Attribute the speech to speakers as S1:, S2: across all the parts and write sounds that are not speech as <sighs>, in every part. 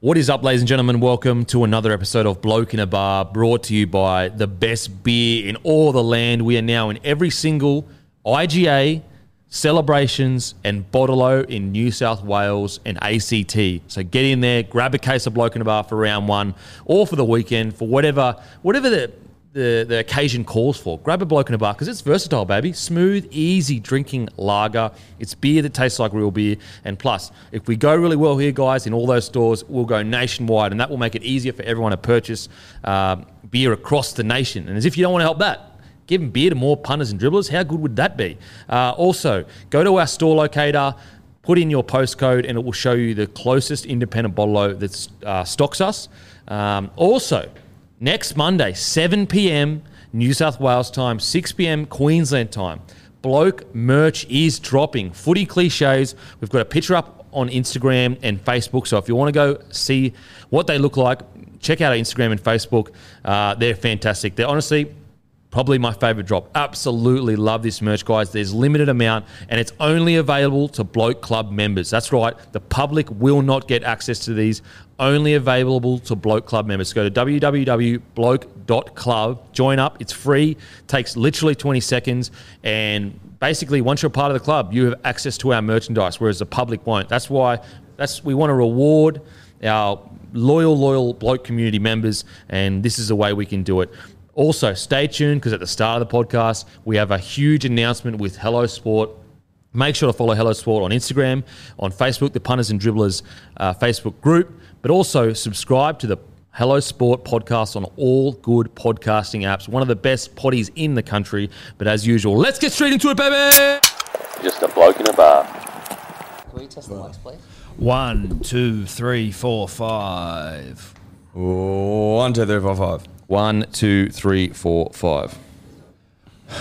S1: What is up, ladies and gentlemen? Welcome to another episode of Bloke in a Bar, brought to you by the best beer in all the land. We are now in every single IGA, Celebrations, and Bottle in New South Wales and ACT. So get in there, grab a case of Bloke in a Bar for round one or for the weekend, for whatever whatever the, the, the occasion calls for. Grab a Bloke in a Bar because it's versatile, baby. Smooth, easy drinking lager. It's beer that tastes like real beer. And plus, if we go really well here, guys, in all those stores, we'll go nationwide and that will make it easier for everyone to purchase um, beer across the nation. And as if you don't want to help that, Giving beer to more punters and dribblers, how good would that be? Uh, also, go to our store locator, put in your postcode, and it will show you the closest independent bottle that uh, stocks us. Um, also, next Monday, 7 p.m. New South Wales time, 6 p.m. Queensland time. Bloke merch is dropping. Footy cliches. We've got a picture up on Instagram and Facebook. So if you want to go see what they look like, check out our Instagram and Facebook. Uh, they're fantastic. They're honestly Probably my favorite drop. Absolutely love this merch, guys. There's limited amount and it's only available to Bloke Club members. That's right. The public will not get access to these. Only available to Bloke Club members. Go to www.bloke.club. Join up. It's free. Takes literally 20 seconds and basically once you're part of the club, you have access to our merchandise whereas the public won't. That's why that's we want to reward our loyal loyal Bloke community members and this is the way we can do it. Also, stay tuned because at the start of the podcast, we have a huge announcement with Hello Sport. Make sure to follow Hello Sport on Instagram, on Facebook, the Punters and Dribblers uh, Facebook group, but also subscribe to the Hello Sport podcast on all good podcasting apps. One of the best potties in the country. But as usual, let's get straight into it, baby!
S2: Just a bloke in a bar.
S3: Can we test the lights, please?
S4: One, two, three, four, five.
S5: One, two, three, four, five.
S1: One, two, three, four, five.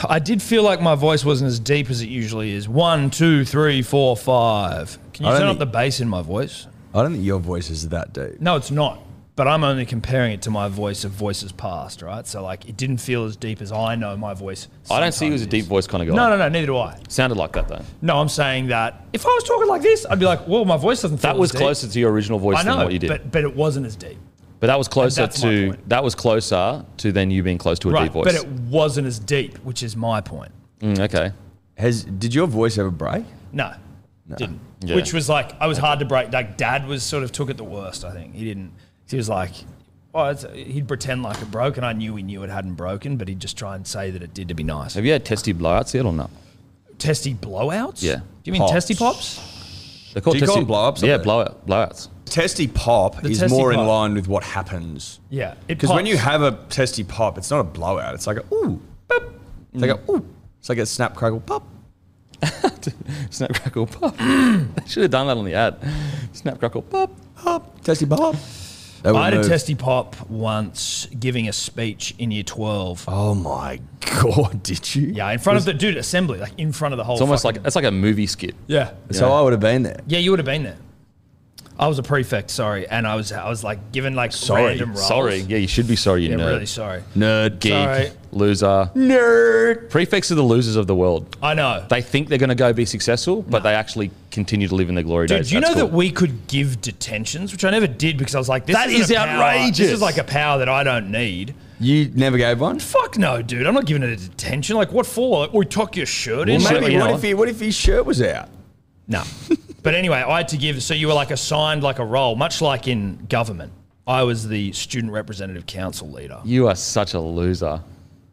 S4: I did feel like my voice wasn't as deep as it usually is. One, two, three, four, five. Can you
S5: I don't
S4: turn up
S5: think-
S4: the bass in my voice?
S5: I don't think your voice is that deep.
S4: No, it's not. But I'm only comparing it to my voice of voices past, right? So like, it didn't feel as deep as I know my voice.
S1: I don't see you as a
S4: sometimes
S1: deep voice kind of guy.
S4: is. No, no, no. Neither do I.
S1: Sounded like that, though.
S4: No, I'm saying that if I was talking like this, I'd be like, "Well, my voice doesn't." Feel
S1: That was
S4: as deep.
S1: closer to your original voice
S4: I know,
S1: than what you did.
S4: but but it wasn't as deep.
S1: But that was closer
S4: that's my
S1: to
S4: point.
S1: that was closer to then you being close to a
S4: Right,
S1: deep voice.
S4: but it wasn't as deep, which is my point.
S1: Mm, okay.
S5: Has did your voice ever break?
S4: No, didn't.
S1: Yeah.
S4: Which was like I was hard to break. Like dad was sort of took it the worst. I think he didn't. He was like, oh, it's, he'd pretend like it broke, and I knew he knew it hadn't broken, but he'd just try and say that it did to be nice.
S1: Have you had testy blowouts yet or not?
S4: Testy blowouts?
S1: Yeah.
S4: Do you mean
S5: Pops.
S4: testy pops?
S1: They call
S5: Do you call them blowups or
S1: Yeah,
S5: they-
S1: blowout, blowouts. <laughs>
S5: Testy pop is
S4: testy
S5: more in
S4: pop.
S5: line with what happens.
S4: Yeah.
S5: Because when you have a testy pop, it's not a blowout. It's like a ooh, pop. It's like a ooh. It's like a snap crackle pop.
S1: Snap crackle
S4: <clears throat>
S1: pop. they should have done that on the ad. Snap crackle pop.
S5: Pop. Testy pop. That would
S4: I had a
S5: move.
S4: testy pop once giving a speech in year 12.
S5: Oh my god, <laughs> did you?
S4: Yeah, in front of the dude assembly, like in front of the whole
S1: It's almost
S4: fucking-
S1: like that's like a movie skit.
S4: Yeah.
S5: So I would have been there.
S4: Yeah, you would have been there. I was a prefect, sorry, and I was I was like given like random roles.
S1: sorry. Yeah, you should be sorry. You
S4: Yeah,
S1: nerd,
S4: really sorry.
S1: nerd, geek,
S4: Sorry.
S1: loser.
S5: Nerd.
S1: Prefects are the losers of the world.
S4: I know.
S1: They think they're going to go be successful, but they actually continue to live in their glory
S4: Dude,
S1: days.
S4: do you know
S1: That's cool.
S4: that we could give detentions, which I never did because I was like, this
S1: That
S4: isn't
S1: is
S4: a power-
S1: outrageous.
S4: This is like a power that I don't need.
S5: You never gave one.
S4: Fuck no, dude. I'm not giving it a detention. Like, what for? Like, we took your shirt in.
S1: Well,
S4: Like,
S1: maybe
S4: you
S1: what
S4: know?
S1: if
S5: he, what if his shirt was out?
S4: No. <laughs> but anyway, I had to give. So you were like assigned like a role, much like in government. I was the student representative council leader.
S1: You are such a loser.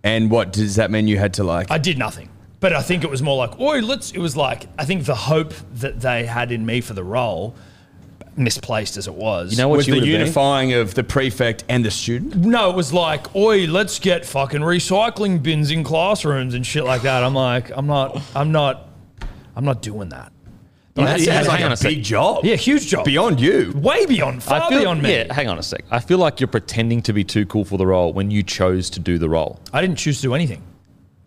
S5: And what does that mean? You had to like.
S4: I did nothing. But I think it was more like, oi, let's. It was like, I think the hope that they had in me for the role, misplaced as it was.
S1: You know what
S5: was
S1: you
S5: the
S1: would have been?
S5: unifying of the prefect and the student?
S4: No, it was like, oi, let's get fucking recycling bins in classrooms and shit like that. I'm like, I'm not, I'm not, I'm not doing that.
S1: You
S5: That
S1: know-
S5: sounds
S1: hang
S5: like
S1: on
S5: a
S1: sec.
S5: big job.
S4: Yeah, huge job.
S5: Beyond you.
S4: Way beyond, far
S1: I feel,
S4: beyond me.
S1: Yeah, hang on a sec. I feel like you're pretending to be too cool for the role when you chose to do the role.
S4: I didn't choose to do anything.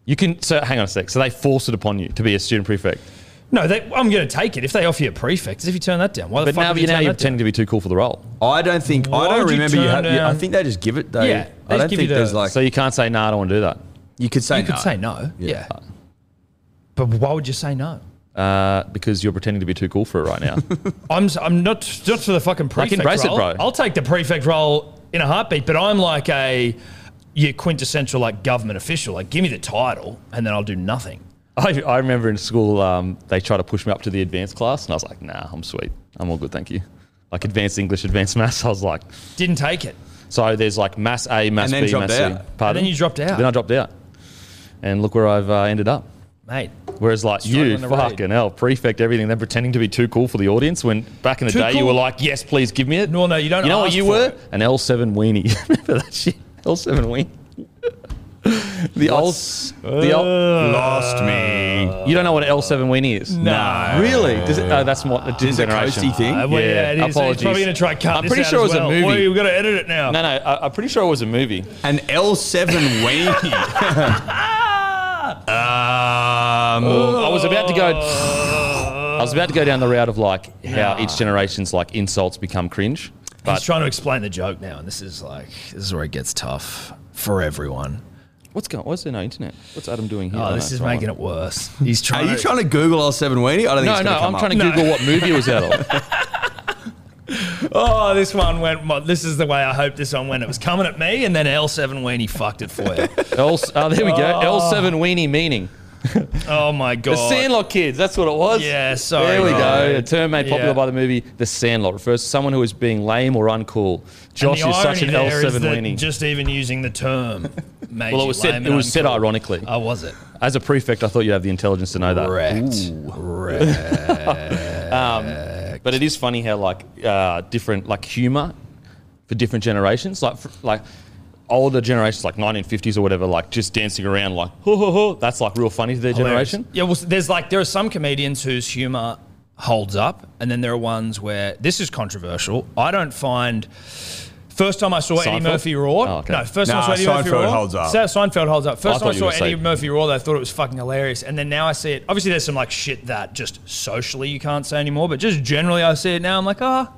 S1: You can so hang on a sec. So they forced it upon you to be a student prefect.
S4: No, they, I'm going to take it. If they offer you a prefect, as if you turn that down. Why the
S1: But
S4: fuck
S1: now,
S4: would
S1: you
S4: you
S1: now
S4: turn
S1: you're
S4: that down?
S1: pretending to be too cool for the role.
S5: I don't think.
S4: Why
S5: I
S4: would
S5: don't
S4: you
S5: remember you,
S4: turn
S5: have. yeah, I
S4: down-
S5: think they just give it. They,
S4: Yeah, they
S5: I
S4: just
S5: don't
S4: give
S5: think
S4: you
S5: there's
S4: the-
S5: like.
S1: So you can't say, no, I don't want to do that.
S5: you could say
S4: You
S5: no.
S4: could say no. Yeah.
S5: Yeah.
S4: But why would you say no?
S1: uh, because you're pretending to be too cool for it right now.
S4: I'm s- I'm not not for the fucking prefect
S1: embrace it,
S4: role.
S1: bro.
S4: I'll take the prefect role in a heartbeat, but I'm like a your quintessential like government official. Like give me the title and then I'll do nothing.
S1: I, I remember in school um, they tried to push me up to the advanced class, and I was like, "Nah, I'm sweet. I'm all good, thank you." Like advanced English, advanced maths. <laughs> I was like,
S4: Didn't take it.
S1: so there's like mass A, mass
S5: And then
S1: B,
S5: dropped
S1: mass C.
S5: out.
S1: Pardon?
S4: then
S5: And
S4: you dropped out.
S1: Then I dropped out, and look where I've uh, ended up.
S4: Mate.
S1: Whereas like you,
S4: Struggling to read.
S1: fucking hell, prefect everything, then pretending to be too cool for the audience. When back in the
S4: Too
S1: day you
S4: cool?
S1: were like, "Yes, please give me it."
S4: No, no, you don't
S1: You know what
S4: ask
S1: you
S4: for
S1: were?
S4: it.
S1: An L7 weenie. <laughs> remember that shit? L7 weenie. the old, the old.
S5: Lost me.
S1: You don't know what an L7 weenie is?
S4: Ah. No.
S5: Really?
S1: Does it, oh, that's what it
S5: Is it a coasty thing?
S4: Uh, well,
S1: Yeah,
S4: yeah, it is.
S1: apologies.
S4: He's probably going to try cut
S1: I'm
S4: this
S1: pretty
S4: out
S1: sure it
S4: as
S1: was a
S4: well.
S1: movie.
S4: Well, you've got to edit it now.
S1: No, no, I, I'm pretty sure it was a movie.
S5: An L7 weenie.
S4: Ah.
S5: um,
S1: I was about to go. I was about to go down the route of like how each generation's like insults become cringe.
S4: He's trying to explain the joke now, and this is like this is where it gets tough for everyone.
S1: What's going? Why's there no internet? What's Adam doing here?
S4: Oh, this is making it worse. He's
S5: are
S4: trying.
S5: you trying to Google L7 weenie? I don't think
S1: No,
S5: it's
S1: no,
S5: gonna
S1: I'm
S5: come
S1: trying to
S5: up.
S1: Google what movie it was out <laughs> of.
S4: Oh, this one went. mo- This is the way I hoped this one went. It was coming at me, and then L7 Weenie fucked it for you.
S1: L, oh, there we go. L7 Weenie Meaning.
S4: Oh my god.
S1: The Sandlot Kids, that's what it was.
S4: Yeah, sorry,
S1: There we go.
S4: bro.
S1: A term made popular
S4: Yeah.
S1: by the movie The Sandlot refers to someone who is being lame or uncool.
S4: And
S1: Josh
S4: the
S1: is such an
S4: irony there
S1: L7
S4: is that
S1: Weenie.
S4: Just even using the term. Made
S1: well, it
S4: you
S1: was said.
S4: lame
S1: It
S4: and
S1: was said
S4: uncool.
S1: ironically.
S4: Oh, was it?
S1: As a prefect, I thought you'd have the intelligence to know that.
S4: Correct. Correct.
S1: But it is funny how like uh, different like humor for different generations, like for, like older generations, like 1950s or whatever, like just dancing around like ho ho ho. That's like real funny to their
S4: Hilarious.
S1: generation.
S4: Yeah, well, there's like there are some comedians whose humor holds up, and then there are ones where this is controversial. I don't find. First time I saw
S1: Seinfeld?
S4: Eddie Murphy roar.
S1: Oh, okay.
S4: No, first time I saw
S5: Nah,
S4: Eddie Murphy
S5: Seinfeld
S4: roar.
S5: holds up.
S4: Se- Seinfeld holds up.
S1: I thought
S4: First time I
S1: you
S4: saw
S1: were
S4: Eddie
S1: saying-
S4: Murphy roar, I thought it was fucking hilarious. And then now I see it. Obviously, there's some like shit that just socially you can't say anymore, but just generally I see it now. I'm like, ah,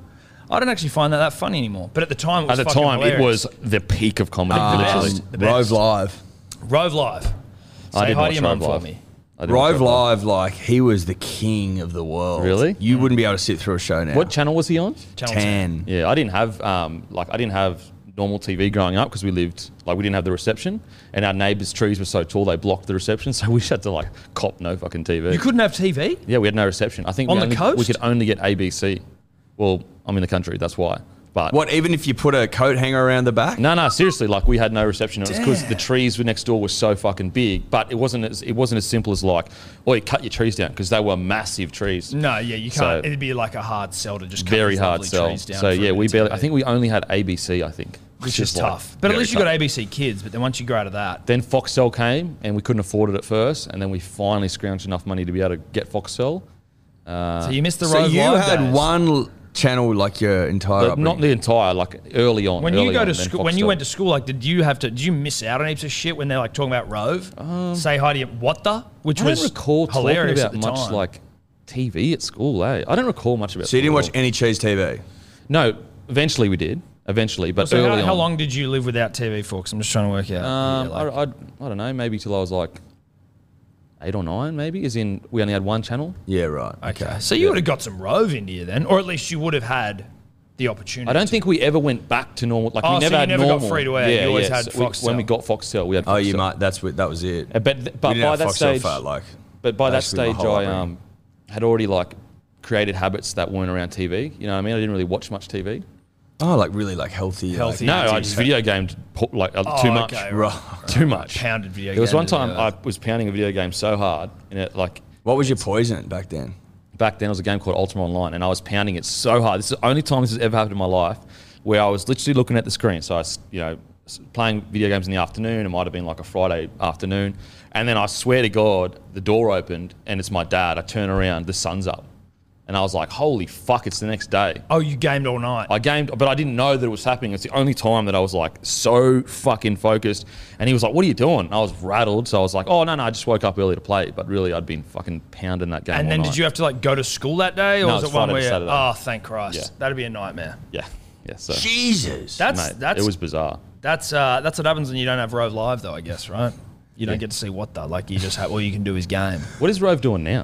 S4: I don't actually find that that funny anymore. But at the time, it
S1: At
S4: was
S1: the
S4: fucking
S1: time, it
S4: hilarious. Ah,
S1: was the peak of comedy. literally,
S4: the
S5: Rove
S4: best.
S5: Live.
S4: Rove Live. Say
S1: I didn't
S4: hi
S1: watch
S4: to your mum
S1: Rove
S4: for
S1: Live.
S4: me.
S1: I didn't
S5: Rove
S1: watch that.
S5: Live, like, he was the king of the world.
S1: Really?
S5: You wouldn't be able to sit through a show now.
S1: What channel was he on?
S4: Channel 10.
S5: 10.
S1: Yeah, I didn't have um, like I didn't have normal TV growing up because we lived like we didn't have the reception, and our neighbours' trees were so tall they blocked the reception, <laughs> so we just had to like cop no fucking TV.
S4: You couldn't have TV?
S1: yeah, we had no reception. I think
S4: On
S1: we
S4: the
S1: only, we
S4: coast?
S1: could only get ABC. Well, I'm in the country, that's why. But
S5: What, even if you put a coat hanger around the back?
S1: No, no, seriously, like we had no reception. It was because the trees were next door were so fucking big, but it wasn't as it wasn't as simple as like, oh, you cut your trees down because they were massive trees.
S4: No, yeah, you
S1: So-
S4: can't. it'd be like a hard sell to just cut
S1: very
S4: these
S1: hard
S4: lovely
S1: sell.
S4: trees down
S1: So
S4: for
S1: yeah,
S4: a
S1: we
S4: bit of
S1: barely. I
S4: TV,
S1: think we only had ABC. I think,
S4: which is
S1: like,
S4: tough. But at
S1: very
S4: least you
S1: tough.
S4: got ABC Kids. But then once you grow out of that,
S1: Then Foxtel came, and we couldn't afford it at first, and then we finally scrounged enough money to be able to get Foxtel. Uh,
S4: so you missed the
S5: So
S4: road.
S5: you
S4: Live
S5: had
S4: days.
S5: one l- channel like your entire
S1: But not
S5: upbringing.
S1: the entire, like early on.
S4: When
S1: early
S4: you go
S1: on,
S4: to
S1: then
S4: school, when you
S1: Foxtel.
S4: went to school, like, did you have to? Did you miss out on heaps of shit when they're like talking about Rove? Say hi to you. What the? Which
S1: Um, I
S4: was
S1: don't recall talking
S4: hilarious
S1: about
S4: at the
S1: much
S4: time.
S1: like TV at school. Eh? I don't recall much about.
S5: So you didn't
S1: school at
S5: watch
S1: all.
S5: any cheese TV?
S1: No, eventually we did. Eventually, but
S4: So
S1: early
S4: how, how
S1: on.
S4: long did you live without TV for? 'Cause I'm just trying to work out.
S1: Um,
S4: Yeah, like-
S1: I, I, I don't know. Maybe till I was like eight or nine, maybe. Is in we only had one channel.
S5: Yeah, right.
S4: okay, so you would have got some Rove into you then, or at least you would have had the opportunity.
S1: I don't
S4: to-
S1: think we ever went back to normal. Like
S4: Oh,
S1: we
S4: so
S1: never
S4: you
S1: had
S4: never got
S1: normal.
S4: free to air, you always had
S1: we-
S4: Foxtel.
S1: when we got Foxtel, we had. Foxtel.
S5: Oh, you might. That's what. That was it.
S1: Uh, But th- but
S5: didn't
S1: by
S5: have
S1: that
S5: Foxtel
S1: stage,
S5: for, like,
S1: but by that
S5: basically my
S1: stage,
S5: whole
S1: I
S5: upbringing.
S1: um, had already like created habits that weren't around TV. You know what I mean? I didn't really watch much TV.
S5: Oh, like really like healthy. like-
S4: Healthy.
S1: No,
S4: Yeah,
S1: I
S4: TV.
S1: just video gamed po- like uh,
S4: Oh,
S1: too much.
S4: okay,
S5: <laughs> Right.
S1: Too much.
S4: pounded video.
S1: There was one
S4: games into
S1: time
S4: the
S1: I was pounding a video game so hard, and it like
S5: What was your poison back then?
S1: back then it was a game called Ultima Online, and I was pounding it so hard. This is the only time this has ever happened in my life where I was literally looking at the screen. So I, was, you know, s- playing video games in the afternoon. It might have been like a Friday afternoon, and then I swear to God, the door opened and it's my dad. I turn around, the sun's up, and I was like, "Holy fuck!" It's the next day.
S4: Oh, you gamed all night.
S1: I gamed, but I didn't know that it was happening. It's the only time that I was like so fucking focused. And he was like, "What are you doing?" And I was rattled, so I was like, "Oh no, no, I just woke up early to play." But really, I'd been fucking pounding that game.
S4: and
S1: all
S4: then
S1: night.
S4: did you have to like go to school that day, or
S1: No,
S4: was
S1: it
S4: it
S1: was
S4: one
S1: Friday
S4: where?
S1: to
S4: you-
S1: Saturday.
S4: Oh, thank Christ,
S1: Yeah.
S4: that'd be a nightmare.
S1: Yeah, yeah. So
S5: Jesus.
S4: That's
S1: Mate,
S4: that's
S1: it was bizarre.
S4: that's uh, that's what happens when you don't have Rove Live, though. I guess right. You don't
S1: Yeah. <laughs>
S4: get to see what though. Like you just have, all you can do is game.
S1: What is Rove doing now?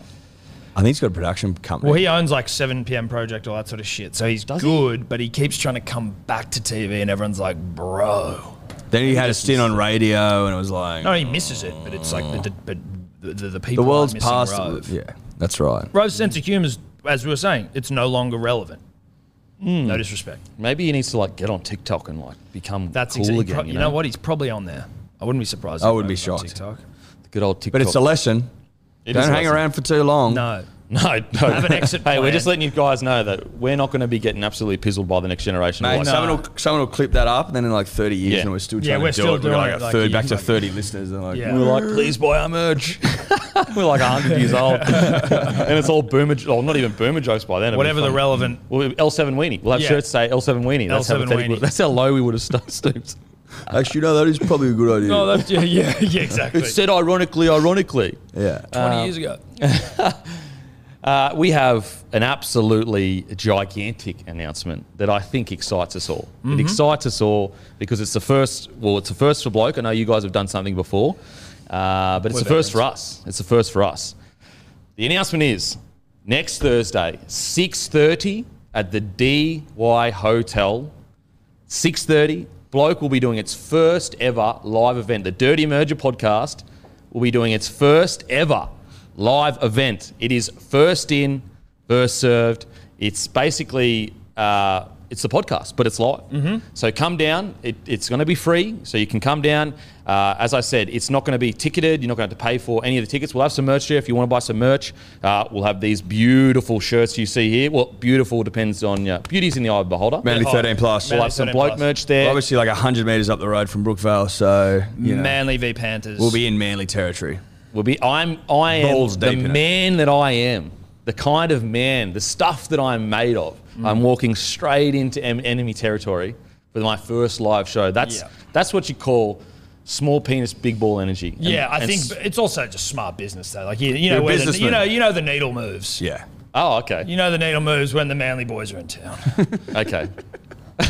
S5: I think he's got a production company.
S4: Well, he owns like 7 p.m. Project, all that sort of shit. So he's good, but he keeps trying to come back to TV, and everyone's like, bro.
S5: then he had a stint on radio, and it was like
S4: No, he misses it, but it's like, but the, but the, the, the
S5: the
S4: people
S5: world's
S4: are missing
S5: past.
S4: Rove.
S5: Yeah, that's right.
S4: Rove's sense of humor, is, as we were saying, it's no longer relevant.
S1: Hmm.
S4: No disrespect.
S1: Maybe he needs to like get on TikTok and like become
S4: That's
S1: cool
S4: exactly.
S1: again.
S4: you, know? what? He's probably on there. I wouldn't be surprised.
S5: I
S4: if
S5: wouldn't be
S4: Rove's on
S5: shocked.
S4: TikTok.
S1: The good old TikTok.
S5: But it's a lesson.
S1: It
S5: Don't
S1: is a
S5: hang
S1: lesson.
S5: around for too long.
S4: <laughs> No.
S1: No, no.
S4: Have an exit
S1: Hey, we're just
S4: plan.
S1: letting you guys know that we're not going to be getting absolutely pizzled by the next generation.
S5: Mate,
S1: Like,
S5: someone, will, someone will clip that up, and then in like 30 years,
S1: Yeah.
S5: and we're still
S4: Yeah,
S5: trying
S4: we're
S5: to do
S4: still
S5: it. We've got,
S4: doing
S5: like
S4: it,
S5: a
S4: like,
S5: third,
S4: you-
S5: back to
S4: like-
S5: 30 listeners. And like,
S4: Yeah.
S1: we're like, please buy our merch. we're like 100
S4: <laughs>
S1: years old. and it's all boomer, or not even boomer jokes by then. It'd be
S4: Whatever the
S1: fun.
S4: relevant.
S1: Well, L7 Weenie. We'll have
S4: Yeah.
S1: shirts say L7 Weenie. That's,
S4: L7
S1: how pathetic-
S4: Weenie.
S1: that's how low we would have stu- stooped.
S5: actually, no, that is probably a good idea.
S4: No, Oh, that's yeah, yeah, <laughs> yeah exactly. Um,
S1: It's said ironically, ironically.
S5: yeah.
S4: Twenty years ago.
S1: Uh, we have an absolutely gigantic announcement that I think excites us all. It excites us all because it's the first. Well, it's the first for bloke. I know you guys have done something before, uh, but it's
S4: We're
S1: the first for us. It's the first for us. The announcement is next Thursday, six thirty at the DY Hotel. Six thirty, bloke will be doing its first ever live event. The Dirty Merger podcast will be doing its first ever live event. It is first in, first served. It's basically uh, it's the podcast, but it's live. So come down. It, it's going to be free, so you can come down. Uh, as I said, it's not going to be ticketed. You're not going to have to pay for any of the tickets. We'll have some merch there if you want to buy some merch. Uh, we'll have these beautiful shirts you see here. Well, beautiful depends on uh, beauty's in the eye of the beholder.
S5: Manly 13 plus.
S1: We'll
S4: Man-
S1: have some
S4: 13
S1: bloke
S4: plus.
S1: merch there.
S5: We're obviously, like 100 metres up the road from Brookvale, so you know,
S4: Manly v Panthers.
S5: we'll be in Manly territory.
S1: We'll be. I'm. I am
S5: Balls
S1: the
S5: deep in it.
S1: man that I am. The kind of man. The stuff that I'm made of.
S4: Mm.
S1: I'm walking straight into em- enemy territory for my first live show. That's
S4: Yeah.
S1: that's what you call small penis, big ball energy. And-
S4: Yeah, I
S1: and
S4: think
S1: s-
S4: it's also just smart business though. Like you, you
S5: You're
S4: know,
S5: a
S4: where the,
S5: businessman.
S4: you know, you know the needle moves.
S5: Yeah.
S1: oh, okay.
S4: You know the needle moves when the Manly boys are in <laughs> town.
S1: Okay. <laughs>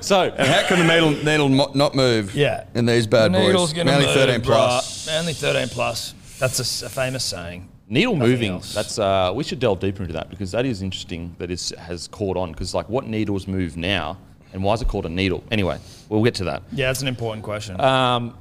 S1: so um,
S5: How can the needle, needle mo- not move
S4: Yeah.
S5: in these bad
S4: Needle's
S5: boys?
S4: gonna
S5: Manly
S4: move,
S5: 13 plus.
S4: bruh. Manly thirteen plus. That's a s- a, famous saying.
S1: needle
S4: Nothing
S1: moving.
S4: else.
S1: That's uh, we should delve deeper into that because that is interesting that it has caught on. Because like, what needles move now, and why is it called a needle? Anyway, we'll get to that.
S4: Yeah, that's an important question.
S1: Um,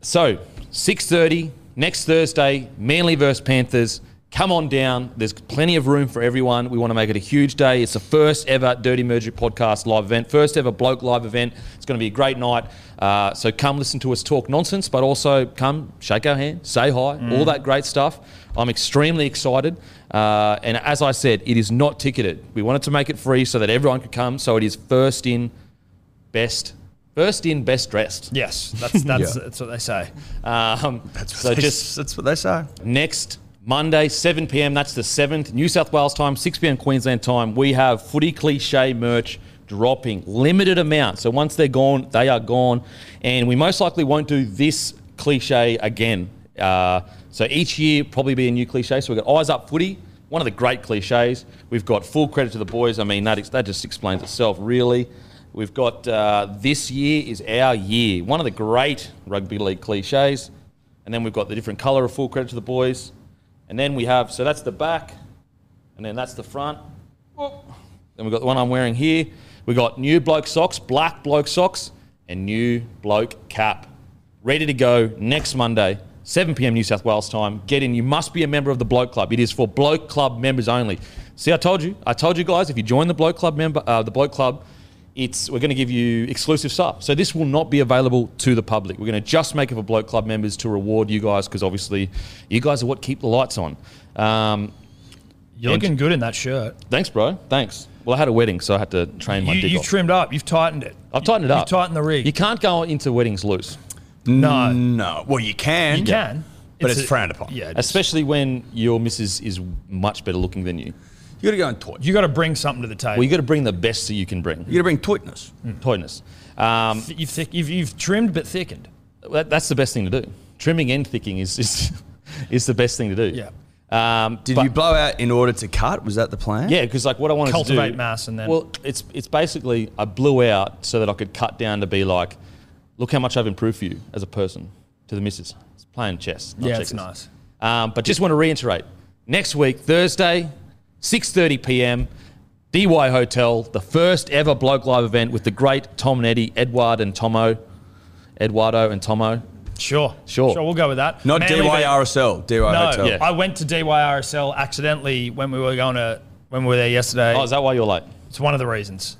S1: so six thirty next Thursday, Manly versus Panthers. Come on down. There's plenty of room for everyone. We want to make it a huge day. It's the first ever Dirty Merger podcast live event, first ever bloke live event. It's going to be a great night. Uh, so come listen to us talk nonsense, but also come shake our hand, say hi,
S5: Mm.
S1: all that great stuff. I'm extremely excited. Uh, and as I said, it is not ticketed. We wanted to make it free so that everyone could come. So it is first in, best, first in, best dressed.
S4: yes, <laughs> that's that's,
S5: Yeah.
S4: that's what they say.
S1: Um, so just
S5: that's what they say.
S1: next Monday, 7 p.m. That's the 7th, New South Wales time, 6 p.m. Queensland time. We have footy cliche merch dropping, limited amount. So once they're gone, they are gone. And we most likely won't do this cliche again. Uh, so each year, probably be a new cliche. So we've got Eyes Up Footy, one of the great cliches. We've got full credit to the boys. I mean, that, ex- that just explains itself, really. We've got uh, this year is our year, one of the great rugby league cliches. And then we've got the different colour of full credit to the boys. And then we have, so that's the back, and then that's the front. Whoop. Then we've got the one I'm wearing here. We've got new bloke socks, black bloke socks, and new bloke cap. Ready to go next Monday, 7 p.m. New South Wales time. Get in. You must be a member of the Bloke Club. It is for Bloke Club members only. See, I told you. I told you guys, if you join the Bloke Club member, uh, the Bloke Club, it's we're going to give you exclusive stuff. So this will not be available to the public. We're going to just make it for Bloke Club members to reward you guys because obviously you guys are what keep the lights on. Um,
S4: You're
S1: And-
S4: looking good in that shirt.
S1: thanks, bro. Thanks. Well, I had a wedding, so I had to train my
S4: You,
S1: dick
S4: you've
S1: off.
S4: trimmed up. You've tightened it.
S1: I've tightened it
S4: You've
S1: up.
S4: tightened the rig.
S1: You can't go into weddings loose,
S4: No.
S5: No. Well, you can.
S4: You can.
S5: But it's frowned upon.
S4: Yeah. it is.
S1: especially when your missus is much better looking than you.
S5: You got to go and torch.
S4: You got to bring something to the table.
S1: Well, you got to bring the best that you can bring.
S5: You got to bring tightness.
S1: Toyness. Um,
S4: you've, thick, you've, you've trimmed but thickened.
S1: that, that's the best thing to do. Trimming and thicking is is, <laughs> is the best thing to do.
S4: Yeah.
S1: Um,
S5: Did
S1: but-
S5: you blow out in order to cut? Was that the plan?
S1: Yeah, because like what I wanted to
S4: Cultivate
S1: do,
S4: mass and then-
S1: well, it's it's basically I blew out so that I could cut down to be like, look how much I've improved for you as a person to the missus. It's playing chess. Not
S4: yeah, it's
S1: checkers.
S4: nice.
S1: Um, but just want to reiterate. next week, Thursday, 6.30 p.m., DY Hotel, the first ever Bloke Live event with the great Tom and Eddie, Edward and Tomo. Eduardo and Tomo.
S4: Sure,
S1: Sure.
S4: sure. We'll go with that.
S5: Not
S4: Manly v-
S5: DYRSL, DY
S4: No,
S5: Hotel.
S1: Yeah.
S4: I went to DYRSL accidentally when we were going to when we were there yesterday.
S1: Oh, is that why you're late?
S4: It's one of the reasons.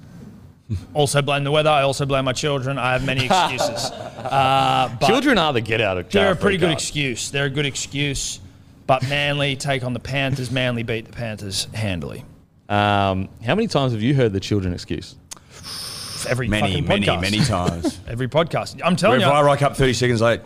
S4: also blame the weather. I also blame my children. I
S1: <laughs>
S4: have many excuses. uh, but
S1: Children are the get out of jail.
S4: they're a pretty
S1: free
S4: good
S1: card.
S4: excuse. They're a good excuse. But Manly take on the Panthers. Manly beat the Panthers handily.
S1: Um, how many times have you heard the children excuse?
S4: Every
S5: Many,
S4: fucking
S5: many,
S4: podcast. <laughs>
S5: many times.
S4: Every podcast. I'm telling
S5: If I
S4: you.
S5: rock up 30 seconds late,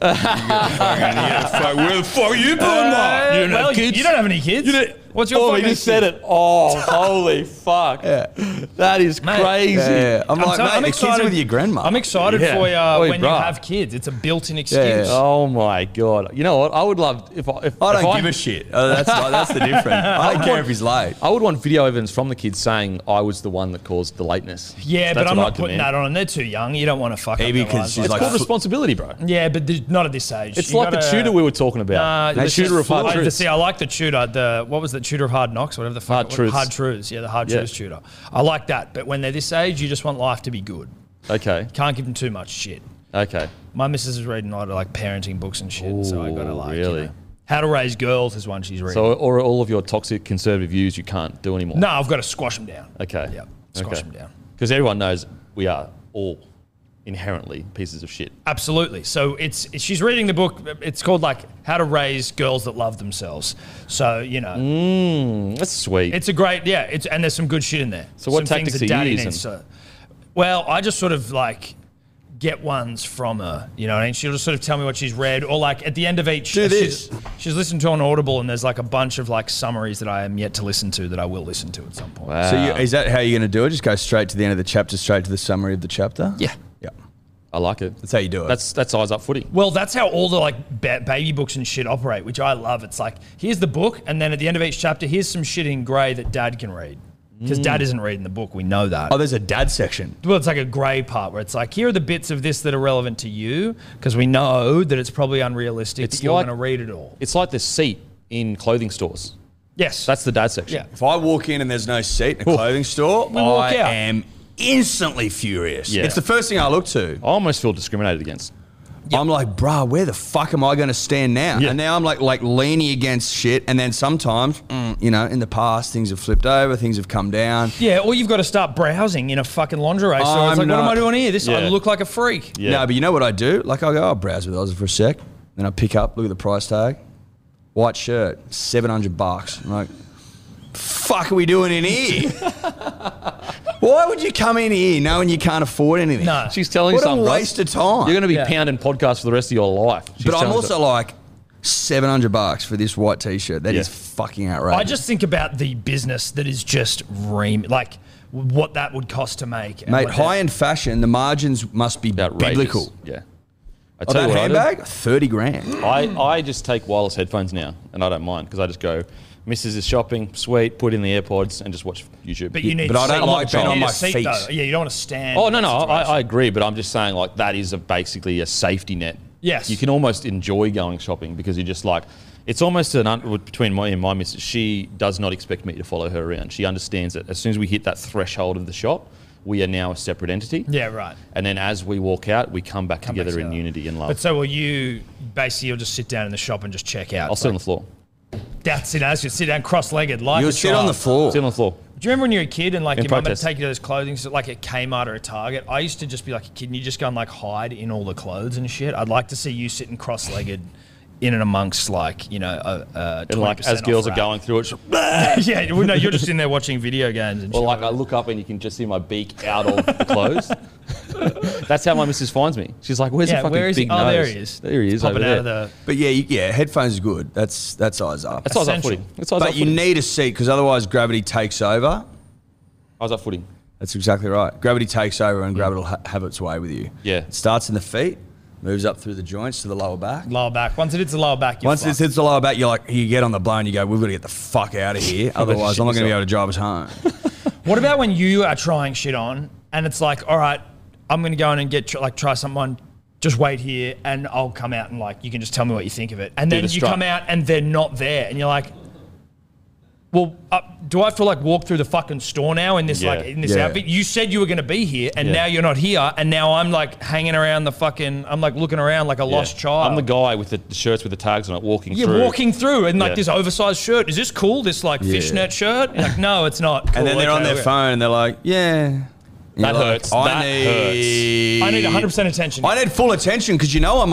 S5: you're fucking idiot. Fuck, where the fuck are you putting
S4: Uh,
S5: that?
S4: well, you don't have any kids. What's your
S1: Oh, he
S4: fucking
S1: just said
S4: excuse?
S1: it. <laughs> Oh, holy fuck. That is
S4: Mate.
S1: crazy.
S5: Yeah, I'm,
S4: I'm
S5: like,
S4: tell-
S5: mate,
S4: I'm
S5: the kids
S4: excited-
S5: are with your grandma. Oh,
S4: I'm excited
S1: Yeah.
S4: for you uh,
S1: Oi,
S4: when you
S1: bruh.
S4: have kids. It's a built-in excuse.
S5: yeah.
S1: Oh my god! You know what? I would love if I, if
S5: I don't
S1: if
S5: give a shit. Oh, that's, that's the difference. <laughs> I don't care if he's late.
S1: I would want video evidence from the kids saying I was the one that caused the lateness.
S4: Yeah, but I'm not putting
S1: that
S4: that on. They're too young. You don't want to fuck
S5: Maybe
S4: up their
S5: 'cause
S4: lives
S5: she's
S4: like
S1: It's
S5: like-
S1: called
S5: fl-
S1: responsibility, bro.
S4: that. yeah, but th- not at this age.
S1: It's
S4: You
S1: like the
S4: gotta-
S1: tutor we were talking about.
S4: Nah,
S1: the
S4: this
S1: tutor
S4: is
S1: of hard
S4: Uh, I,
S1: truths.
S4: See, I like the tutor. The what was the tutor of hard knocks? Whatever the fuck.
S1: Hard
S4: it was.
S1: Truths.
S4: Hard truths. Yeah, the hard
S1: Yeah.
S4: truths tutor. I like that. But when they're this age, you just want life to be good.
S1: Okay,
S4: Can't give them too much shit.
S1: okay.
S4: My missus is reading a lot of like parenting books and shit, so I gotta
S1: Ooh,
S4: like you
S1: really?
S4: know. how to raise girls is one she's reading.
S1: So, or all of your toxic conservative views, you can't do anymore.
S4: no, I've got to squash them down.
S1: Okay.
S4: Yeah, squash them down.
S1: Because everyone knows we are all inherently pieces of shit.
S4: Absolutely. So it's she's reading the book. It's called like How to Raise Girls That Love Themselves. So you know,
S1: That's sweet.
S4: it's a great yeah. It's and there's some good shit in there.
S1: So what
S4: some
S1: tactics
S4: things that
S1: are you
S4: daddy
S1: using?
S4: needs to- well, I just sort of like get ones from her. You know what I mean? She'll just sort of tell me what she's read, or like at the end of each,
S5: Do
S4: she's, she's listened to on Audible, and there's like a bunch of like summaries that I am yet to listen to that I will listen to at some point.
S1: Wow.
S5: So you, is that how you're going to do it? Just go straight to the end of the chapter, straight to the summary of the chapter?
S4: Yeah.
S5: Yeah.
S1: I like it.
S5: That's how you do it.
S1: That's that's eyes up footy.
S4: Well, that's how all the like ba- baby books and shit operate, which I love. It's like here's the book, and then at the end of each chapter, here's some shit in grey that Dad can read because
S1: Mm.
S4: Dad isn't reading the book. We know that.
S5: oh, there's a dad section.
S4: well, it's like a grey part where it's like here are the bits of this that are relevant to you because we know that it's probably unrealistic.
S1: It's
S4: that you're
S1: like-
S4: going to read it all.
S1: It's like the seat in clothing stores.
S4: Yes,
S1: That's the dad section.
S4: Yeah.
S5: If I walk in and there's no seat in a clothing store,
S4: walk
S5: I
S4: out.
S5: am instantly furious.
S1: Yeah.
S5: It's the first thing I look to.
S1: I almost feel discriminated against.
S5: I'm like, bruh, where the fuck am I going to stand now?
S1: Yeah.
S5: And now I'm like, like leaning against shit. And then sometimes, mm, you know, in the past, things have flipped over, things have come down.
S4: yeah. Or you've got to start browsing in a fucking lingerie store.
S5: I'm
S4: It's like, what am
S5: not-
S4: I doing here? This I
S1: Yeah.
S4: look like a freak.
S1: Yeah.
S5: No, but you know what I do? Like I go, I'll browse with Ozzy for a sec. Then I pick up, look at the price tag. White shirt, 700 bucks. I'm like, fuck are we doing
S1: <laughs>
S5: in here? Why would you come in here knowing you can't afford anything?
S4: No.
S1: She's telling
S5: What
S1: you
S5: a
S1: something. Russ.
S5: waste of time.
S1: You're going to be
S4: Yeah.
S1: pounding podcasts for the rest of your life. She's
S5: but I'm
S1: telling
S5: also
S1: you-
S5: like, 700 bucks for this white t-shirt. That
S1: Yeah.
S5: is fucking outrageous.
S4: I just think about the business that is just ream like what that would cost to make. and
S5: Mate,
S4: what that-
S5: high end fashion, the margins must be
S1: outrageous.
S5: biblical.
S1: Yeah. I
S5: Oh,
S1: tell you
S5: that
S1: what I do.
S5: handbag, 30 grand.
S1: I, I just take wireless headphones now, and I don't mind because I just go, Mrs. is shopping, sweet, put in the AirPods and just watch YouTube.
S4: But you need.
S5: but I
S4: a
S5: don't
S4: seat.
S5: like being
S4: You
S5: on
S4: need
S5: my
S4: a seat,
S5: feet.
S4: Though. Yeah, you don't want to stand.
S1: Oh
S4: in
S1: no,
S4: that
S1: no, I,
S4: situation.
S1: I agree, but I'm just saying like that is a, basically a safety net.
S4: Yes.
S1: you can almost enjoy going shopping because you're just like it's almost an un- between my and my missus. She does not expect me to follow her around. She understands it. As soon as we hit that threshold of the shop, we are now a separate entity.
S4: yeah, right.
S1: And then as we walk out, we come back together in
S4: together.
S1: unity and love.
S4: But so will you? Basically, you'll just sit down in the shop and just check out.
S1: I'll sit on
S4: Like,
S1: the floor.
S4: that's it. As you sit down, cross-legged, like
S5: You'll
S4: a
S5: sit on the
S4: child.
S5: floor.
S1: Sit on the floor.
S4: Do you remember when you were a kid and like
S1: In
S4: your mum would
S1: protest.
S4: take you to those clothing stores, like at Kmart or a Target? I used to just be like a kid and you just go and like hide in all the clothes and shit. I'd like to see you sitting cross-legged in and amongst like you know uh, uh,
S1: And like as girls are going through it, sh-
S4: <laughs> yeah, well, no, you're just in there watching video games and shit.
S1: or like I look up and you can just see my beak out of the clothes. <laughs> That's how my missus finds me. She's like, "Where's
S4: Yeah,
S1: the fucking
S4: where is he?
S1: big
S4: Oh,
S1: nose?"
S4: there he is.
S1: There he is.
S4: Pop
S1: over
S4: it
S1: there.
S4: out of the.
S5: But yeah, you, yeah, headphones are good. That's that's eyes up.
S1: That's eyes up
S4: Essential.
S1: footy. That's eyes up
S5: but you
S1: footy.
S5: need a seat because otherwise gravity takes over.
S1: Eyes up footy.
S5: That's exactly right. Gravity takes over and gravity will ha- have its way with you.
S1: Mm. Yeah.
S5: It starts in the feet, moves up through the joints to the lower back.
S4: Lower back. Once it hits the lower back, you're
S5: Once this
S4: fucked.
S5: hits the lower back, you're like, you get on the blow and you go, we've got to get the fuck out
S1: <laughs>
S5: of here. Otherwise, I'm not going to be able to drive us home.
S4: What about when you are trying shit on and it's like, all right, I'm gonna go in and get tr- like try something on. Just wait here, and I'll come out and like you can just tell me what you think of it. And then
S1: the
S4: you
S1: strut.
S4: come out and they're not there, and you're like, well, uh, do I feel like walk through the fucking store now in this
S1: Yeah.
S4: like in this
S5: Yeah.
S4: outfit? You said you were going to be here, and
S1: Yeah.
S4: now you're not here, and now I'm like hanging around the fucking. I'm like looking around like a lost child.
S1: I'm the guy with the the shirts with the tags on it, walking
S4: You're
S1: through.
S4: walking through and like
S1: Yeah.
S4: this oversized shirt. Is this cool? This like fishnet shirt? You're like, no, it's not. Cool,
S5: and then they're
S4: okay,
S5: on their
S4: okay.
S5: phone and they're like, yeah. And you're
S1: That
S5: like,
S1: hurts.
S5: I
S1: That
S5: need.
S4: I need 100 percent attention.
S5: I need full attention because you know I'm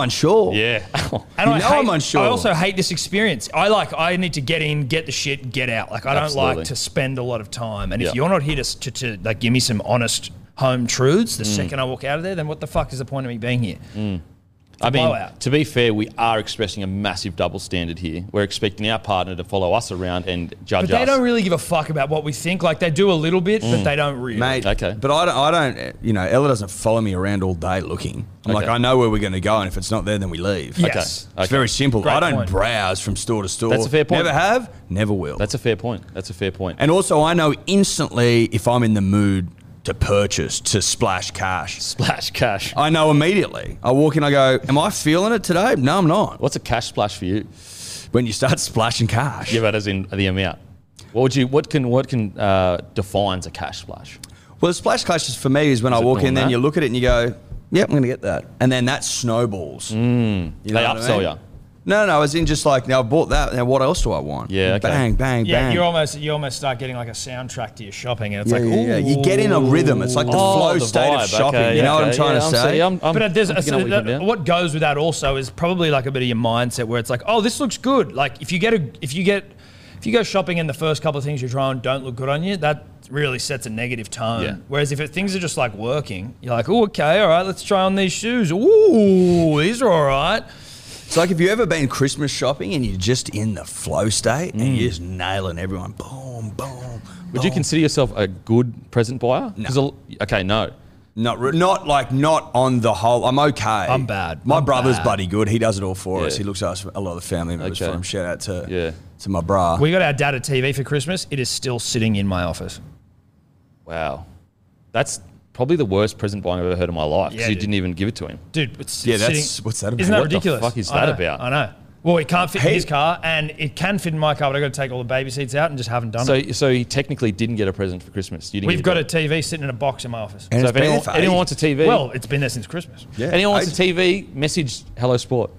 S4: <laughs>
S5: unsure.
S1: Yeah.
S4: and
S5: you
S4: I
S5: know
S4: hate,
S5: I'm unsure.
S4: I also hate this experience. I like. I need to get in, get the shit, get out. Like I don't
S1: Absolutely.
S4: like to spend a lot of time. And
S1: Yeah.
S4: if you're not here to, s- to, to like give me some honest home truths,
S5: Mm.
S4: the second I walk out of there, then what the fuck is the point of me being here?
S1: I mean,
S4: blowout.
S1: to be fair, we are expressing a massive double standard here. We're expecting our partner to follow us around and judge
S4: But they
S1: us.
S4: don't really give a fuck about what we think. Like they do a little bit, but they don't really.
S5: Mm. Mate,
S1: Okay.
S5: but I don't, I don't, you know, Ella doesn't follow me around all day looking. I'm like,
S1: Okay.
S5: I know where we're going to go, and if it's not there, then we leave.
S4: Yes.
S1: Okay.
S5: It's very simple.
S4: Great
S5: I don't
S4: point.
S5: browse from store to store.
S1: That's a fair point.
S5: Never have, never will.
S1: That's a fair point. That's a fair point.
S5: and also, I know instantly if I'm in the mood to purchase, to splash cash.
S1: Splash cash.
S5: I know immediately. I walk in, I go, Am I feeling it today? No, I'm not.
S1: What's a cash splash for you?
S5: When you start <laughs> splashing cash.
S1: Yeah, but as in the amount. What would you? What can? What can uh, defines a cash splash?
S5: Well, the splash clashes for me is when I
S1: it
S5: walk in,
S1: doing
S5: then
S1: that?
S5: you look at it and you go, Yep, I'm going to get that. And then that snowballs. You know
S1: Mm. they
S5: what I
S1: upsell
S5: mean?
S1: ya.
S5: No, no, I was in just like, now I bought that. Now what else do I want?
S1: Yeah, okay.
S5: Bang, bang,
S4: Yeah,
S5: bang.
S4: you almost you almost start getting like a soundtrack to your shopping, and it's
S5: yeah,
S4: like,
S5: yeah, yeah. You get in a rhythm. It's like the
S1: Oh,
S5: flow
S1: the
S5: state
S1: vibe.
S5: of shopping.
S1: Okay,
S5: you know what I'm
S1: okay.
S5: trying
S1: Yeah,
S5: to
S1: I'm
S5: say?
S1: see- I'm- I'm-
S4: but there's
S1: I'm
S4: a,
S1: picking up Um, what you're
S4: that-
S1: putting down.
S4: what goes with that also is probably like a bit of your mindset where it's like, oh, this looks good. Like if you get a if you get if you go shopping and the first couple of things you try on don't look good on you, that really sets a negative tone.
S1: Yeah.
S4: Whereas if it, things are just like working, you're like, oh, okay, all right, let's try on these shoes. Ooh, these are all right.
S5: It's like if you ever been Christmas shopping and you're just in the flow state and you're just nailing everyone. Boom, boom.
S1: Mm. Would you
S4: oh.
S5: boom.
S1: consider yourself a good present buyer? 'Cause
S5: No.
S1: a- okay, no.
S5: Not, re- not like, not on the whole. I'm okay. I'm
S4: bad.
S5: My
S4: I'm
S5: brother's
S4: bad.
S5: buddy good. He does it all for
S1: Yeah.
S5: us. He looks after a lot of the family members
S1: Okay.
S5: for him. Shout out to
S1: Yeah.
S5: to my bra.
S4: We got our dad a TV for Christmas. It is still sitting in my office.
S1: Wow, that's probably the worst present buying I've ever heard in my life. Because
S4: Yeah,
S1: you
S4: dude.
S1: didn't even give it to him.
S4: dude. It's
S5: Yeah, that's-
S4: sitting-
S5: what's that about?
S4: Isn't that
S1: What the
S4: ridiculous?
S1: fuck is
S4: I
S1: that
S4: know,
S1: about?
S4: I know. Well, it can't fit
S5: Hey-
S4: in his car, and it can fit in my car, but I've got to take all the baby seats out and just haven't done it.
S1: So, so he technically didn't get a present for Christmas. You didn't
S4: We've
S1: give
S4: got
S1: it
S4: a TV sitting in a box in my office.
S5: And
S1: to him. So
S5: it's
S1: if
S5: been
S1: anyone,
S5: there for
S1: anyone
S5: eight-
S1: wants a TV,
S4: Well, it's been there since Christmas.
S5: Yeah,
S1: anyone
S5: eight-
S1: wants a TV, message Hello Sport.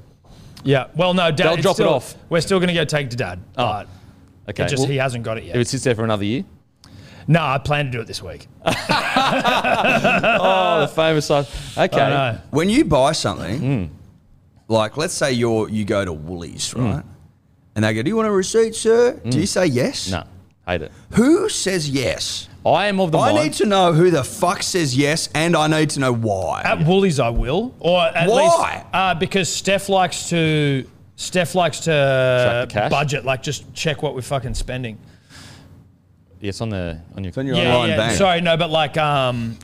S4: Yeah. Well, no, Dad.
S1: They'll
S4: it's
S1: drop it
S4: still-
S1: off.
S4: We're still going to go take to Dad.
S1: Oh,
S4: but
S1: Okay,
S4: it just
S1: well,
S4: he hasn't got it yet.
S1: if it sits there for another year.
S4: no, I plan to do it this week.
S5: Ah.
S1: Oh, the famous life. Okay.
S4: I know.
S5: when you buy something,
S1: Hmm.
S5: like let's say you're you go to Woolies, right? And they go, "Do you want a receipt, sir?" Do you say yes?
S1: Hmm. No, hate it.
S5: Who says yes?
S1: I am of the
S5: I
S1: mind.
S5: need to know who the fuck says yes, and I need to know why.
S4: At Woolies, I will, or at
S5: Why?
S4: least uh, because Steph likes to Steph likes
S1: Track the
S4: to
S1: cash?
S4: budget, like just check what we're fucking spending.
S1: Yes, on the on your.
S5: It's on your online bank.
S4: Sorry, no, but like um,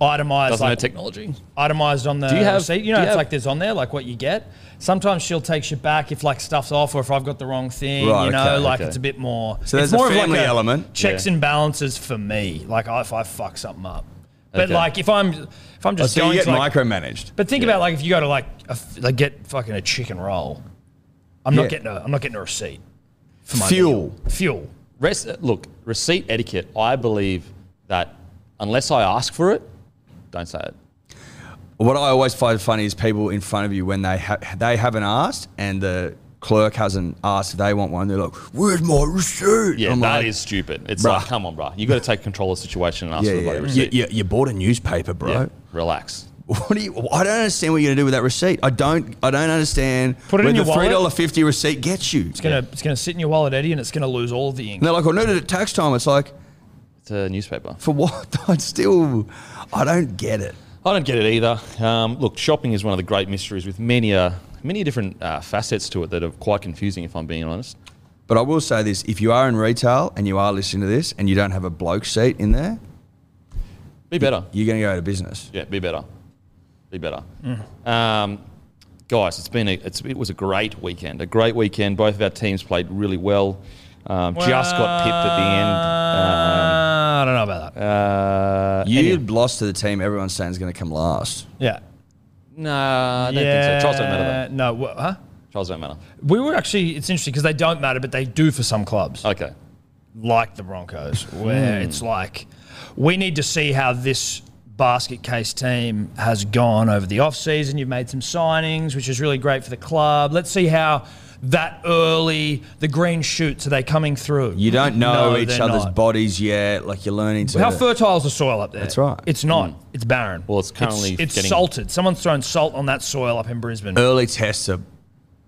S4: itemized,
S1: Doesn't know
S4: like
S1: technology.
S4: itemized on the
S1: you have-
S4: receipt. You know,
S1: do you
S4: it's
S1: have-
S4: like there's on there, like what you get. Sometimes she'll take shit back if like stuff's off or if I've got the wrong thing.
S5: Right,
S4: you know,
S5: okay,
S4: like
S1: okay.
S4: it's a bit more.
S5: So there's
S4: it's more
S5: a
S4: of
S5: family
S4: like
S5: element.
S4: Checks
S1: Yeah.
S4: and balances for me. Like I- if I fuck something up, but
S1: Okay.
S4: like if I'm if I'm
S5: Oh,
S4: just
S5: so you
S4: going
S5: get
S4: to like,
S5: micromanaged.
S4: but think about like if you go to like a f like get fucking a chicken roll, I'm
S5: Yeah.
S4: not getting a I'm not getting a receipt. For
S5: Fuel.
S4: meal. fuel.
S1: Res- look, receipt etiquette. I believe that unless I ask for it, don't say it.
S5: What I always find funny is people in front of you when they ha- they haven't asked and the clerk hasn't asked if they want one. They're like, "Where's my receipt?"
S1: Yeah, that is
S5: I'm like,
S1: stupid. It's
S5: Bruh.
S1: like, come on, bro. You got to take control of the situation and ask
S5: Yeah,
S1: for the
S5: yeah.
S1: bloody
S5: You,
S1: receipt.
S5: you, you bought a newspaper, bro.
S1: Yeah, relax.
S5: What do you? I don't understand what you're gonna do with that receipt. I don't. I don't understand.
S4: Put it
S5: where
S4: in
S5: the
S4: your wallet.
S5: three dollar fifty receipt gets you.
S4: It's gonna it's gonna sit in your wallet, Eddie, and it's gonna lose all the ink.
S5: And they're like, "I need it at tax time." It's like, <laughs>
S1: It's a newspaper.
S5: for what? <laughs> I still, I don't get it.
S1: I don't get it either. Um, look, shopping is one of the great mysteries with many uh, many different uh, facets to it that are quite confusing. If I'm being honest.
S5: But I will say this: if you are in retail and you are listening to this, and you don't have a bloke seat in there,
S1: Be better.
S5: you're gonna go out of business.
S1: Yeah, be better. Be better.
S4: Mm.
S1: Um, guys, it's been a, it's, it was a great weekend. A great weekend. Both of our teams played really well. Um, just got pipped at the end. Um,
S4: Uh, I don't know about that.
S1: uh,
S5: You
S1: anyway,
S5: lost to the team everyone's saying is gonna come last.
S4: yeah.
S1: nah, I don't think so. Trials don't matter.
S4: Yeah, No, wha- huh?
S1: Though. Trials don't matter.
S4: We were actually. It's interesting because they don't matter, but they do for some clubs.
S1: Okay.
S4: like the Broncos,
S5: Hmm.
S4: where it's like we need to see how this basket case team has gone over the offseason. You've made some signings, which is really great for the club. Let's see how that early the green shoots are they coming through.
S5: You don't know
S4: No,
S5: each
S4: they're
S5: other's
S4: not.
S5: bodies yet. Like you're learning to.
S4: How fertile is the soil up there?
S5: That's right. Hmm.
S4: It's not. It's barren.
S1: Well, it's currently
S4: it's, it's
S1: getting-
S4: salted. Someone's thrown salt on that soil up in Brisbane.
S5: early tests are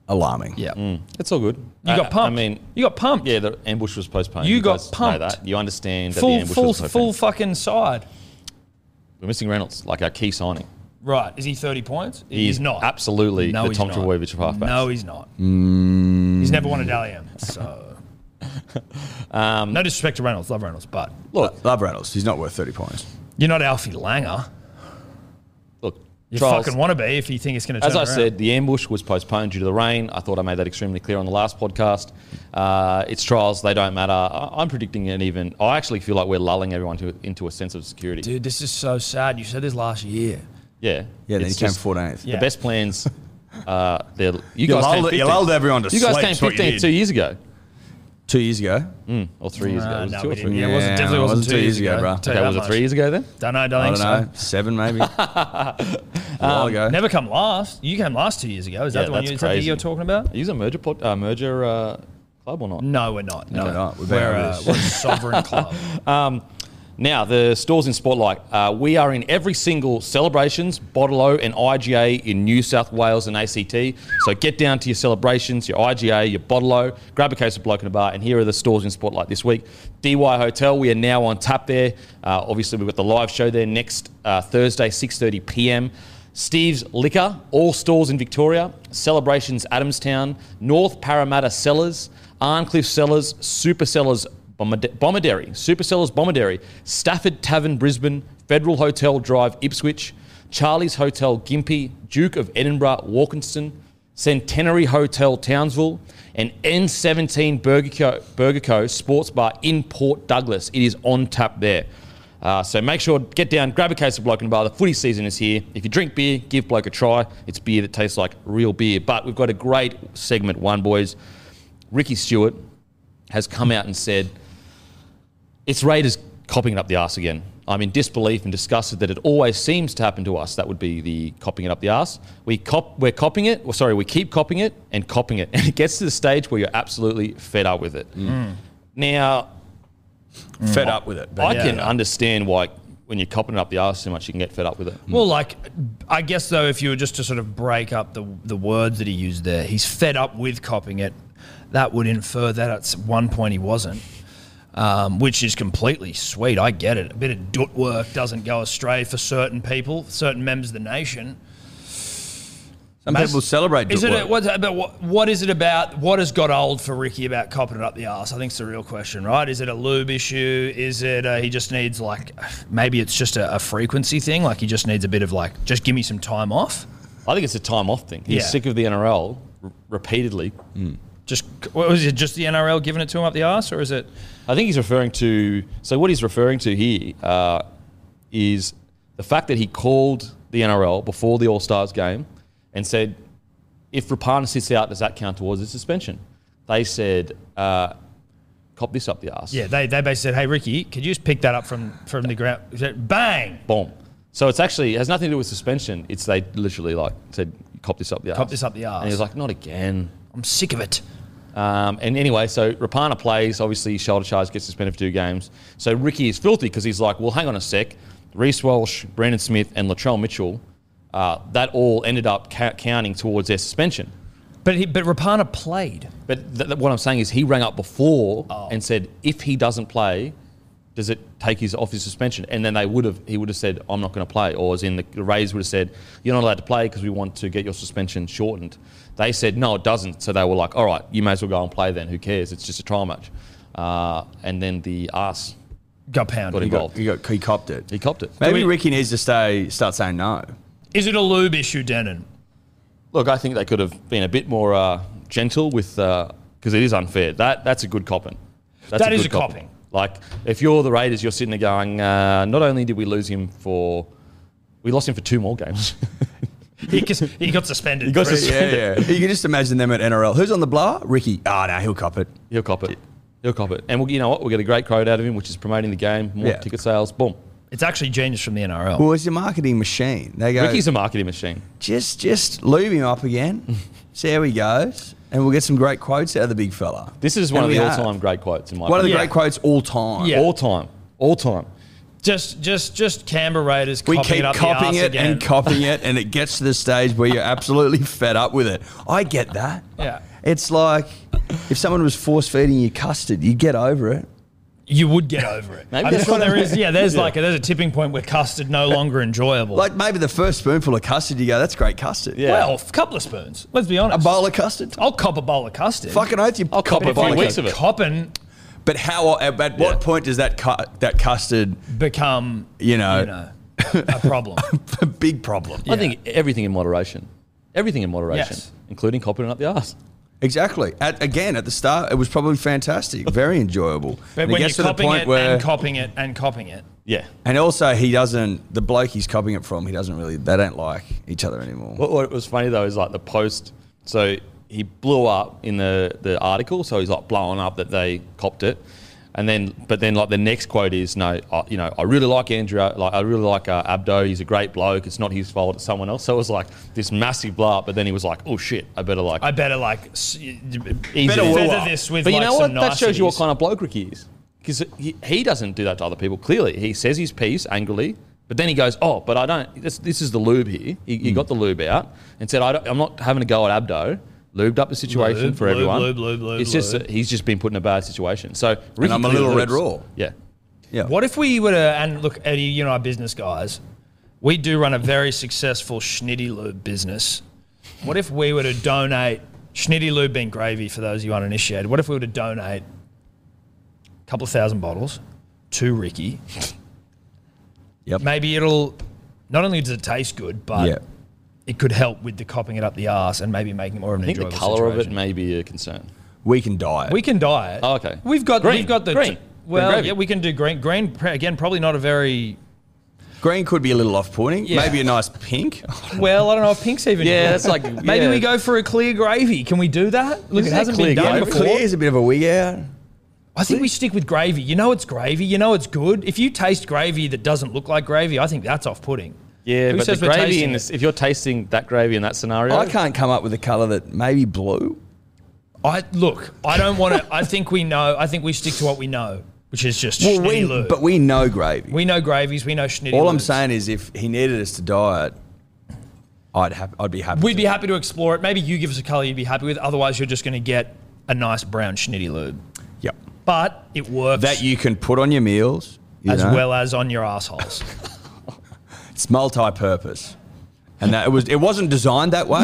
S5: alarming.
S4: yeah,
S1: It's all good. Uh,
S4: you got pumped.
S1: I mean,
S4: you got pumped.
S1: yeah, the ambush was postponed.
S4: You got
S1: guys know
S4: pumped.
S1: that. You understand that the
S4: full,
S1: ambush
S4: full,
S1: was postponed.
S4: full fucking side.
S1: We're missing Reynolds, like our key signing.
S4: Right? Is he thirty points?
S1: He is absolutely the
S4: he's
S1: Tom
S4: not.
S1: Trbojevic of halfbacks.
S4: No, he's not.
S1: Mm.
S4: He's never won a Dally M.
S1: <laughs>
S4: So, Um,
S1: Um,
S4: no disrespect to Reynolds, love Reynolds, but
S5: Look, love Reynolds. He's not worth thirty points.
S4: you're not Alfie Langer.
S1: Look,
S4: You
S1: Charles,
S4: fucking want to be if you think it's going to.
S1: As I said, the ambush was postponed due to the rain. I thought I made that extremely clear on the last podcast. Uh, it's trials; they don't matter. I- I'm predicting an even. I actually feel like we're lulling everyone to, into a sense of security.
S4: dude, this is so sad. You said this last year.
S1: Yeah,
S5: Yeah, then
S1: It's
S5: he came
S1: just
S5: fourteenth.
S1: The
S4: Yeah.
S1: best plans. Uh, they're, you
S5: You
S1: guys came
S5: lulled,
S1: 15th.
S5: you lulled everyone to
S1: You
S5: sleep.
S1: guys came
S5: is what you
S1: 15
S5: did.
S1: two years ago,
S5: two years ago.
S1: or three years ago.
S4: Uh,
S1: It was
S4: no,
S1: two
S4: we
S1: or
S4: didn't.
S1: three.
S4: Yeah, it wasn't,
S5: Yeah,
S4: definitely
S5: it
S4: wasn't,
S5: wasn't two years ago, bro.
S4: Tell you
S1: Okay,
S4: that
S1: was it
S4: much.
S1: three years ago then?
S4: Don't know. Don't
S5: I
S4: think
S5: don't know,
S4: so.
S5: seven <laughs> maybe. a while ago.
S4: Never come last. You came last two years ago. Is that
S1: Yeah,
S4: the one
S1: that's
S4: you, is that the
S1: crazy.
S4: you're talking about?
S1: Are you a merger pod, uh, merger uh, club or not?
S4: No, we're not. No,
S5: we're not. We're
S4: We're,
S5: better than
S4: uh,
S5: this.
S4: we're a sovereign
S5: <laughs>
S4: club.
S1: Now, the stores in Spotlight. Uh, we are in every single celebrations, Bottle and IGA in New South Wales and ACT. So get down to your celebrations, your IGA, your Bottle grab a case of Bloke in a Bar, and here are the stores in Spotlight this week. DY Hotel, we are now on tap there. Uh, obviously, we've got the live show there next uh, Thursday, 6.30 p.m. Steve's Liquor, all stores in Victoria, Celebrations Adamstown, North Parramatta Cellars, Arncliffe Cellars, Super Cellars Bombarde- Bombarderry, Supercellers Bombarderry, Stafford Tavern Brisbane, Federal Hotel Drive Ipswich, Charlie's Hotel Gympie, Duke of Edinburgh Walkinston, Centenary Hotel Townsville, and N17 Burger Co, Burger Co Sports Bar in Port Douglas. It is on tap there. Uh, so make sure, get down, grab a case of Bloke and Bar. The footy season is here. If you drink beer, give Bloke a try. It's beer that tastes like real beer. But we've got a great segment one, boys. Ricky Stewart has come out and said, It's Raiders copping it up the arse again. I'm in disbelief and disgusted that it always seems to happen to us. That would be the copping it up the arse. We cop, we're copying it. Well, sorry, we keep copying it and copying it, <laughs> and it gets to the stage where you're absolutely fed up with it. Now,
S5: Fed up with it.
S1: I
S5: but-
S1: can understand why when you're copping it up the arse so much, you can get fed up with it.
S4: well, like, I guess though, if you were just to sort of break up the the words that he used there, he's fed up with copying it. That would infer that at one point he wasn't, um, which is completely sweet. I get it. A bit of dut work doesn't go astray for certain people, certain members of the nation.
S5: Some people celebrate.
S4: Is
S5: good
S4: it
S5: work.
S4: what, about what, what is it about? What has got old for Ricky about copping it up the arse? I think it's the real question, right? Is it a lube issue? Is it uh, he just needs like maybe it's just a, a frequency thing? Like he just needs a bit of like just give me some time off.
S1: I think it's a time off thing. He's
S4: Yeah.
S1: sick of the NRL r- repeatedly.
S4: Just what was it? Just the NRL giving it to him up the arse, or is it?
S1: I think he's referring to. So what he's referring to here uh, is the fact that he called the NRL before the All Stars game and said, "If Rapana sits out, does that count towards his suspension?" They said, uh, "Cop this up the arse."
S4: Yeah, they they basically said, hey Ricky, could you just pick that up from from the ground? Is it- Bang,
S1: Boom. So it's actually it has nothing to do with suspension. It's they literally like said, "Cop this up the arse."
S4: Cop this up the arse.
S1: And he was like, "Not again."
S4: I'm sick of it.
S1: Um, and anyway, so Rapana plays, obviously, shoulder charge, gets suspended for two games. So Ricky is filthy because he's like, well, hang on a sec. Reese Walsh, Brandon Smith, and Latrell Mitchell, uh, that all ended up ca- counting towards their suspension.
S4: But he, but Rapana played.
S1: But th- th- what I'm saying is he rang up before and said, if he doesn't play, does it take his off his suspension? And then they would have, he would have said, I'm not going to play. Or as in the, the Rays would have said, you're not allowed to play because we want to get your suspension shortened. They said, no, it doesn't. So they were like, all right, you may as well go and play then. Who cares? It's just a trial match. Uh, and then the ass got
S4: Got pounded.
S1: involved.
S5: He got he copped it.
S1: he copped it.
S5: Maybe
S4: we-
S5: Ricky needs to stay. Start saying no.
S4: Is it a lube issue, Denon?
S1: Look, I think they could have been a bit more uh, gentle with because it is unfair. That that's a good copping. That's
S4: That is a copping.
S1: Like if you're the Raiders, you're sitting there going, uh, not only did we lose him for, we lost him for two more games. <laughs>
S4: He, 'cause he got suspended.
S1: He got
S4: for it.
S5: <laughs>
S1: suspended.
S5: Yeah, yeah. you can just imagine them at NRL. Who's on the blower? Ricky. Ah, no, he'll cop it.
S1: He'll cop it. He'll cop it. And we'll, you know what? We'll get a great quote out of him, which is promoting the game, more
S5: Yeah.
S1: ticket sales, boom.
S4: It's actually genius from the NRL.
S5: Well, it's a marketing machine. They go,
S1: Ricky's a marketing machine.
S5: just just lube him up again, see how he goes, and we'll get some great quotes out of the big fella.
S1: This is one
S5: And
S1: of the
S5: we
S1: all
S5: have.
S1: time great quotes in my
S5: One of the
S1: opinion.
S5: great quotes all time.
S4: Yeah.
S1: All time. All time.
S4: Just, just, just Canberra Raiders.
S5: We
S4: copying
S5: keep
S4: it up the
S5: copying
S4: arse
S5: it
S4: again. <laughs>
S5: and copying it, and it gets to the stage where you're absolutely fed up with it. I get that.
S4: Yeah.
S5: It's like if someone was force feeding you custard, you get over it.
S4: you would get over it.
S1: Maybe
S4: I'm
S1: that's
S4: sure
S1: what
S4: there is. Yeah, there's
S1: Yeah.
S4: like a, there's a tipping point where custard no longer enjoyable.
S5: Like maybe the first spoonful of custard, you go, that's great custard.
S1: Yeah.
S4: well, a couple of spoons. Let's be honest.
S5: A bowl of custard?
S4: I'll cop a bowl of custard.
S5: Fucking oath, you
S1: I'll cop
S5: cop a
S1: it for
S5: bowl
S1: you
S5: of
S1: weeks
S5: custard.
S1: of it.
S4: Copping
S5: But how, at, at
S1: Yeah.
S5: what point does that cu- that custard,
S4: become
S5: you know,
S4: you know a
S5: <laughs>
S4: problem.
S5: a big problem?
S1: I think everything in moderation. Everything in moderation,
S4: Yes.
S1: including copping it up the arse.
S5: Exactly. At, again, at the start, it was probably fantastic, very enjoyable.
S4: But
S5: And it
S4: when you're
S5: gets to the
S4: copping
S5: point
S4: it
S5: where-
S4: and copying it and copying it,
S1: Yeah.
S5: And also, he doesn't. The bloke he's copying it from, he doesn't really. They don't like each other anymore.
S1: What, what was funny though is like the post. So he blew up in the, the article. So he's like blowing up that they copped it, and then but then like the next quote is no, I, you know I really like Andrew. Like I really like uh, Abdo. He's a great bloke. It's not his fault. It's someone else. So it was like this massive blow up. But then he was like, oh shit, I better like
S4: I better like s-
S1: ease
S4: better
S1: it in.
S4: feather this with
S1: But you
S4: like
S1: know what?
S4: some
S1: That shows you what
S4: niceties.
S1: kind of bloke Ricky is. Because he, he doesn't do that to other people. Clearly, he says his piece angrily, but then he goes, "Oh, but I don't. This, this is the lube here. He,
S4: Hmm.
S1: he got the lube out and said, I don't, I'm not having a go at Abdo." Lubed up the situation
S4: Lube,
S1: for
S4: lube,
S1: everyone.
S4: lube, lube, lube,
S1: it's just
S4: lube.
S1: that he's just been put in a bad situation. So Ricky
S5: I'm a
S1: clearly
S5: little red
S1: lubes.
S5: raw.
S1: Yeah,
S5: yeah.
S4: What if we were to, and look, Eddie, you and I are business guys. We do run a very successful Schnitty Lube business. What if we were to donate, Schnitty Lube being gravy for those of you uninitiated, what if we were to donate a couple of thousand bottles to Ricky?
S5: Yep.
S4: Maybe it'll, not only does it taste good, but
S5: yeah.
S4: it could help with the copping it up the arse and maybe making it more of an
S1: I think the
S4: enjoyable
S1: color of it
S4: situation.
S1: may be a concern.
S5: We can die.
S4: We can dye it.
S1: Oh, okay.
S4: We've got,
S1: Green,
S4: we've got the,
S1: green,
S4: well,
S1: green gravy.
S4: yeah, we can do green. Green, pr- again, probably not a very
S5: Green could be a little off-putting.
S4: Yeah.
S5: Maybe a nice
S4: <laughs>
S5: pink.
S4: Well, I don't know if pink's even.
S1: Yeah, <laughs>
S4: good.
S1: that's like-
S4: maybe
S1: yeah.
S4: we go for a clear gravy. Can we do that? Look,
S1: Isn't
S4: it
S1: it
S4: hasn't
S1: clear
S4: been done
S1: gravy?
S4: before.
S5: Clear is a bit of a wig out.
S4: I think we stick with gravy. You know, it's gravy. You know, it's good. If you taste gravy that doesn't look like gravy, I think that's off-putting.
S1: Yeah,
S4: Who
S1: but the
S4: says we're
S1: gravy
S4: tasting
S1: in
S4: it?
S1: this—if you're tasting that gravy in that scenario,
S5: I can't come up with a colour that maybe blue.
S4: I look. I don't want to. I think we know. I think we stick to what we know, which is just
S5: Well,
S4: schnitty
S5: we,
S4: lube.
S5: but we know gravy.
S4: we know gravies. We know schnitty.
S5: All I'm
S4: lubes.
S5: saying is, if he needed us to diet, I'd hap- I'd be happy.
S4: we'd
S5: to.
S4: be happy to explore it. Maybe you give us a color you'd be happy with. Otherwise, you're just going to get a nice brown schnitty lube.
S5: Yep.
S4: But it works
S5: That you can put on your meals you
S4: as
S5: know.
S4: well as on your assholes.
S5: It's multi-purpose. And that it was it wasn't designed that way.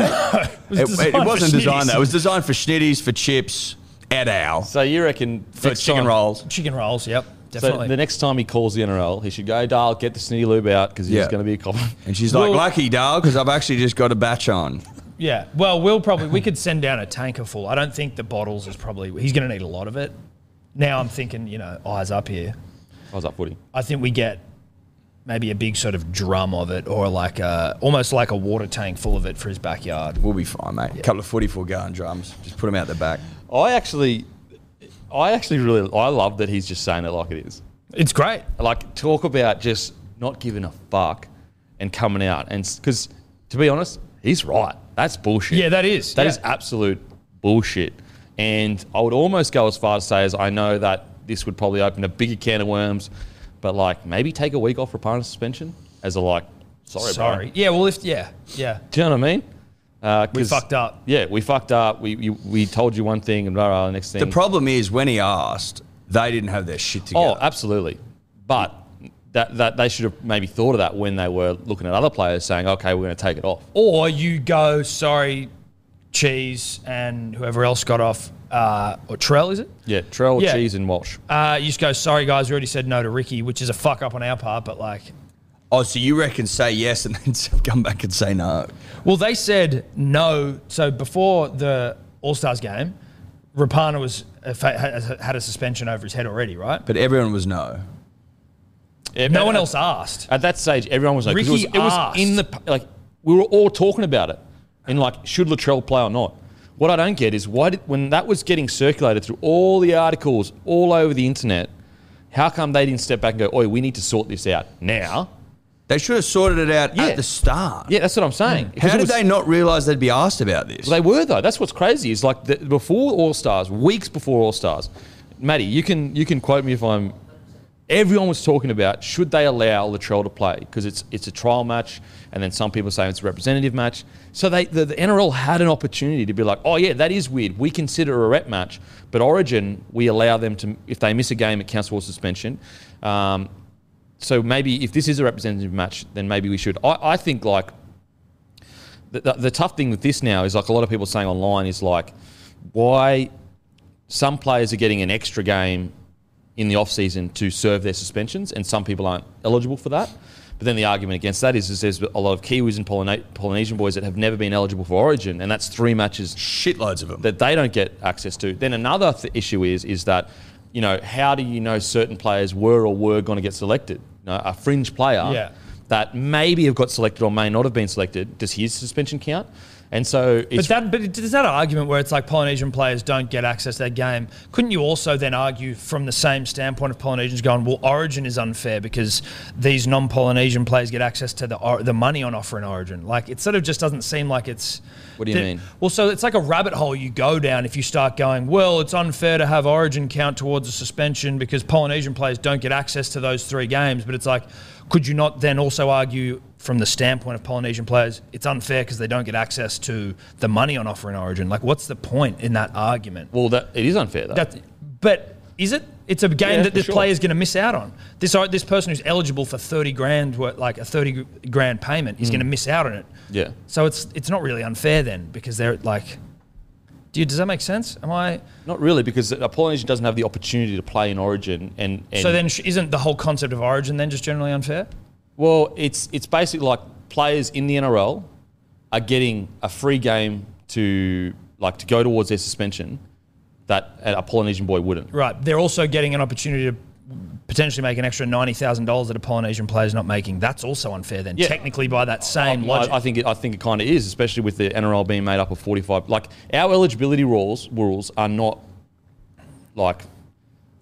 S4: was
S5: <laughs> it,
S4: designed for schnitties.
S5: wasn't designed that. It was designed for schnitties, for chips, at our
S1: So you reckon
S5: for
S1: next
S5: chicken
S1: time-
S5: rolls.
S4: <laughs> Chicken rolls. Yep.
S1: So
S4: Definitely.
S1: the next time he calls the NRL, he should go, Dale, get the snitty lube out because he's
S5: Yeah.
S1: going to be a cop. <laughs>
S5: And she's
S4: Well-
S5: like, "Lucky Dale, because I've actually just got a batch on."
S4: Yeah. Well, we'll probably we could send down a tanker full. I don't think the bottles is probably he's going to need a lot of it. Now I'm thinking, you know, eyes up here.
S1: I was up footy.
S4: I think we get maybe a big sort of drum of it, or like a almost like a water tank full of it for his backyard.
S5: We'll be fine, mate. A couple of footy full gun drums. Just put them out the back.
S1: I actually, I actually really, I love that he's just saying it like it is.
S4: It's great.
S1: Like talk about just not giving a fuck and coming out and because to be honest, he's right. That's bullshit.
S4: Yeah, that is.
S1: That
S4: Yeah.
S1: is absolute bullshit. And I would almost go as far to say as I know that this would probably open a bigger can of worms, but like maybe take a week off for partner suspension as a like, sorry,
S4: Sorry.
S1: Bro.
S4: Yeah. Well, if yeah, yeah.
S1: Do you know what I mean? Uh,
S4: We
S1: 'cause-
S4: fucked up.
S1: Yeah, we fucked up. We you, we told you one thing and blah blah. The next thing.
S5: The problem is when he asked, they didn't have their shit together.
S1: oh, absolutely. But that that they should have maybe thought of that when they were looking at other players saying, okay, we're going to take it off.
S4: Or you go, sorry, cheese and whoever else got off, uh, or Trell is it?
S1: Yeah, Trell,
S4: Yeah.
S1: Cheese, and Walsh.
S4: Uh, you just go, sorry guys, we already said no to Ricky, which is a fuck up on our part, but like
S5: oh, so you reckon say yes and then <laughs> come back and say no?
S4: Well, they said no. So before the All Stars game, Rapana was uh, had a suspension over his head already, right?
S5: But everyone was no.
S1: Yeah,
S4: Uh, No
S1: but uh,
S4: one
S1: at-
S4: else asked.
S1: at that stage. Everyone was like, 'cause it was,
S4: Ricky
S1: it was
S4: asked.
S1: in the like we were all talking about it and like should Latrell play or not. What I don't get is why did, when that was getting circulated through all the articles all over the internet, how come they didn't step back and go, "Oi, we need to sort this out now"?
S5: They should have sorted it out
S1: Yeah.
S5: at the start.
S1: Yeah, that's what I'm saying. Because
S5: Hmm. How
S1: it
S5: did
S1: was-
S5: they not realise they'd be asked about this?
S1: They were though. That's what's crazy. Is like the, before All Stars, weeks before All Stars, Maddie, you can you can quote me if I'm. Everyone was talking about should they allow Latrell to play because it's it's a trial match, and then some people say it's a representative match. So they the, the NRL had an opportunity to be like, oh yeah, that is weird. We consider a rep match, but Origin we allow them to if they miss a game it counts for suspension. Um, so maybe if this is a representative match, then maybe we should. I, I think like the, the, the tough thing with this now is like a lot of people saying online is like why some players are getting an extra game in the off season to serve their suspensions and some people aren't eligible for that but then the argument against that is, is there's a lot of Kiwis and Polyna- Polynesian boys that have never been eligible for Origin and that's three matches
S5: Shitloads of them.
S1: that they don't get access to. Then another th- issue is is that you know how do you know certain players were or were going to get selected? You know, a fringe player
S4: Yeah.
S1: that maybe have got selected or may not have been selected. Does his suspension count? And so
S4: But
S1: it's
S4: that, but it- is that an argument where it's like Polynesian players don't get access to that game? Couldn't you also then argue from the same standpoint of Polynesians going, well, Origin is unfair because these non-Polynesian players get access to the or- the money on offer in Origin? Like it sort of just doesn't seem like it's.
S1: What do you
S4: that-
S1: mean?
S4: Well, so it's like a rabbit hole you go down if you start going, well, it's unfair to have Origin count towards a suspension because Polynesian players don't get access to those three games. But it's like, could you not then also argue from the standpoint of Polynesian players, it's unfair because they don't get access to the money on offer in Origin? Like, what's the point in that argument?
S1: well, that it is unfair though.
S4: That, but is it? It's a game
S1: Yeah,
S4: that
S1: for
S4: this
S1: sure.
S4: player's going to miss out on. This ar- this person who's eligible for thirty grand, wor- like a thirty grand payment,
S1: Hmm.
S4: is going to miss out on it.
S1: yeah.
S4: So it's it's not really unfair then because they're like, dude, does that make sense? Am I?
S1: Not really because a Polynesian doesn't have the opportunity to play in Origin and, and
S4: so then sh- isn't the whole concept of origin then just generally unfair?
S1: Well, it's it's basically like players in the NRL are getting a free game to like to go towards their suspension that a Polynesian boy wouldn't.
S4: Right. They're also getting an opportunity to potentially make an extra ninety thousand dollars that a Polynesian player's not making. That's also unfair then.
S1: Yeah.
S4: Technically, by that same
S1: I-
S4: logic.
S1: I, think it, I think it kind of is, especially with the NRL being made up of 45. Like our eligibility rules rules are not like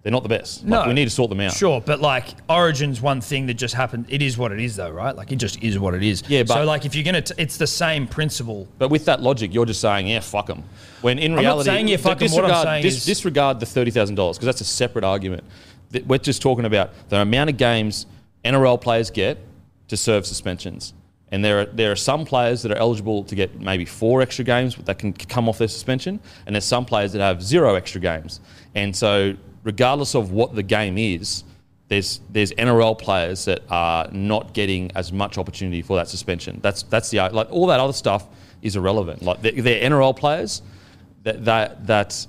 S1: they're not the best. Like,
S4: No.
S1: we need to sort them out.
S4: Sure, but like Origin's one thing that just happened. It is what it is, though, right? Like it just is what it is.
S1: Yeah, but-
S4: so like if you're gonna, t- it's the same principle.
S1: But with that logic, you're just saying, yeah, fuck them. When in
S4: not
S1: reality,
S4: saying you
S1: d-
S4: fuck 'em. What I'm saying
S1: dis-
S4: is-
S1: disregard the thirty thousand dollars because that's a separate argument. Th- We're just talking about the amount of games NRL players get to serve suspensions, and there are there are some players that are eligible to get maybe four extra games that can c- come off their suspension, and there's some players that have zero extra games. And so, regardless of what the game is. There's, there's NRL players that are not getting as much opportunity for that suspension. That's that's the ar- like all that other stuff is irrelevant. Like they're, they're NRL players, that that that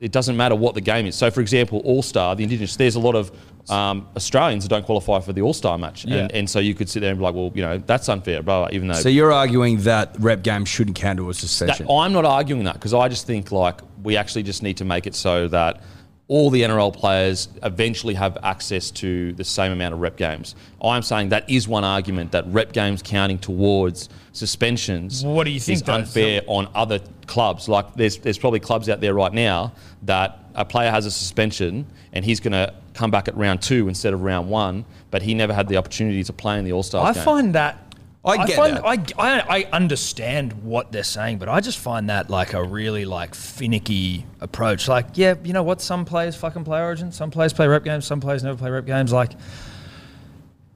S1: it doesn't matter what the game is. So, for example, All Star, the Indigenous, there's a lot of um, Australians that don't qualify for the All Star match,
S4: Yeah.
S1: and, and so you could sit there and be like, well, you know, that's unfair, blah, blah even though
S5: So you're arguing that rep game shouldn't count towards
S1: that-
S5: suspension.
S1: I'm not arguing that because I just think like we actually just need to make it so that all the NRL players eventually have access to the same amount of rep games. I'm saying that is one argument that rep games counting towards suspensions.
S4: What do you think,
S1: is
S4: though?
S1: unfair on other clubs? Like there's there's probably clubs out there right now that a player has a suspension and he's going to come back at round two instead of round one, but he never had the opportunity to play in the All Stars.
S4: I find that.
S5: I get
S4: find,
S5: that.
S4: I, I, I understand what they're saying, but I just find that like a really like finicky approach. Like, yeah, you know what? Some players fucking play Origin. Some players play rep games. Some players never play rep games. Like,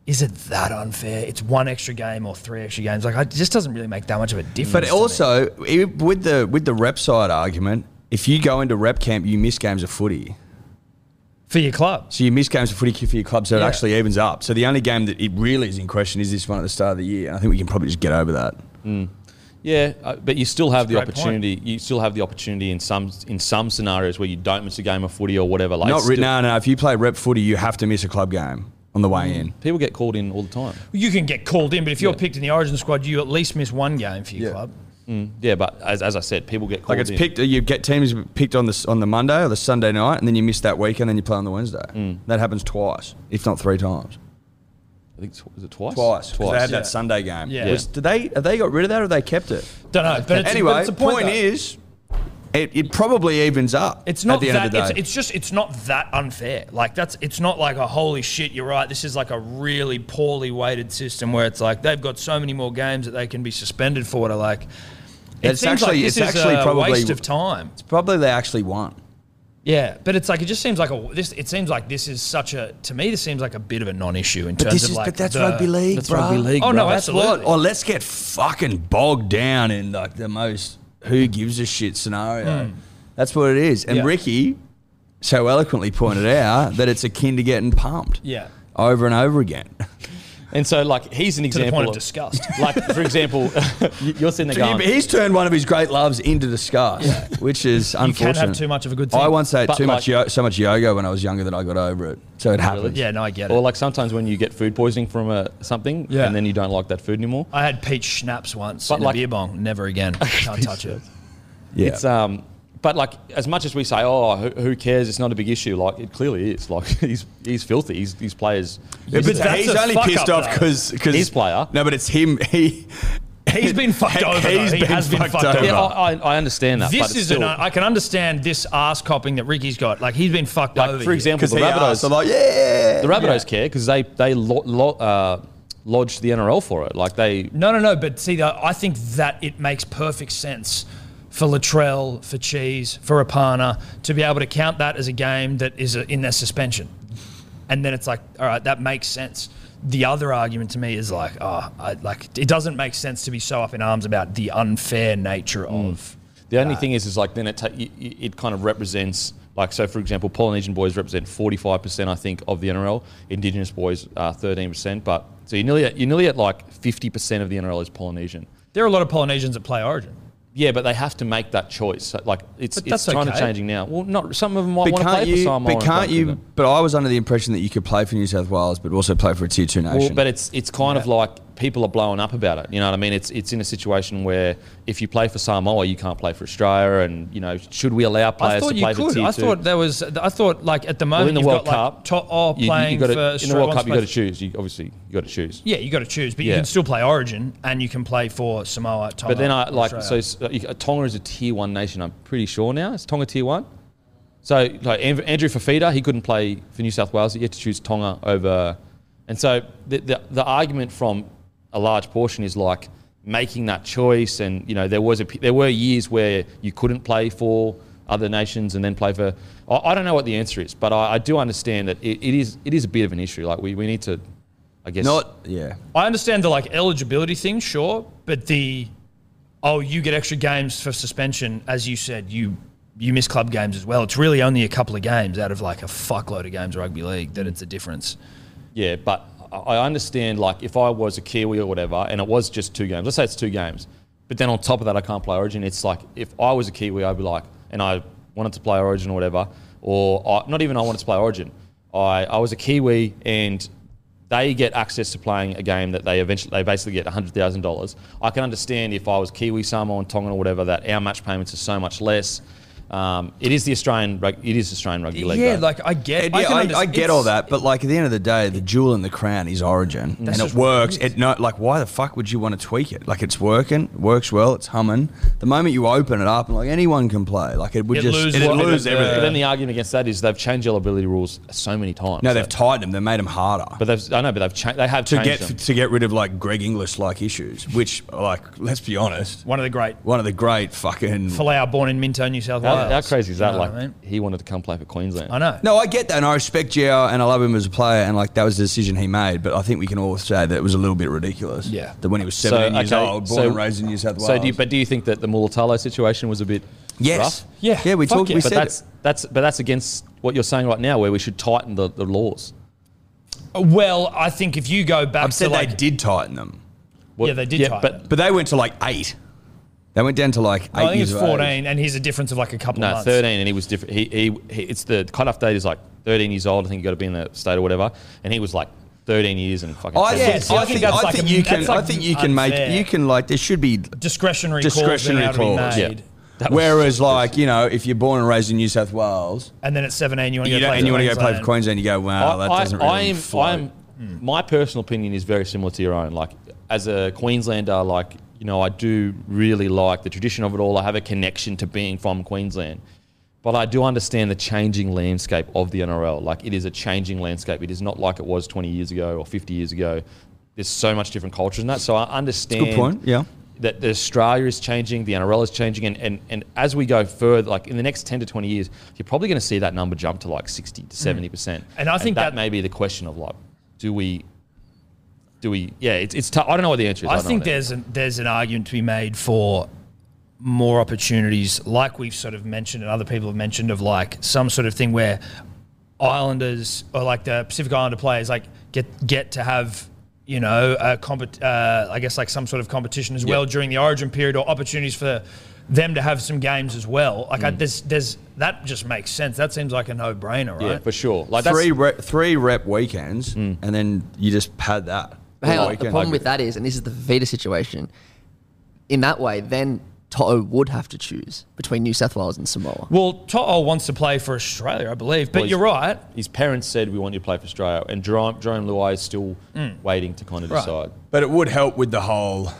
S4: is it that unfair? It's one extra game or three extra games. Like, I, it just doesn't really make that much of a difference.
S5: but
S4: to me.
S5: also i- with the with the rep side argument, if you go into rep camp, you miss games of footy.
S4: for your club,
S5: So you miss games of footy for your club, so it
S4: Yeah.
S5: actually evens up. So the only game that it really is in question is this one at the start of the year, and I think we can probably just get over that.
S1: Yeah, uh, but you still have the
S4: great point.
S1: opportunity. You still have the opportunity in some in some scenarios where you don't miss a game of footy or whatever. Like
S5: Not
S1: still-
S5: written. No, no. If you play rep footy, you have to miss a club game on the way in.
S1: People get called in all the time.
S4: you can get called in. But if you're picked in the Origin squad, you at least miss one game for your
S5: Yeah.
S4: club.
S1: Yeah, but as, as I said, people get called
S5: Like it's
S1: in.
S5: picked. You get teams picked on the on the Monday or the Sunday night, and then you miss that weekend, then you play on the Wednesday.
S1: Mm.
S5: That happens twice, if not three times.
S1: I think it's, was it twice?
S5: Twice. 'cause They
S1: Twice.
S5: had that Sunday game.
S4: Yeah.
S5: Which, did they? Have they got rid of that, or they kept it?
S4: Don't know. But it's,
S5: Anyway,
S4: but it's a
S5: point,
S4: point though.
S5: is, it, it probably evens up.
S4: It's not
S5: at the
S4: that.
S5: end of the day.
S4: It's, it's just. It's not that unfair. Like that's. It's not like a holy shit. You're right. This is like a really poorly weighted system where it's like they've got so many more games that they can be suspended for. What I like. It
S5: It's
S4: seems
S5: actually-
S4: like this
S5: it's
S4: is
S5: actually
S4: a
S5: probably-
S4: waste of time.
S5: probably they actually won.
S4: Yeah, but it's like it just seems like a. This it seems like this is such a. To me, this seems like a bit of a non-issue in terms
S5: But this
S4: of
S5: is
S4: like.
S5: but that's
S4: the-
S5: rugby league,
S1: That's
S5: bro.
S1: rugby league.
S4: Oh
S1: bro.
S4: no,
S5: That's what.
S4: absolutely.
S5: Or let's get fucking bogged down in like the most who gives a shit scenario. That's what it is. And
S4: Hmm. Yeah.
S5: Ricky so eloquently pointed out that it's akin to getting pumped.
S4: Yeah.
S5: Over and over again.
S1: And so, like, he's an
S4: To the
S1: example.
S4: point of disgust.
S1: like, for example, <laughs> you- you're sitting there going,
S5: He's turned one of his great loves into disgust, which is
S4: You
S5: unfortunate.
S4: can't have too much of a good thing.
S5: I once ate
S1: But
S5: too much
S1: like-
S5: yo- so much yoga when I was younger that I got over it. So it happens.
S4: Yeah, no, I get it.
S1: or like sometimes when you get food poisoning from a something,
S4: Yeah.
S1: and then you don't like that food anymore.
S4: I had peach schnapps once
S1: But
S4: in
S1: like-
S4: a beer bong. Never
S5: <laughs>
S4: again. Can't touch it.
S5: Yeah.
S1: It's um, but like as much as we say, oh, who, who cares? It's not a big issue. Like it clearly is. Like <laughs> he's he's filthy. He's these players.
S5: Yeah, but
S4: But that's
S5: he's
S4: a
S5: only
S4: fuck
S5: pissed
S4: up,
S5: off
S4: though.
S5: because
S1: His player.
S5: No, but it's him. <laughs> He
S4: He's been fucked over. though.
S5: He's
S4: He
S5: been
S4: has been
S5: fucked
S4: fucked
S5: over.
S4: over.
S1: Yeah, I, I, I understand that. but
S4: This
S1: it's
S4: is
S1: still,
S4: an. uh, I can understand this ass copping that Ricky's got. Like he's been fucked
S1: like
S4: over.
S1: for
S4: here.
S1: example,
S5: because
S1: the
S5: he asked, I'm
S1: Rabbitohs.
S5: like, yeah.
S1: The Rabbitohs care because they they lo- lo- uh, lodged the NRL for it. Like they
S4: No, no, no. But see, though, I think that it makes perfect sense for Latrell, for Cheese, for Rapana to be able to count that as a game that is uh in their suspension, and then it's like, all right, that makes sense. The other argument to me is like, oh, I, like it doesn't make sense to be so up in arms about the unfair nature of.
S1: The only thing is, is like then it ta- y- y- it kind of represents like so. For example, Polynesian boys represent forty five percent, I think, of the NRL. Indigenous boys are thirteen percent, but so you are nearly at, you are nearly at like fifty percent of the NRL is Polynesian.
S4: There are a lot of Polynesians that play Origin.
S1: Yeah, but they have to make that choice. So, Like it's
S4: But
S1: it's
S4: that's
S1: kind of
S4: okay.
S1: changing now. Well, not some of them might
S5: But
S1: want to play
S5: can't
S1: for
S5: you?
S1: Samoa.
S5: But
S1: and
S5: can't
S1: play for
S5: you?
S1: them.
S5: But I was under the impression that you could play for New South Wales, but also play for a tier two nation.
S1: Well, but it's it's kind of like people are blowing up about it. You know what I mean? It's it's in a situation where if you play for Samoa, you can't play for Australia, and you know should we allow
S4: I
S1: players
S4: thought
S1: to
S4: you
S1: play for
S4: could.
S1: tier
S4: I
S1: two?
S4: thought there was. I thought like at the moment
S1: in the
S4: you've
S1: World
S4: got
S1: Cup,
S4: like top oh,
S1: you- you
S4: playing
S1: gotta-
S4: for
S1: in the
S4: Australia
S1: World
S4: wants
S1: Cup, you
S4: play
S1: got to
S4: for-
S1: choose. You obviously you got to choose.
S4: Yeah, you got to choose, but you
S1: Yeah.
S4: can still play Origin and you can play for Samoa. Tonga,
S1: But then I
S4: or
S1: like so
S4: Australia.
S1: s- uh, you- uh, Tonga is a tier one nation. I'm pretty sure now it's Tonga tier one. So like Andrew, Andrew Fafita, he couldn't play for New South Wales. He had to choose Tonga over, and so the, the the argument from a large portion is like making that choice. And you know there was a p- there were years where you couldn't play for other nations and then play for. I, I don't know what the answer is, but I, I do understand that it, it is it is a bit of an issue. Like we, we need to, I guess.
S5: not. Yeah.
S4: I understand the like eligibility thing, sure, but the oh, you get extra games for suspension, as you said, you you miss club games as well. It's really only a couple of games out of like a fuckload of games of rugby league that it's a difference.
S1: Yeah, but I I understand, like, if I was a Kiwi or whatever, and it was just two games, let's say it's two games, but then on top of that, I can't play Origin. It's like, if I was a Kiwi, I'd be like, and I wanted to play Origin or whatever, or I, not even I wanted to play Origin. I, I was a Kiwi and they get access to playing a game that they eventually, they basically get $100,000. I can understand if I was Kiwi, Samoan, Tongan or whatever, that our match payments are so much less. Um, it is the Australian, rug- it is Australian rugby league.
S4: yeah,
S1: though.
S4: like I get, can
S5: yeah, I,
S4: underst-
S5: I get all
S4: it's- Mm.
S5: that, but like at the end of the day, the jewel in the crown is Origin, and it
S4: just what it
S5: works.
S4: is.
S5: It no, like why the fuck would you want to tweak it? Like it's working, it works well, it's humming. The moment you open it up, and like anyone can play, like it would
S4: It
S5: just
S4: loses
S5: it'd
S4: what-
S5: lose
S4: uh,
S5: everything.
S1: But then the argument against that is they've changed eligibility rules so many times.
S5: no,
S1: So-
S5: they've tightened them. They made them harder.
S1: But they've, I know, but they've changed. They have
S5: to
S1: changed
S5: get
S1: them.
S5: to get rid of like Greg English like issues, which like let's be honest,
S4: One of the great
S5: one of the great fucking.
S4: Falau, born in Minto, New South
S1: how,
S4: Wales.
S1: how crazy is that?
S4: You know
S1: like
S4: what I, mean?
S1: he wanted to come play for Queensland.
S4: I know.
S5: No, I get that, and I respect Gio, and I love him as a player, and like that was the decision he made. But I think we can all say that it was a little bit ridiculous.
S4: Yeah.
S5: that when he was seventeen years
S1: okay,
S5: old, born
S1: so-
S5: and raised in New South Wales.
S1: So, do you, but do you think that the Mulatalo situation was a bit
S5: yes,
S1: rough?
S4: Yeah,
S5: yeah, we
S4: fuck
S5: talked,
S4: yeah.
S5: we
S1: But
S5: said
S1: that's
S5: it.
S1: that's but that's against what you're saying right now, where we should tighten the, the laws.
S4: Well, I think if you go back
S5: I've said
S4: to like
S5: they did tighten them,
S1: What-
S4: Yeah, they did tighten
S1: but
S4: them.
S5: but they went to like eight. They went down to like eight.
S4: I think it's
S5: years of age.
S4: 14, and he's a difference of like a couple
S1: no,
S4: of months.
S1: 13, and he was different. He, he, he it's the cutoff date is like 13 years old. I think you got to be in the state or whatever, and he was like 13 years and fucking.
S5: I,
S1: 10
S5: think,
S4: Yeah, see,
S5: I
S4: I
S5: think,
S4: think that's
S5: I
S4: like
S5: think
S4: a-
S5: you can.
S4: that's like
S5: I think you can make.
S4: unfair.
S5: You can like. There should be
S4: discretionary,
S5: discretionary
S4: calls being able
S5: calls.
S4: to be
S1: Yeah.
S4: made.
S1: That was-
S5: Whereas, like you know, if you're born and raised in New South Wales,
S4: And then at 17, you want
S5: you
S4: to go
S5: don't,
S4: play
S5: and you want to go play for
S4: Queensland.
S5: Queensland, you go, wow, that doesn't really.
S1: I am,
S5: float.
S1: I am, my personal opinion is very similar to your own. Like, as a Queenslander, like you know, I do really like the tradition of it all. I have a connection to being from Queensland, but I do understand the changing landscape of the NRL. Like it is a changing landscape. It is not like it was 20 years ago or 50 years ago. There's so much different cultures in that. So I understand.
S5: Good point. Yeah.
S1: That the Australia is changing, the NRL is changing, and, and, and as we go further, like in the next 10 to 20 years, you're probably going to see that number jump to like 60 to 70%.
S4: Mm. And I think
S1: that,
S4: that-
S1: may be the question of like, do we, do we, yeah, it's, it's tough. I don't know what the answer is.
S4: I
S1: don't know
S4: think
S1: what the
S4: there's an, there's an argument to be made for more opportunities, like we've sort of mentioned and other people have mentioned, of like some sort of thing where Islanders or like the Pacific Islander players like get get to have you know a compet- uh, I guess like some sort of competition as well during the Origin period or opportunities for them to have some games as well. Like
S1: Mm.
S4: I, there's there's that just makes sense. That seems like a no brainer,
S1: Yeah,
S4: right?
S1: for sure. Like that's
S5: three rep, three rep weekends, and then you just pad that.
S3: But hang
S5: all
S3: on, the
S5: weekend.
S3: problem with that is, and this is the Vita situation, in that way, then To'o would have to choose between New South Wales and Samoa.
S4: Well, To'o wants to play for Australia, I believe. But
S1: Well, he's-
S4: you're right.
S1: his parents said we want you to play for Australia, and Jerome, Jerome Luai is still waiting to kind of
S4: Mm. Right.
S1: decide.
S5: But it would help with the whole,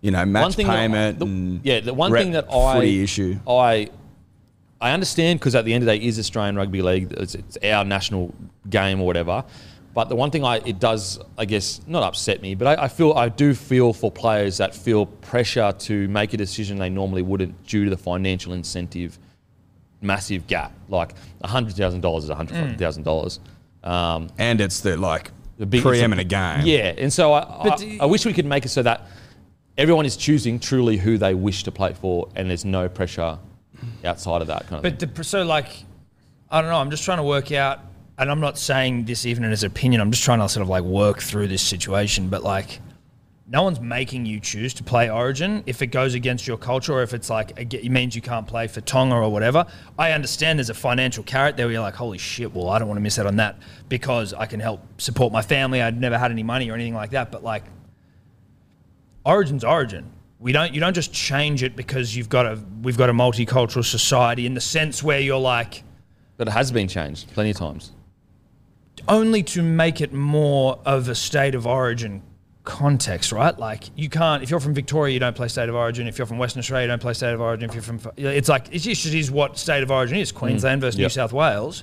S5: you know, match
S1: that-
S5: payment.
S1: the-
S5: and
S1: yeah, the one
S5: rep
S1: thing that I
S5: footy issue.
S1: I I understand because at the end of the day, it is Australian rugby league. It's, it's our national game or whatever. But the one thing I it does, I guess, not upset me, but I, I feel I do feel for players that feel pressure to make a decision they normally wouldn't due to the financial incentive massive gap. Like hundred thousand dollars is hundred thousand dollars. Um,
S5: And it's the like
S1: the big-
S5: preeminent game.
S1: Yeah, and so I,
S4: But
S1: I,
S4: do-
S1: I wish we could make it so that everyone is choosing truly who they wish to play for, and there's no pressure outside of that kind of. thing.
S4: But the, so like, I don't know. I'm just trying to work out, and I'm not saying this even as an opinion. I'm just trying to sort of like work through this situation. But like, no one's making you choose to play Origin if it goes against your culture or if it's like ag- it means you can't play for Tonga or whatever. I understand there's a financial carrot there where you're like, holy shit, well I don't want to miss out on that because I can help support my family. I'd never had any money or anything like that. But like, Origin's Origin. We don't you don't just change it because you've got a we've got a multicultural society in the sense where you're like
S1: But it has been changed plenty of times.
S4: only to make it more of a state of origin context, right? Like you can't if you're from Victoria, you don't play state of origin. If you're from Western Australia, you don't play state of origin. If you're from it's like it just is what state of origin is. Queensland versus New
S1: Yep.
S4: South Wales.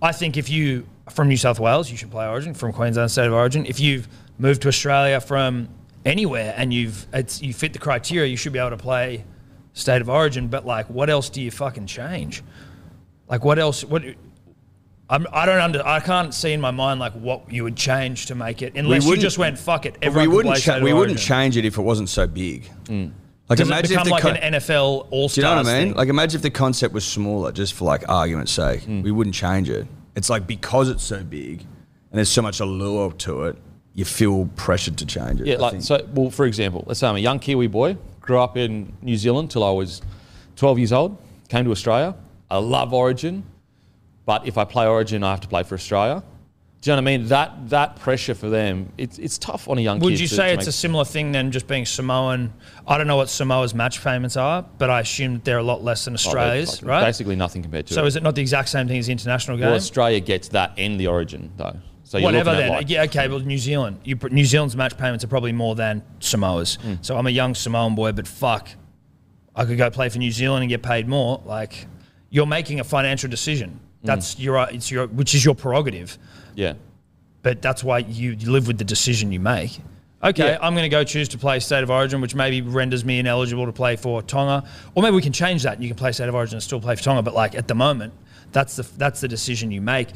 S4: I think if you are from New South Wales, you should play Origin. From Queensland, state of origin. If you've moved to Australia from anywhere and you've it's, you fit the criteria, you should be able to play state of origin. But like, what else do you fucking change? Like, what else? What I'm, I don't under, I can't see in my mind like what you would change to make it unless you
S5: wouldn't-
S4: just went fuck it.
S5: But
S4: Everyone
S5: we
S4: can
S5: wouldn't
S4: play
S5: cha-
S4: State of
S5: we wouldn't
S4: Origin."
S5: change it if it wasn't so big. Like
S4: Does it
S5: imagine
S4: become
S5: if the
S4: like
S5: co-
S4: an NFL All
S5: Do you know
S4: Stars
S5: what I mean?
S4: thing?
S5: Like, imagine if the concept was smaller, just for like argument's sake. We wouldn't change it. It's like because it's so big and there's so much allure to it, you feel pressured to change it.
S1: Yeah,
S5: I
S1: like
S5: think.
S1: so. Well, for example, let's say I'm a young Kiwi boy, grew up in New Zealand till I was 12 years old, came to Australia. I love Origin, but if I play Origin, I have to play for Australia. Do you know what I mean? That that pressure for them, it's it's tough on a young.
S4: Would
S1: kid
S4: you
S1: to-
S4: say
S1: to
S4: it's
S1: make-
S4: a similar thing than just being Samoan? I don't know what Samoa's match payments are, but I assume that they're a lot less than
S1: Oh, they're
S4: Australia's,
S1: like
S4: right?
S1: Basically nothing compared to.
S4: so
S1: it.
S4: is it not the exact same thing as the international game?
S1: Well, Australia gets that and the origin though. So you're
S4: Whatever
S1: looking
S4: then.
S1: At like,
S4: yeah, okay, well, New Zealand. You, put- New Zealand's match payments are probably more than Samoa's.
S1: Hmm.
S4: So I'm a young Samoan boy, but fuck, I could go play for New Zealand and get paid more. Like, you're making a financial decision.
S1: Hmm.
S4: That's your, it's your, which is your prerogative.
S1: yeah.
S4: but that's why you you live with the decision you make. Okay,
S1: Yeah.
S4: I'm going to go choose to play State of Origin, which maybe renders me ineligible to play for Tonga, or maybe we can change that. and You can play State of Origin and still play for Tonga, but like at the moment, that's the that's the decision you make.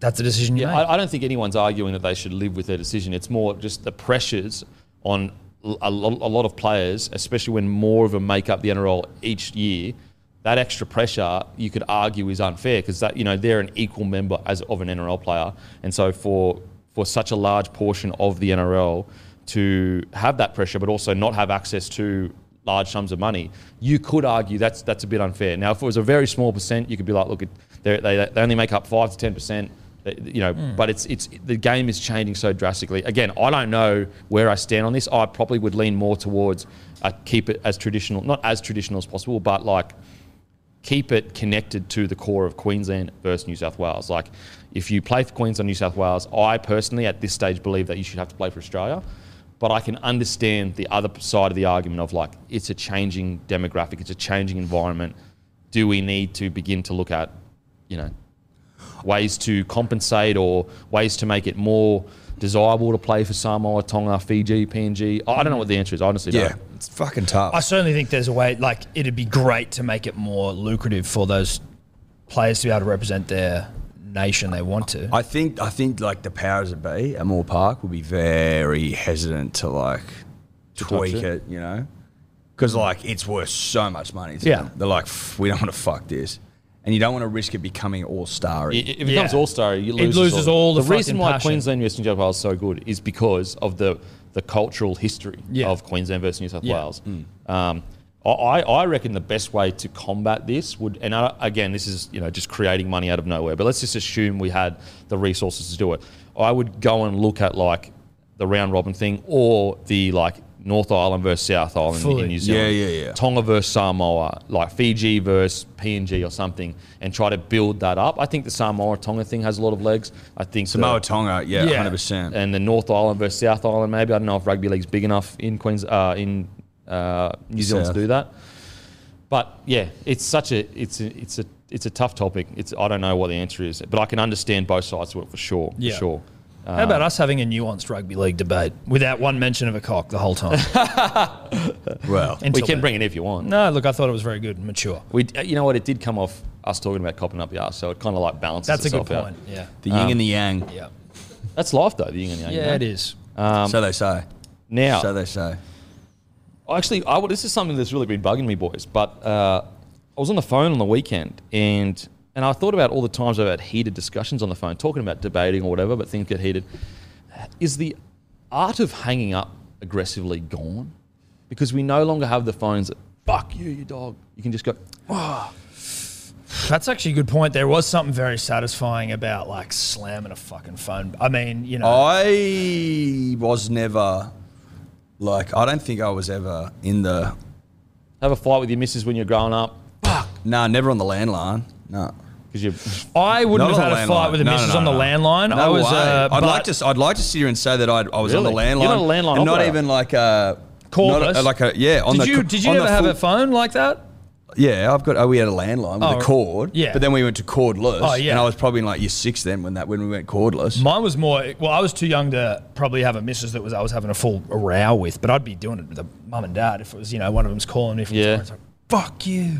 S4: That's the decision you
S1: Yeah,
S4: make.
S1: I, I don't think anyone's arguing that they should live with their decision. It's more just the pressures on l- a, lo- a lot of players, especially when more of them make up the NRL each year. That extra pressure, you could argue, is unfair because that you know they're an equal member as of an NRL player, and so for for such a large portion of the NRL to have that pressure, but also not have access to large sums of money, you could argue that's that's a bit unfair. Now, if it was a very small percent, you could be like, look, it- they they, they only make up five to ten percent. Uh, You know, but it's it's the game is changing so drastically. Again, I don't know where I stand on this. I probably would lean more towards uh, keep it as traditional, not as traditional as possible, but like keep it connected to the core of Queensland versus New South Wales. Like, if you play for Queensland, New South Wales, I personally at this stage believe that you should have to play for Australia. But I can understand the other side of the argument of like, it's a changing demographic, it's a changing environment. Do we need to begin to look at, you know, ways to compensate or ways to make it more desirable to play for Samoa, Tonga, Fiji, PNG? I I don't know what the answer is. I honestly
S5: Yeah,
S1: don't.
S5: it's fucking tough.
S4: I certainly think there's a way. Like it'd be great to make it more lucrative for those players to be able to represent their nation they want to.
S5: I think I think like the powers that be at Moore Park will be very hesitant to like tweak
S1: touch
S5: it.
S1: it.
S5: you know, because like it's worth so much money. To
S4: Yeah.
S5: them. they're like "F- we don't want to fuck this, and you don't want to risk it becoming all star.
S1: I- If it becomes
S4: Yeah.
S1: all star, you
S4: It
S1: lose
S4: loses all the
S1: the reason
S4: fucking
S1: why
S4: passion.
S1: Queensland versus New South Wales is so good is because of the the cultural history
S4: Yeah.
S1: of Queensland versus New South
S4: Yeah.
S1: Wales. Um, I, I I reckon the best way to combat this would, and I, again, this is you know just creating money out of nowhere. But let's just assume we had the resources to do it. I would go and look at like the round robin thing or the like North Island versus South Island
S4: Fully.
S1: in New Zealand.
S5: Yeah, yeah, yeah.
S1: Tonga versus Samoa, like Fiji versus PNG or something, and try to build that up. I think the Samoa Tonga thing has a lot of legs. I think the-
S5: Samoa Tonga, yeah,
S4: Yeah.
S5: hundred percent.
S1: and the North Island versus South Island. Maybe I don't know if rugby league's big enough in Queens uh, in uh, New Zealand
S5: South.
S1: to do that. But yeah, it's such a it's a, it's a it's a tough topic. It's I don't know what the answer is, but I can understand both sides of it for sure.
S4: Yeah.
S1: For sure.
S4: How about us having a nuanced rugby league debate without one mention of a cock the
S1: <laughs>
S4: whole time?
S5: Well,
S4: Until
S1: We can
S4: then.
S1: bring it if you want.
S4: No, look, I thought it was very good and mature.
S1: We, uh, you know what? It did come off us talking about copping up the arse, so it kind of like balances.
S4: That's a good
S1: itself out.
S4: point. Yeah.
S5: the yin and the yang.
S4: Yeah.
S1: That's life, though. The yin and yang. you know?
S4: Yeah, it is.
S5: so they say.
S1: Now,
S5: So they say.
S1: actually, I, this is something that's really been bugging me, boys. But uh, I was on the phone on the weekend, and and I thought about all the times I've had heated discussions on the phone, talking about debating or whatever, but things get heated. Is the art of hanging up aggressively gone? Because we no longer have the phones that fuck you, you dog. You can just go.
S4: That's actually a good point. There was something very satisfying about like slamming a fucking phone. I mean, you know,
S5: I was never like I don't think I was ever in the
S1: Have a fight with your missus when you're growing up
S5: nah never on the landline. No.
S1: because you're.
S4: I wouldn't
S5: Oh, Not
S4: have
S5: on
S4: had a
S5: the
S4: fight
S5: landline.
S4: with a
S5: No, no,
S4: missus
S5: no,
S4: on the
S5: no.
S4: landline.
S5: No
S4: I was.
S5: way.
S4: Uh,
S5: I'd
S4: but-
S5: like to. s- I'd like to sit here and say that I'd, I was on the
S1: Really?
S5: landline.
S1: You're not a landline
S5: and not
S1: operator.
S5: even like a
S4: Call
S5: not a-
S4: us.
S5: like a yeah. On
S4: Did
S5: the
S4: you
S5: co-
S4: did you
S5: on the
S4: ever have
S5: full-
S4: a phone like that?
S5: Yeah, I've got. Oh, we had a landline with
S4: Oh,
S5: a cord.
S4: yeah.
S5: but then we went to cordless.
S4: Oh, yeah.
S5: and I was probably in like year six then when that when we went cordless.
S4: Mine was more. Well, I was too young to probably have a missus that was I was having a full row with, but I'd be doing it with a mum and dad if it was you know one of them's calling. If
S1: Yeah.
S4: it's like, fuck you.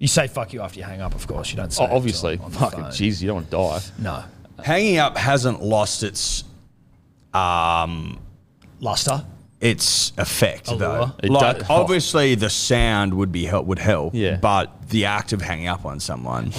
S4: You say fuck you after you hang up, of course. You don't say.
S1: Oh,
S4: it till
S1: obviously,
S4: on the
S1: fucking
S4: phone.
S1: jeez, you don't want to die.
S4: No,
S5: Hanging up hasn't lost its
S4: luster.
S5: its effect
S4: Allure.
S5: though.
S1: It
S5: like
S1: does-
S4: Oh.
S5: obviously the sound would be help would help.
S1: Yeah.
S5: but the act of hanging up
S4: <sighs>
S5: on someone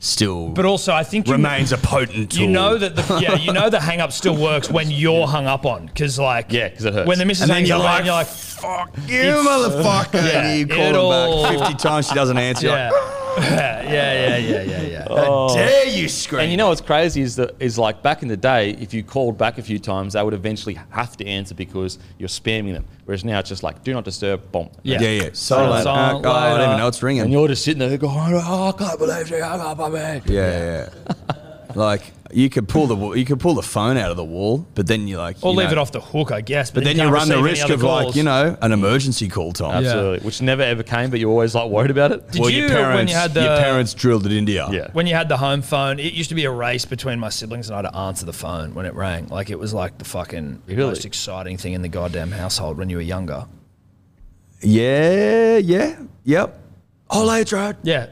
S5: still
S4: But also, I think you,
S5: remains a potent tool.
S4: you know
S1: <laughs>
S4: that the yeah you know the hang up still works when you're hung up on because like
S1: Yeah, 'cause it hurts.
S4: when the missus
S5: And then
S4: hangs
S5: you're
S4: up
S5: like,
S4: and you're like
S5: fuck you, motherfucker.
S4: Yeah,
S5: and you
S4: it'll-
S5: call her back 50 times, she doesn't answer. You're
S4: yeah
S5: like,
S4: <laughs> yeah yeah yeah yeah yeah. Oh.
S5: How dare you scream?
S1: And you know what's crazy is that is like back in the day, if you called back a few times, they would eventually have to answer because you're spamming them. Whereas now it's just like do not disturb, bomb.
S5: yeah, yeah. So,
S4: So
S5: like,
S4: long,
S5: oh, God, I don't
S4: later.
S5: even know it's ringing.
S1: And you're just sitting there going, oh, I can't believe
S5: yeah, yeah, yeah. like you could pull the wa- you could pull the phone out of the wall, but then you like
S4: Or
S5: you
S4: leave
S5: know-
S4: it off the hook, I guess. But,
S5: But then
S4: you,
S5: you
S4: can't
S5: run the
S4: receive any
S5: risk
S4: other
S5: of like
S4: calls.
S5: you know an emergency call time.
S1: Absolutely, which never ever came, but you're always like worried about it.
S4: Did
S5: Well,
S4: you
S5: your
S4: when you
S5: parents,
S4: had the-
S5: your parents drilled it into you.
S1: Yeah.
S4: when you had the home phone, it used to be a race between my siblings and I to answer the phone when it rang. Like it was like the fucking
S1: Really?
S4: most exciting thing in the goddamn household when you were younger.
S5: yeah, yeah, yep. Oh, Ladrod.
S4: Yeah.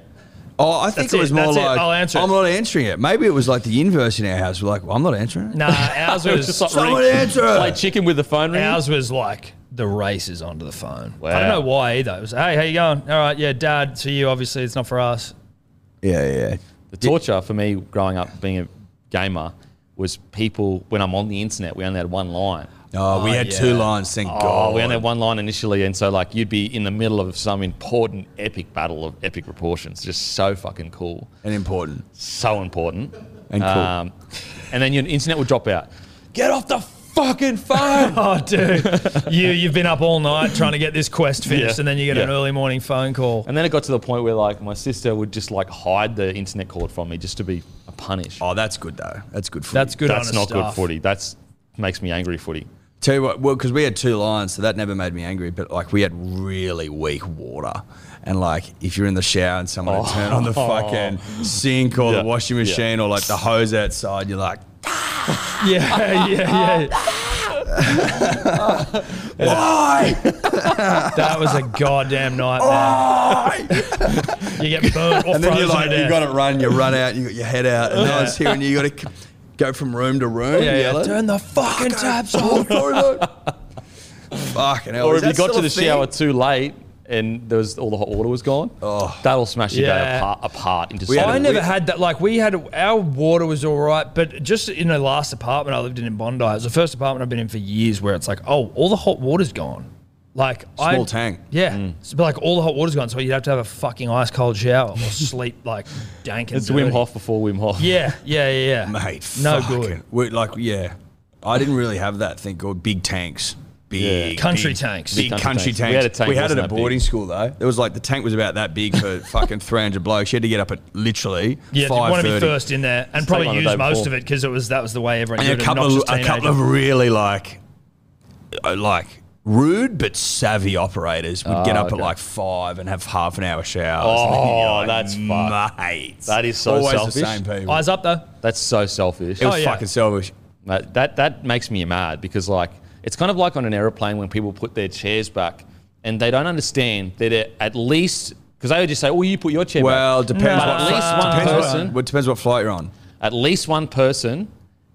S5: Oh, I think
S4: That's
S5: it was
S4: it,
S5: more
S4: that's it,
S5: like
S4: I'll answer it.
S5: I'm not answering it. Maybe it was like the inverse in our house. We're like, well, I'm not answering
S1: <laughs>
S5: it.
S4: Nah, ours
S1: it was
S4: was,
S1: just like
S5: Someone
S1: ring-
S5: answer it.
S1: play chicken with the phone ring.
S4: ours was like the races onto the phone. I
S1: Wow.
S4: don't know why either. It was hey, how you going? All right, yeah, dad, to you obviously it's not for us.
S5: Yeah, yeah.
S1: The torture for me growing up being a gamer was people when I'm on the internet, we only had one line.
S5: Oh, we
S4: Oh,
S5: had
S4: yeah.
S5: two lines. Thank God.
S1: Oh, we only had one line initially, and so like you'd be in the middle of some important epic battle of epic proportions, just so fucking cool,
S5: and important.
S1: so important, Um,
S5: And cool.
S1: and then your internet would drop out. Get off the fucking phone.
S4: Oh, dude, <laughs> you you've been up all night trying to get this quest finished,
S1: Yeah.
S4: and then you get an
S1: Yeah.
S4: early morning phone call.
S1: and then it got to the point where like my sister would just like hide the internet cord from me just to be a punish.
S5: Oh, that's good though. That's good for
S4: That's good.
S1: That's
S4: honest
S1: not good
S4: stuff.
S1: footy. That's makes me angry footy.
S5: Tell you what, well, because we had two lines, so that never made me angry. But like, we had really weak water, and like, if you're in the shower and someone
S4: Oh.
S5: would turn
S4: <laughs>
S5: on the fucking sink or
S1: Yeah,
S5: the washing
S1: yeah.
S5: machine or like the hose outside, you're like,
S4: <laughs> Yeah, yeah, yeah.
S5: why?
S4: That was a goddamn
S5: <laughs>
S4: nightmare. You get burnt or
S5: and then you're
S4: frozen
S5: like,
S4: to
S5: you
S4: death.
S5: got to run, you run out, you got your head out, and no
S4: Yeah.
S5: one's here, and you got to go from room to room.
S4: Yeah, yeah.
S5: yelling,
S4: Turn the fucking
S5: <laughs>
S4: taps on.
S5: "Oh, sorry, mate." Fucking hell.
S1: Or
S5: is
S1: if you
S5: that
S1: got
S5: still
S1: to
S5: a
S1: the
S5: thing?
S1: shower too late and there was all the hot water was gone,
S5: Oh.
S1: that'll smash your
S4: Yeah.
S1: day apart, apart into
S5: We
S4: I
S5: had a-
S1: something.
S4: never
S5: we-
S4: had that. Like we had, our water was all right, but just in the last apartment I lived in in Bondi, it was the first apartment I've been in for years where it's like, oh, all the hot water's gone. Like
S5: Small
S4: I,
S5: tank. Mm.
S4: Yeah, It's but like all the hot water's gone, so you'd have to have a fucking ice cold shower
S5: <laughs>
S4: or sleep like dank and
S1: It's Wim
S4: dirty.
S1: Hof before Wim Hof.
S4: Yeah, yeah, yeah, yeah.
S5: mate.
S4: no
S5: fucking-
S4: good.
S5: we like, yeah, I didn't really have that thing called big tanks. Big
S4: Country
S5: big-
S4: tanks.
S5: Big
S1: Big country
S5: country tanks. We had, a tank it
S1: wasn't
S5: at
S1: that big.
S5: boarding school though. It was like the tank was about that big <laughs> for fucking three hundred blokes. You had to get up at literally
S4: Yeah,
S5: five
S4: want to be
S5: thirty.
S4: first in there and
S1: take
S4: probably
S1: one the
S4: use
S1: day
S4: most
S1: before.
S4: of it because it was that was the way everyone.
S5: And
S4: did
S5: a
S4: it,
S5: couple of
S4: obnoxious
S5: a couple of
S4: teenager.
S5: really like, uh, like rude but savvy operators would get up at like five and have half an hour showers.
S1: Ah,
S5: <laughs>
S1: Oh, that's
S5: and
S1: fucked.
S5: mate.
S1: That is so
S5: always the
S1: selfish.
S5: same people.
S4: eyes up though.
S1: That's so selfish.
S5: it was
S4: Oh, yeah.
S5: fucking selfish.
S1: That, that that makes me mad because like it's kind of like on an aeroplane when people put their chairs back and they don't understand that it, at least because they would just say, "Well, you put your chair
S5: Well, depends.
S1: But
S5: what
S1: at least
S5: flight-
S1: one
S5: depends what-
S1: person-
S5: Well, it depends what flight you're on.
S1: back." At least one person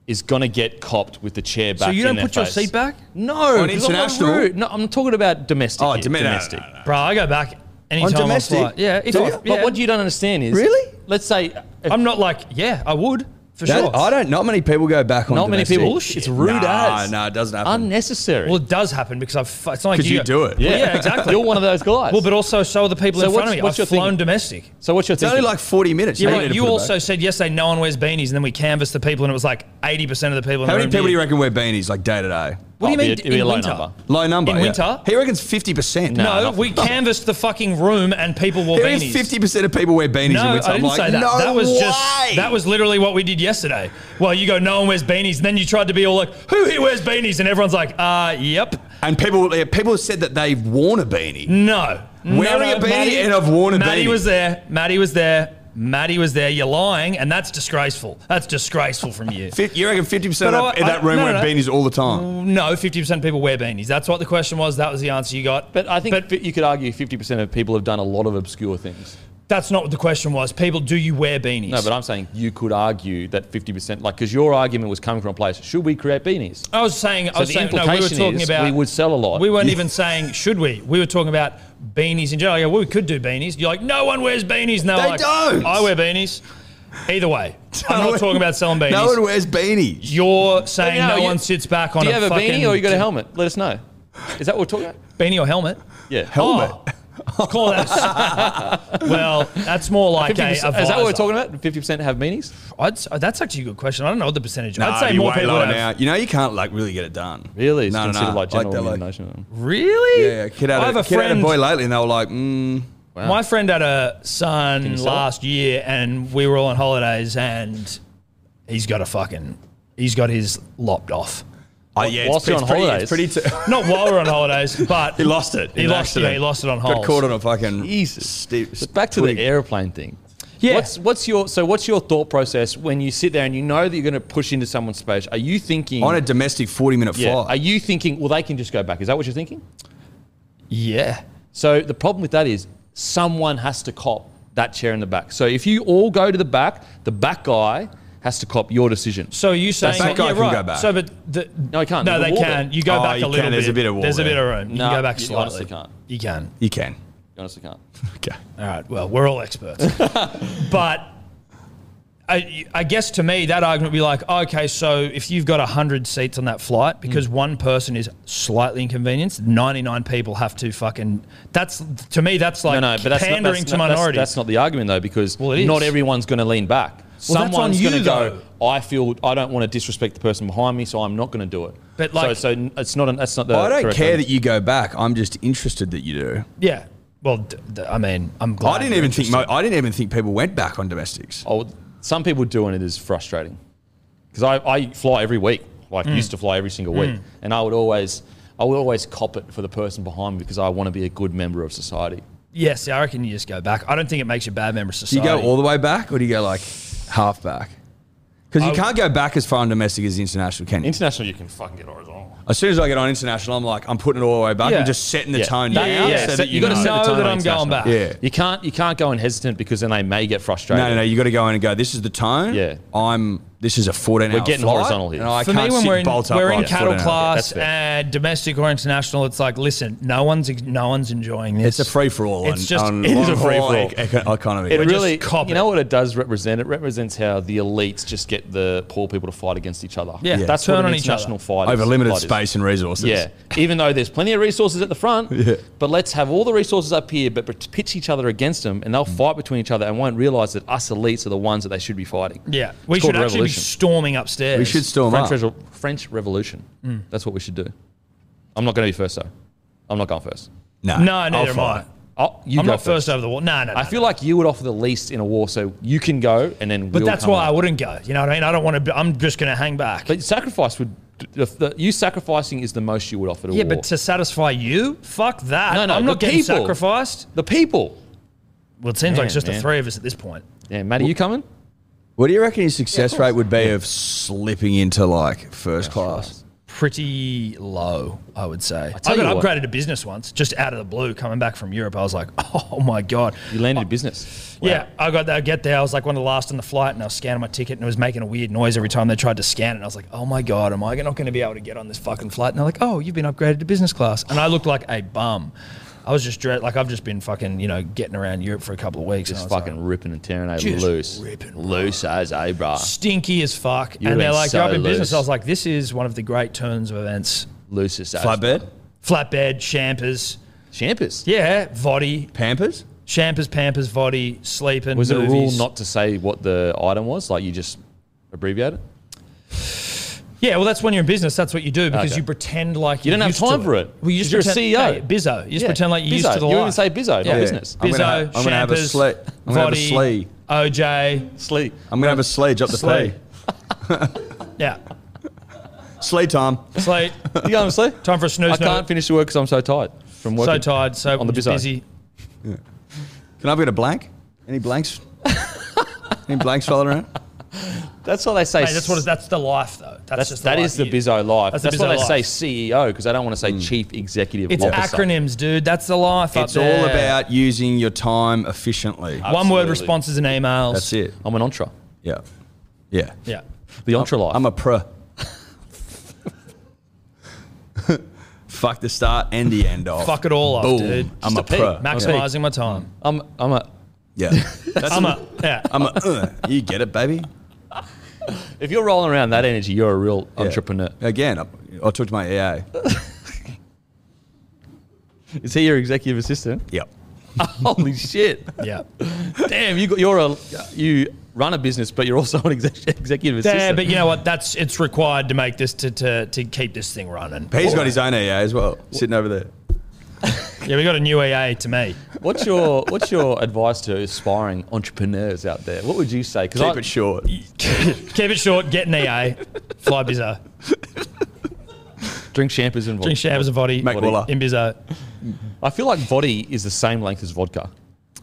S1: is gonna get copped with the chair back.
S4: So you
S1: in
S4: don't
S1: their
S4: put your
S1: face.
S4: seat back,
S1: No,
S5: On
S1: 'cause I'm not
S5: international?
S1: rude. No, I'm talking about domestic.
S5: Oh,
S1: here,
S5: domi- no, no,
S1: domestic.
S5: no, no.
S4: bro. I go back anytime on
S5: domestic?
S4: flight. Yeah, if
S5: Do
S4: I,
S5: you?
S4: yeah.
S1: But what you don't understand is
S5: Really?
S1: Let's say if
S4: I'm not like, yeah, I would for
S5: That-
S4: sure.
S5: I don't. Not many people go back on.
S1: Not many
S5: domestic.
S1: people. Bullshit. It's rude
S5: nah,
S1: as.
S5: Nah, it doesn't happen.
S1: unnecessary.
S4: Well, it does happen because I've. fu- It's not like
S5: 'Cause you do it.
S4: Yeah,
S1: yeah,
S4: yeah
S5: <laughs>
S4: exactly.
S1: You're one of those guys.
S4: well, but also so are the people
S1: So
S4: in front of
S1: what's-
S4: me.
S1: what's
S4: I've
S1: your
S4: flown
S1: thing?
S4: domestic.
S1: so what's your
S5: it's only like forty minutes.
S4: Yeah,
S5: They
S4: right.
S5: need to
S4: You
S5: put it
S4: also
S5: back.
S4: said yesterday no one wears beanies, and then we canvassed the people, and it was like eighty percent of the people. In
S5: How
S4: the
S5: many
S4: room
S5: people
S4: did.
S5: do you reckon wear beanies like day to day?
S4: What do you
S1: Oh,
S4: mean
S1: it'd be a- it'd be
S4: in
S1: a low
S4: winter?
S1: number.
S5: Low number
S4: In
S5: yeah.
S4: winter?
S5: He reckons fifty percent.
S1: No,
S4: No,
S1: not
S4: we canvassed the fucking room, and people wore
S5: There is
S4: beanies.
S5: fifty percent of people wear beanies
S4: No,
S5: in winter.
S4: I didn't
S5: am like,
S4: say that.
S5: No
S4: that was
S5: way.
S4: just that was literally what we did yesterday. Well, you go, no one wears beanies, and then you tried to be all like, who here wears beanies? And everyone's like, uh, yep,
S5: And people, yeah, people said that they've worn a beanie.
S4: no.
S5: Wearing
S4: no, no,
S5: a beanie and I've worn a
S4: Maddie
S5: beanie.
S4: was there. Maddie was there. Maddie was there. You're lying, and that's disgraceful. That's disgraceful from you.
S5: Fif- You reckon fifty percent
S4: But
S5: of that,
S4: I-
S5: in that
S4: I-
S5: room
S4: no,
S5: wear
S4: no, Mm, no.
S5: beanies all the time? <laughs>
S4: No, 50% of people wear beanies. That's what the question was. That was the answer you got.
S1: But I think fi- you could argue 50% of people have done a lot of obscure things.
S4: that's not what the question was. People, do you wear beanies?
S1: No, but I'm saying you could argue that 50%, like, because your argument was coming from a place, should we create beanies?
S4: I was saying, I
S1: So
S4: was
S1: the
S4: saying, no, we were
S1: implication
S4: talking
S1: is
S4: about
S1: we would sell a lot.
S4: We weren't even saying should we. We were talking about beanies in general. I go, well, we could do beanies. You're like, no one wears beanies. No,
S5: They
S4: like,
S5: don't.
S4: I wear beanies.
S1: <laughs>
S4: Either way, I'm
S5: No
S4: not
S5: one-
S4: talking about selling beanies.
S5: No one wears beanies.
S4: You're saying
S1: No,
S4: no
S1: you-
S4: one sits back on
S1: Do you
S4: a
S1: have a
S4: fucking
S1: beanie or you got a helmet? Let us know. Is that what we're talking
S4: <laughs>
S1: about?
S4: beanie or helmet.
S1: Yeah. <laughs>
S5: Helmet.
S4: Oh, call
S5: <laughs>
S4: that. well, that's more like a.
S1: 50%, is that what we're
S4: visor.
S1: talking about? 50% have beanies?
S4: I'd, s- that's actually a good question. I don't know what the percentage.
S5: Nah,
S4: I'd say
S5: be
S4: more
S5: way
S4: people
S5: lower
S4: would have.
S5: now. You know, you can't like really get it done.
S1: Really? It's
S5: No, no,
S1: considered
S5: no.
S1: like general
S5: that,
S1: nomination.
S4: Really?
S5: Yeah, yeah. Kid
S4: I
S5: had
S4: have
S5: a,
S4: a
S5: kid had a
S4: friend-
S5: boy lately, and they were like, mm,
S4: My friend had a son
S1: sell it?
S4: last year, and we were all on holidays, and he's got a fucking, he's got his lopped off.
S5: oh, yeah,
S1: whilst you're on
S5: pretty,
S1: holidays.
S5: It's pretty t-
S4: Not while we're on
S5: <laughs>
S4: holidays, but
S5: he lost it.
S4: He
S5: in an
S4: lost. Yeah,
S5: accident.
S4: he lost it on
S5: Got
S4: holes.
S5: caught on a fucking
S1: Jesus.
S5: steep-
S1: But back to
S5: twig.
S1: the airplane thing.
S4: Yeah.
S1: What's what's your so what's your thought process when you sit there and you know that you're going to push into someone's space? Are you thinking
S5: <laughs> on a domestic forty-minute
S1: yeah,
S5: flight.
S1: Are you thinking well they can just go back? Is that what you're thinking?
S4: yeah.
S1: So the problem with that is someone has to cop that chair in the back. So if you all go to the back, the back guy has to cop your decision.
S4: So are you saying
S5: That guy
S4: yeah,
S5: can
S4: right.
S5: go back.
S4: So, but the,
S1: No, he can't.
S4: No,
S1: There's a
S4: they
S1: wall
S4: can.
S1: there.
S4: You go
S5: Oh,
S4: back a
S5: you
S4: little
S5: can.
S4: bit.
S5: There's a bit of wall
S4: There's a
S5: there.
S4: bit of room. You
S1: No,
S4: can go back
S1: you
S4: slightly.
S1: honestly can't.
S4: You can.
S5: you can.
S1: You honestly can't.
S5: Okay.
S4: All right. Well, we're
S1: <laughs>
S4: all experts. but I, I guess to me, that argument would be like, okay, so if you've got 100 seats on that
S1: Hmm.
S4: flight, because one person is slightly inconvenienced, 99 people have to fucking. That's To me, that's like
S1: no, no, but that's
S4: pandering
S1: not, that's
S4: to
S1: not- that's-
S4: minorities.
S1: That's, not the argument though, because
S4: Well, it
S1: not
S4: is.
S1: everyone's going to lean back.
S4: Well, that's on
S1: Someone's going
S4: you,
S1: to go.
S4: though.
S1: I feel I don't want to disrespect the person behind me, so I'm not going to do it.
S4: But,
S1: So-
S4: like-
S1: so, n- it's not. An, that's not the.
S5: I don't
S1: Uh, correct
S5: care
S1: way.
S5: that you go back. I'm just interested that you do.
S4: Yeah. Well, d- d- I mean, I'm glad.
S5: I didn't
S4: you're
S5: even think. Mo-
S4: interested.
S5: I didn't even think people went back on domestics.
S1: I would- some people do, and it is frustrating because I, I fly every week. Like used to fly every single week, and I would always I would always cop it for the person behind me because I want to be a good member of society.
S4: yeah, see, I reckon you just go back. I don't think it makes you a bad member of
S5: Do
S4: society.
S5: you go all the way back, or do you go like half back? Because you
S4: I-
S5: can't go back as far on domestic as international, can you?
S1: International, you can fucking get horizontal.
S5: As soon as I get on international, I'm like, I'm putting it all the way back.
S4: Yeah.
S5: I'm just setting the
S1: Yeah.
S5: tone
S1: Yeah,
S5: down.
S1: yeah, yeah.
S5: So
S1: So
S5: that
S1: you
S5: you
S1: gotta
S5: know.
S1: set-
S4: know
S1: Tone
S4: that
S1: on
S4: I'm going
S1: international.
S4: back.
S5: Yeah.
S1: You can't you can't go in hesitant because then they may get frustrated.
S5: No, no, no. You got to go in and go. This is the tone.
S1: Yeah.
S5: I'm. This is a 14 hour.
S1: getting
S5: flight,
S1: horizontal here.
S5: And I
S4: For
S5: can't
S4: me, when
S5: sit
S4: we're in,
S5: bolt
S4: we're
S5: upright
S4: in
S5: for
S4: cattle
S5: 14 hours.
S4: class,
S1: fair.
S4: and domestic or international, it's like, listen, no one's no one's enjoying this.
S5: It's a free for all.
S4: It's just- <laughs>
S5: on
S4: it is a
S5: long-haul
S1: free-for-all.
S5: ec- eco- economy.
S1: It
S4: We're just
S1: really,
S4: copying.
S1: you know what it does represent? It represents how the elites just get the poor people to fight against each other.
S4: Yeah. Yeah.
S1: that's
S4: Turn
S1: what
S4: on
S1: an
S4: each other.
S1: international fight is-
S5: over limited
S1: fight is.
S5: space and resources.
S1: Yeah, even though there's plenty of resources at the front,
S5: Yeah.
S1: but let's have all the resources up here, but pit- pitch each other against them, and they'll fight between each other and won't realise that us elites are the ones that they should be fighting.
S4: Yeah, we
S1: It's called
S4: should actually be
S1: revolution.
S4: storming upstairs.
S5: We should storm
S1: French, Revo-
S5: up.
S1: French Revolution.
S4: Mm.
S1: That's what we should do. I'm not going to be first though. I'm not going first.
S5: No,
S4: No,
S5: I'll
S4: neither am
S5: follow.
S4: I.
S1: Oh, you
S4: I'm
S1: go
S4: not first over the wall. No, no, no.
S1: I feel like you would offer the least in a war, so you can go, and then.
S4: but
S1: we'll
S4: that's
S1: come
S4: why
S1: up.
S4: I wouldn't go. You know what I mean? I don't want to. Be, I'm just going to hang back.
S1: But sacrifice would. The, the, you sacrificing is the most you would offer to
S4: yeah,
S1: war.
S4: but to satisfy you, fuck that.
S1: No, no,
S4: I'm
S1: the
S4: not getting
S1: people.
S4: sacrificed.
S1: the people.
S4: Well, it seems like it's
S1: Man,
S4: just the
S1: man.
S4: three of us at this point.
S1: Yeah, Matt, are you coming?
S5: What do you reckon your success rate would be of slipping into like first class?
S4: Pretty low, I would say. I,
S1: tell
S4: got
S1: you what.
S4: upgraded to business once, just out of the blue, coming back from Europe. I was like, <laughs> oh my god.
S1: You landed in business.
S4: Yeah, I got there. I get there. I was like one of the last on the flight, and I was scanning my ticket, and it was making a weird noise every time they tried to scan it. And I was like, "Oh my god, am I not going to be able to get on this fucking flight?" And they're like, "Oh, you've been upgraded to business class," and I looked like a bum. I was just dread, like I've just been fucking you know getting around Europe for a couple of weeks.
S1: Just
S4: and I was
S1: fucking ripping and tearing a
S4: Just
S1: loose.
S4: ripping, bro.
S1: loose as a bra.
S4: stinky as fuck,
S1: You've
S4: and they're
S1: been
S4: like, "You're up
S1: so
S4: in business."
S1: loose.
S4: I was like, "This is one of the great turns of events:
S1: Loose as as
S5: Flatbed,
S4: flatbed, champers,
S1: Champers.
S4: yeah, voddy,
S5: Pampers.
S4: champers, pampers, voddy, sleeping."
S1: Was it a rule
S4: movies.
S1: not to say what the item was? Like you just abbreviate it?
S4: Yeah, well, that's when you're in business. That's what you do because
S1: Okay.
S4: you pretend like
S1: You
S4: you're
S1: don't have
S4: used to
S1: time for it.
S4: Well, you just
S1: 'Cause you're a CEO.
S4: pretend, yeah, bizzo. You just
S1: Yeah.
S4: pretend like you're used
S1: Bizzo.
S4: to the
S1: You
S4: life.
S1: even say bizzo, not
S4: Yeah.
S1: business.
S5: I'm
S4: Bizzo,
S5: gonna, ha- I'm gonna have a
S4: Champers,
S5: slee. I'm gonna have a
S4: Voddy,
S5: slee.
S4: OJ.
S1: Sleep.
S5: I'm gonna have a slee. Drop the
S4: Slee.
S5: P.
S4: Yeah,
S5: Slee time.
S1: <laughs>
S4: sleep.
S1: You going to
S4: <laughs>
S1: sleep?
S4: Time for a snooze.
S1: I can't finish the work because I'm so tired from
S4: so
S1: working.
S4: tired. So
S1: on the
S4: just
S1: bizzo.
S4: busy.
S5: Can I have a bit of blank? Any <laughs> blanks? Any blanks rolling around?
S1: That's why they say.
S4: Hey, that's what. That's the life, though.
S1: That's,
S4: That's, just
S1: that
S4: the
S1: is the
S4: life.
S1: bizzo life.
S4: That's
S1: That's,
S4: the
S1: why
S4: bizzo
S1: they
S4: life. Mm.
S1: say E CEO because they don't want to say chief executive
S4: It's
S1: officer.
S4: acronyms, dude. That's the life. up
S5: It's all
S4: there.
S5: about using your time efficiently.
S4: one
S1: Absolutely.
S4: word responses and emails.
S5: That's it.
S1: I'm an entre.
S5: Yeah. Yeah.
S4: Yeah.
S1: The entre life.
S5: I'm a pro. Fuck the start and the end off.
S4: Fuck it all up,
S5: Boom.
S4: dude.
S5: I'm
S1: Just
S5: a
S1: a P.
S5: pro.
S4: Maximizing my time.
S1: I'm, I'm a.
S5: Yeah. <laughs> That's
S4: I'm a yeah.
S5: I'm a, uh, you get it, baby.
S1: If you're rolling around that energy, you're a real
S5: Yeah.
S1: entrepreneur.
S5: Again, I, I talked to my E EA.
S1: Is he your executive assistant?
S5: yep.
S1: <laughs> Holy shit!
S4: <laughs> Yeah.
S1: Damn, you got you're a you run a business, but you're also an exec- executive assistant.
S4: Yeah, but you know what? That's it's required to make this to to, to keep this thing running.
S5: But he's got his own EA as well, sitting over there.
S4: Yeah, we got a new EA to me.
S1: what's your what's your advice to aspiring entrepreneurs out there? What would you say? Because
S5: Keep it short.
S4: Keep it short. Get an EA. Fly bizzo.
S1: drink champers and vodka.
S4: Drink showers of body.
S5: Make Walla.
S4: in bizzo.
S1: I feel like vody is the same length as vodka.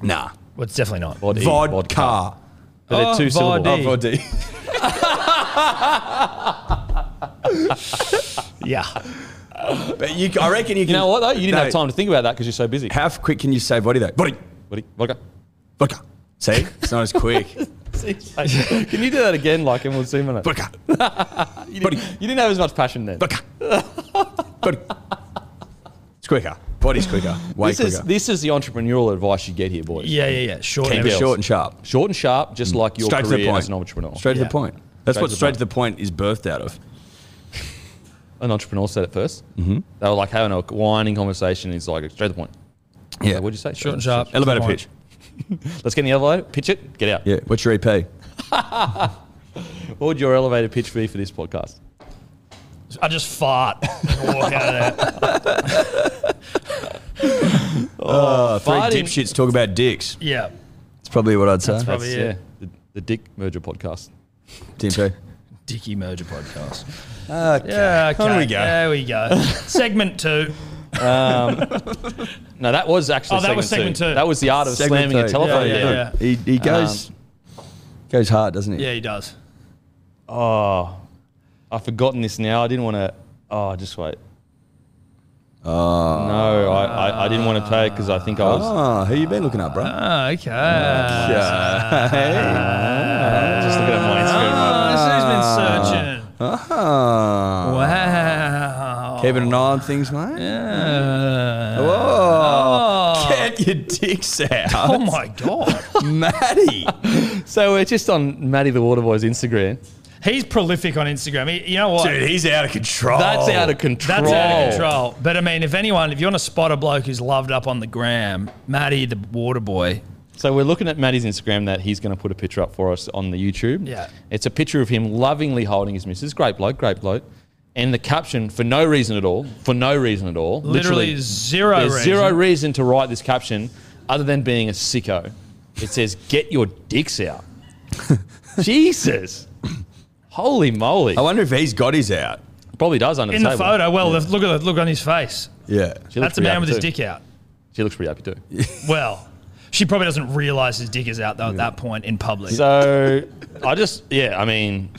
S5: Nah.
S4: Well, it's definitely not.
S1: Vody,
S5: Vodka.
S1: But they're
S4: Oh,
S1: two syllables.
S4: vody.
S5: Oh, Vody.
S1: <laughs>
S5: <laughs>
S4: Yeah.
S5: but you, I reckon you can.
S1: You know what though? You didn't
S5: No.
S1: have time to think about that because you're so busy.
S5: How quick can you say Vody though? Vody.
S1: Vody, vodka.
S5: Vodka. See? It's not
S1: <laughs>
S5: as quick.
S1: Can you do that again? Like, and we'll see in a minute.
S5: Vodka.
S1: You didn't, you didn't have as much passion then.
S5: Vodka. Vody. It's quicker. Body's quicker. Way
S1: This
S5: quicker.
S1: is this is the entrepreneurial advice you get here, boys.
S4: Yeah, yeah, yeah. Short.
S5: Keep
S4: and
S5: it
S1: Girls.
S5: short and sharp.
S1: Short and sharp, just like your
S5: Mm. straight to
S1: career
S5: the point.
S1: as an entrepreneur.
S5: Straight to
S4: Yeah.
S5: the point. That's
S1: Straight
S5: what
S1: to the
S5: straight
S1: point.
S5: to the point is birthed out of.
S1: An entrepreneur said it 1st Mm-hmm. They were like having a whining conversation. He's like, straight to the point.
S5: Yeah.
S1: Like, what'd you say?
S4: Short and sharp.
S5: Elevator
S4: Come on.
S5: pitch.
S1: Let's get in the elevator, pitch it, get out.
S5: Yeah. What's your E EP?
S1: What would your elevator pitch be for this podcast?
S4: I just fart <laughs> and walk out of
S5: <laughs>
S4: there.
S5: Uh, three
S1: farting-
S5: dipshits talk about dicks.
S4: Yeah.
S5: That's probably what I'd say.
S4: probably- Oh, Yeah.
S1: the, the Dick Merger podcast.
S5: Timpo.
S4: Dicky Merger podcast.
S5: Okay.
S4: Yeah, okay.
S5: On we go.
S4: There we
S5: <laughs>
S4: go. segment two.
S1: No, that was actually
S4: Oh, that
S1: segment
S4: was segment two.
S1: That was the art of
S5: Segment
S1: slamming a
S5: two.
S1: telephone.
S4: Yeah,
S1: again.
S4: yeah.
S5: Look, He, he goes goes hard, doesn't he?
S4: Yeah, he does.
S1: Oh, I've forgotten this now. I didn't want to. Oh, just wait.
S5: Uh,
S1: Oh. No, I, I, I didn't want to play it because I think I was.
S5: Oh, who you been looking up, bro?
S4: Oh, okay. Uh,
S5: yeah.
S1: Just looking at my
S4: Ah.
S1: Instagram.
S4: Oh, has been searching.
S5: Ah.
S4: Wow.
S5: Keeping an eye on things, mate.
S4: Uh,
S5: Oh, get your dicks out,
S4: oh
S5: <laughs>
S4: my god.
S5: Maddie.
S1: So we're just on Maddie the Waterboy's Instagram.
S4: He's prolific on Instagram. He, you know what?
S5: Dude, he's out of control.
S1: That's out of control.
S4: Oh. That's out of control. But I mean, if anyone, if you want to spot a bloke who's loved up on the gram, Matty the water boy.
S1: So we're looking at Maddie's Instagram that he's going to put a picture up for us on the YouTube.
S4: Yeah.
S1: It's a picture of him lovingly holding his missus. Great bloke, great bloke. And the caption, for no reason at all, for no reason at all.
S4: Literally, zero
S1: There's
S4: reason.
S1: zero reason to write this caption other than being a sicko. It says, get your dicks
S5: <laughs>
S1: out. Jesus. Holy moly.
S5: I wonder if he's got his out.
S1: Probably does under
S4: in
S1: the
S4: the
S1: table.
S4: photo. Well, the- look at the look on his face.
S5: Yeah.
S1: She looks
S4: That's a
S1: pretty
S4: man
S1: happy
S4: with his
S1: too.
S4: dick out.
S1: She looks pretty happy too.
S4: Well, she probably doesn't realize his dick is out though at that point in public.
S1: So I just, yeah, I mean,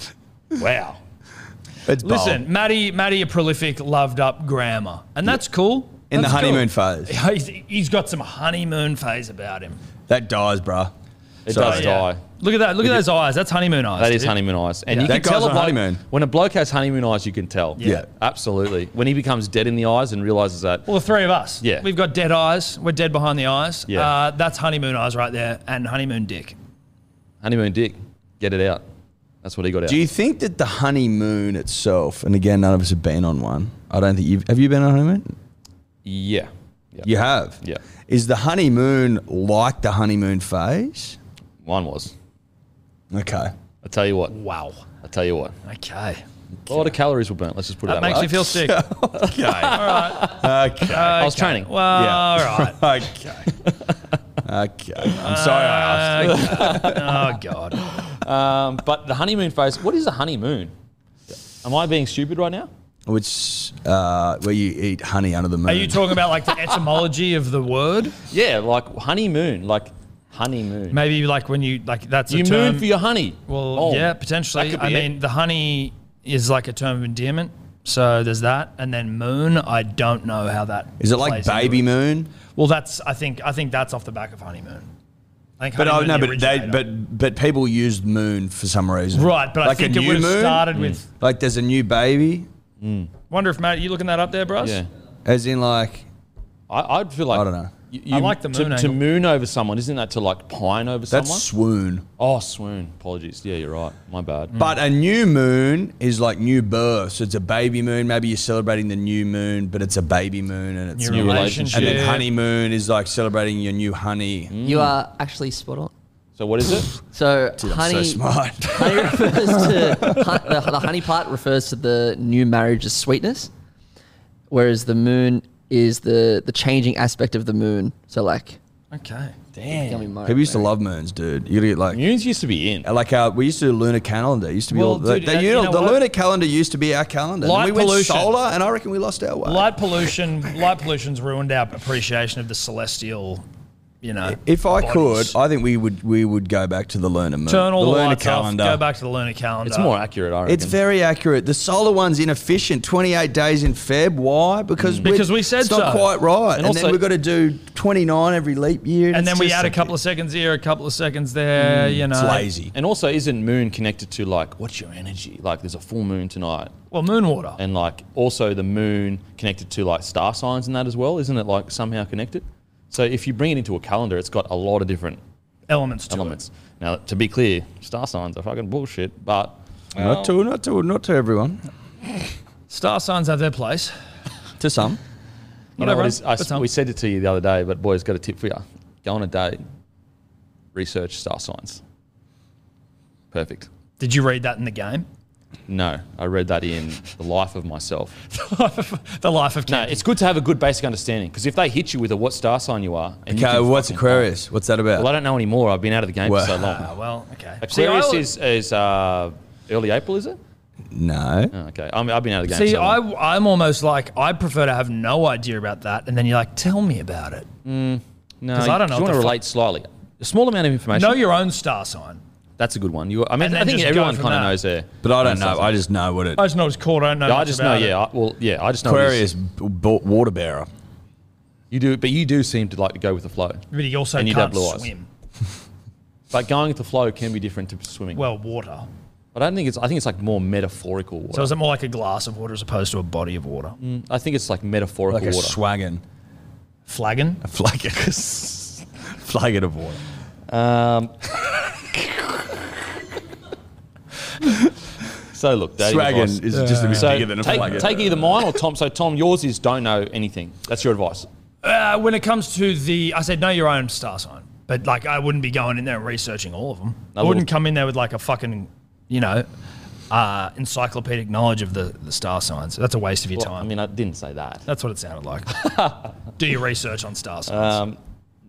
S1: wow.
S5: It's bold.
S4: Listen, Matty, Matty, a prolific, loved up grammar, and that's cool.
S5: In the
S4: That's cool.
S5: honeymoon
S4: <laughs>
S5: phase.
S4: He's, he's got some honeymoon phase about him.
S5: That dies, bruh.
S1: It
S5: Sorry.
S1: does
S5: Yeah.
S1: die.
S4: Oh, Look at that. Look at those eyes. That's honeymoon eyes.
S1: That is
S4: dude.
S1: honeymoon eyes, and
S4: Yeah.
S1: you
S5: That
S1: can tell
S5: guy's
S1: a
S5: on
S1: bloke,
S5: honeymoon.
S1: when a bloke has honeymoon eyes. You can tell.
S5: Yeah.
S1: absolutely. When he becomes dead in the eyes and realizes that,
S4: Well, the three of us.
S1: Yeah.
S4: We've got dead eyes. We're dead behind the eyes.
S1: Yeah.
S4: Uh, that's honeymoon eyes right there and honeymoon dick.
S1: honeymoon dick, get it out. That's what he got out.
S5: Do you think that the honeymoon itself, and again, none of us have been on one. I don't think you've. Have you been on a honeymoon?
S1: yeah, yeah.
S5: You have.
S1: Yeah.
S5: Is the honeymoon like the honeymoon phase?
S1: Mine was.
S5: Okay.
S1: I tell you what.
S4: Wow.
S1: I tell you what.
S4: Okay.
S1: A lot of calories were burnt. Let's just put it that,
S4: That makes
S1: way.
S4: me
S1: <laughs>
S4: feel sick.
S5: Okay. all right. Okay.
S1: I was training.
S4: Well, all
S1: <laughs>
S4: right.
S5: <laughs> okay. okay. I'm sorry I asked.
S4: Oh, God.
S1: Um, but the honeymoon phase. What is a honeymoon? Am I being stupid right now?
S5: Which, uh, where you eat honey under the moon.
S4: Are you talking about like the etymology of the word?
S1: Yeah, like honeymoon, like honeymoon.
S4: Maybe like when you, like, that's
S1: you
S4: a term.
S1: moon for your honey.
S4: Well,
S1: Oh,
S4: yeah,
S1: that
S4: potentially.
S1: could
S4: I
S1: be it.
S4: mean, the honey is like a term of endearment. So there's that. And then moon, I don't know how that
S5: Is it like
S4: plays into
S5: baby
S4: it.
S5: moon?
S4: Well, that's, I think, I think that's off the back of honeymoon. I think
S5: But I
S4: honeymoon the
S5: no, but they,
S4: originator.
S5: but but people used moon for some reason.
S4: Right, but I
S5: Like a
S4: think it
S5: new
S4: would have
S5: moon?
S4: started with.
S1: Hmm.
S5: Like there's a new baby,
S4: Wonder if Matt, you looking that up there, bros?
S1: Yeah.
S5: as in like
S1: I, I'd feel like
S5: I don't know.
S1: You,
S4: I
S1: you-
S4: like the moon
S1: to, to
S4: angle.
S1: moon over someone, isn't that to like pine over
S5: that's
S1: someone?
S4: Hmm.
S5: swoon.
S1: oh, swoon. Apologies. Yeah, you're right. My bad.
S5: But a new moon is like new birth. So it's a baby moon. Maybe you're celebrating the new moon, but it's a baby moon and it's
S4: Your
S1: New
S4: relationship.
S1: relationship.
S5: and then honeymoon is like celebrating your new honey.
S4: Mm.
S3: You are actually spot on.
S1: So what is it?
S3: So
S5: Dude, I'm
S3: honey,
S5: so smart.
S4: <laughs>
S5: <laughs>
S3: honey refers to hu- the, the honey part refers to the new marriage's sweetness, whereas the moon is the the changing aspect of the moon. So like,
S4: Okay.
S3: becoming mar-
S5: People used to love moons, dude. You gotta get like
S1: Moons used to be in.
S5: like our, we used to do lunar calendar. It used to be
S4: Well,
S5: all the,
S4: dude,
S5: the,
S4: uh,
S5: you
S4: you
S5: know,
S4: know
S5: the
S4: what?
S5: lunar calendar used to be our calendar.
S4: Light
S5: and we went
S4: pollution.
S5: solar, and I reckon we lost our way.
S4: Light pollution. light pollution's ruined our appreciation of the celestial. You know.
S5: If I
S4: bodies.
S5: could, I think we would we would go back to the lunar moon.
S4: turn all the,
S5: lunar
S4: lights off. Go back to the lunar calendar.
S1: It's more accurate, I reckon.
S5: It's very accurate. The solar one's inefficient. Twenty eight days in Feb. Why? Because we're-
S4: Mm. Because we said
S5: it's not
S4: so.
S5: quite right. And,
S1: also-
S5: then we've got to do twenty nine every leap year.
S4: And then
S5: it's
S4: we
S5: just
S4: add a
S5: like-
S4: couple of seconds here, a couple of seconds there. you know.
S5: It's lazy.
S1: And also, isn't moon connected to like what's your energy? Like, there's a full moon tonight,
S4: Well, moon water.
S1: and like also the moon connected to like star signs and that as well. Isn't it like somehow connected? So if you bring it into a calendar, it's got a lot of different
S4: elements to
S1: elements. Now, to be clear, star signs are fucking bullshit, but
S4: Um,
S5: Not to not to not to everyone.
S4: it. Star signs have their place.
S5: To some.
S1: You
S4: Not
S1: know what
S4: everyone,
S1: is- I
S4: but
S1: s-
S4: some.
S1: we said it to you the other day, but boys, got a tip for you. Go on a date, research star signs. Perfect.
S4: Did you read that in the game? <laughs>
S1: No, I read that in The Life of Myself.
S4: the life of
S1: No,
S4: Ken.
S1: it's good to have a good basic understanding because if they hit you with a what star sign you are, and you
S5: Okay,
S1: can
S5: what's
S1: fucking-
S5: Aquarius? What's that about?
S1: Well, I don't know anymore. I've been out of the game
S5: Well-
S1: for so
S4: Ah,
S1: long.
S4: well, okay. See, I
S1: Uh, Aquarius
S4: al-
S1: is, is uh, early April, is it?
S5: no.
S1: Oh, okay, I'm, I've been out of the game.
S4: See,
S1: so
S4: I,
S1: long.
S4: I'm almost like I prefer to have no idea about that, and then you're like, "Tell me about it."
S1: no,
S4: 'cause I don't know
S1: Do you
S4: what
S1: want
S4: the
S1: to
S4: fu-
S1: relate slightly? A small amount of information.
S4: Know your own star sign.
S1: That's a good one. You, I mean,
S4: And
S1: I
S4: then
S1: think
S4: just go
S1: everyone
S4: from
S1: kind of
S4: that.
S1: knows there.
S5: But I don't know. I just know what it.
S4: I just know it's called. I don't know.
S1: I
S4: much
S1: just know.
S4: about it.
S1: Yeah. I, well, yeah. I just know. what it is.
S5: Aquarius b- b- water bearer.
S1: You do, but you do seem to like to go with the flow.
S4: but you also
S1: And you
S4: can't
S1: don't blue eyes.
S4: swim.
S1: But going with the flow can be different to swimming.
S4: Well, water.
S1: I don't think it's. I think it's like more metaphorical water.
S4: So is it more like a glass of water as opposed to a body of water?
S1: I think it's like metaphorical
S5: Like a
S1: water.
S5: swaggin.
S4: Flagon.
S5: A flagon. <laughs> flagon of water.
S1: so look, dating advice.
S5: Swaggin is just a bit
S1: So
S5: bigger than a
S1: take,
S5: flagon.
S1: take either mine or Tom. So Tom, yours is don't know anything. That's your advice.
S4: Uh, when it comes to the, I said know your own star sign, but like I wouldn't be going in there and researching all of them. I
S1: well-
S4: wouldn't come in there with like a fucking, you know, uh, encyclopedic knowledge of the, the star signs. That's a waste of your
S1: Well,
S4: time.
S1: I mean, I didn't say that.
S4: That's what it sounded
S5: <laughs>
S4: like. Do your research on star signs.
S5: Uh,
S1: Um,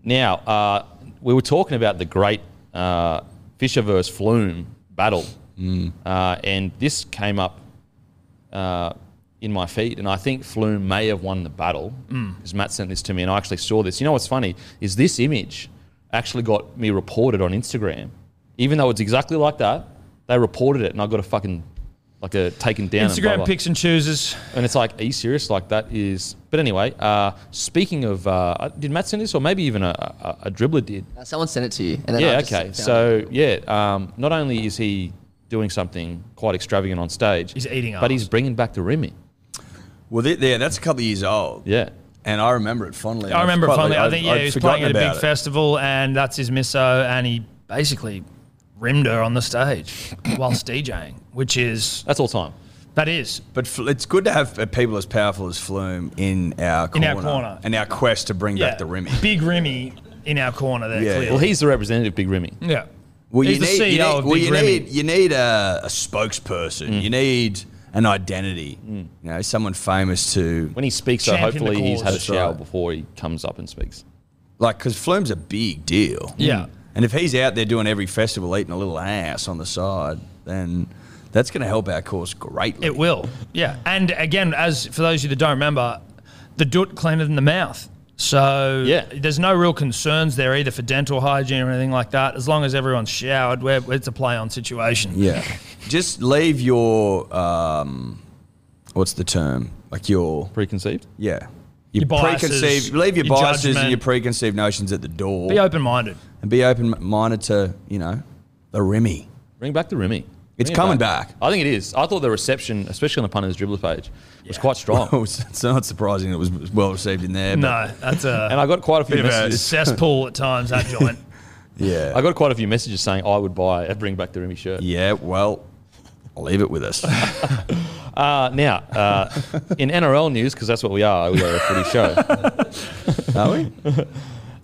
S1: now uh, we were talking about the great uh, Fisher versus Flume battle, uh, and this came up uh, in my feed, and I think Flume may have won the battle because Matt sent this to me, and I actually saw this. You know what's funny is this image actually got me reported on Instagram, even though it's exactly like that. They reported it, and I got a fucking like a taken down. and blah,
S4: Instagram
S1: blah.
S4: picks and chooses.
S1: And it's like, are you serious? Like that is. But anyway, uh, speaking of, uh, did Matt send this, or maybe even a, a, a dribbler did?
S3: Uh, someone sent it to you. And then I
S1: yeah.
S3: just
S1: Okay.
S3: found it.
S1: So yeah, um, not only is he doing something quite extravagant on stage,
S4: He's eating
S1: but he's
S4: arse.
S1: bringing back the Remy.
S5: Well, th- yeah, that's a couple of years old.
S1: Yeah.
S5: And I remember it fondly.
S4: I remember it
S5: Quite
S4: finally.
S5: like-
S4: I think
S5: I'd-
S4: yeah,
S5: I'd
S4: he was
S5: forgotten
S4: playing at a big
S5: about it.
S4: festival, and that's his misso, and he basically rimmed her on the stage
S5: <laughs>
S4: whilst DJing, which is
S1: That's all time.
S4: that is
S5: But fl- it's good to have uh, people as powerful as Flume in our
S4: In
S5: corner.
S4: our corner.
S5: And our quest to bring
S4: yeah,
S5: back the Remy.
S4: big Remy in our corner there.
S5: Yeah.
S4: clearly.
S1: Well, he's the representative, Big Remy.
S4: Yeah.
S5: Well,
S4: He's
S5: you
S4: the CEO
S5: need, you need,
S4: of
S5: well,
S4: Big
S5: you
S4: Remy. Mm.
S5: need, you need a, a spokesperson. You need an identity. You know, someone famous to
S1: When he speaks, so
S4: Champion the
S1: hopefully he's
S4: cause.
S1: had a
S4: That's
S1: shower
S5: right.
S1: before he comes up and speaks.
S5: like because Flume's a big deal.
S4: Yeah.
S5: And if he's out there doing every festival, eating a little ass on the side, then that's going to help our cause greatly.
S4: It will. Yeah. And again, as for those of you that don't remember, the doot cleaner than the mouth. So
S1: Yeah.
S4: there's no real concerns there either for dental hygiene or anything like that. As long as everyone's showered, we're, it's a play on situation.
S5: Yeah. Just leave your um, what's the term? Like your
S1: Preconceived.
S5: yeah.
S4: Your biases,
S5: preconceived, leave your,
S4: your
S5: biases
S4: judgment.
S5: and your preconceived notions at the door,
S4: Be open minded.
S5: and be open-minded to you know the Remy.
S1: Bring back the Remy.
S5: It's
S1: Bring it
S5: coming back.
S1: I think it is. I thought the reception, especially on the punters dribblers page, was quite
S5: <laughs>
S1: strong.
S3: <laughs>
S5: Oh, it's it's not surprising it was well received in there. But
S4: No, that's
S1: and
S4: a
S1: I got quite a few
S5: Bit of a-
S1: messages.
S4: cesspool at times, that joint.
S1: <laughs>
S5: Yeah.
S1: I got quite a few messages saying I would buy a bring back the Remy shirt.
S5: yeah. Well, I'll leave it
S1: <laughs>
S5: with us.
S1: Uh, now, uh, in NRL news, because that's what we are, we are a footy
S4: <laughs>
S1: show.
S5: Are we?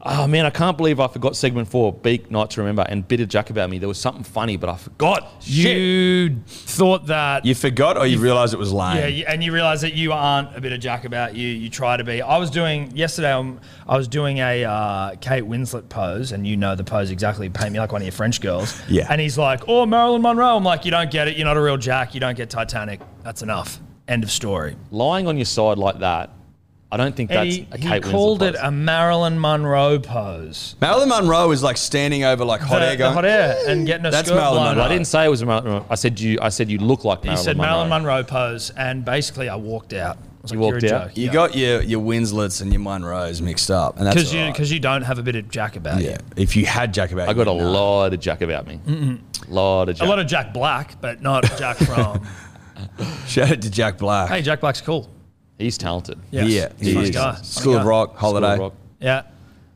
S1: oh man, I can't believe I forgot segment four, Beak Night to Remember, and Bitter Jack about me. There was something funny, but I forgot. Shit.
S4: You thought that.
S5: You forgot, or you realised it was lame.
S4: Yeah, you- and you realize that you aren't a bit of jack about you. You try to be. I was doing yesterday. Um, I was doing a uh, Kate Winslet pose, and you know the pose exactly. Paint me like one of your French girls.
S5: Yeah.
S4: And he's like, "Oh, Marilyn Monroe." I'm like, "You don't get it. You're not a real jack. You don't get Titanic. That's enough. End of story."
S1: Lying on your side like that, I don't think that's
S4: he
S1: a
S4: he
S1: Kate
S4: called
S1: Winslet
S4: it
S1: pose.
S4: a Marilyn Monroe pose.
S5: Marilyn Monroe is like standing over like hot
S4: The-
S5: air
S4: the
S5: going.
S4: hot air and getting a
S5: That's
S4: skirt
S5: Marilyn
S4: blown
S5: Monroe.
S1: Well, I
S4: up.
S1: didn't say it was a Marilyn Monroe. I said you. I said you look like
S4: He
S1: Marilyn
S4: said
S1: Monroe.
S4: Marilyn Monroe pose, and basically I walked out. I was
S1: You
S4: like, "You're
S1: walked
S4: a
S1: out?
S4: joke."
S5: You got your your Winslets and your Monroes mixed up, and that's
S4: because you
S5: alright.
S4: because you don't have a bit of jack about you.
S5: yeah. If you had Jack about,
S1: I got a
S5: you, no.
S1: lot of Jack about me. Lot of Jack.
S4: A lot of Jack Black, but not <laughs> Jack from.
S5: Shout out to Jack Black.
S4: hey, Jack Black's cool.
S1: He's talented.
S4: Yeah,
S5: yeah,
S4: he's a
S5: he
S4: funny
S5: is.
S4: guy.
S5: School
S4: Funny
S5: of
S4: guy.
S5: Rock, Holiday.
S1: School of Rock.
S4: Yeah,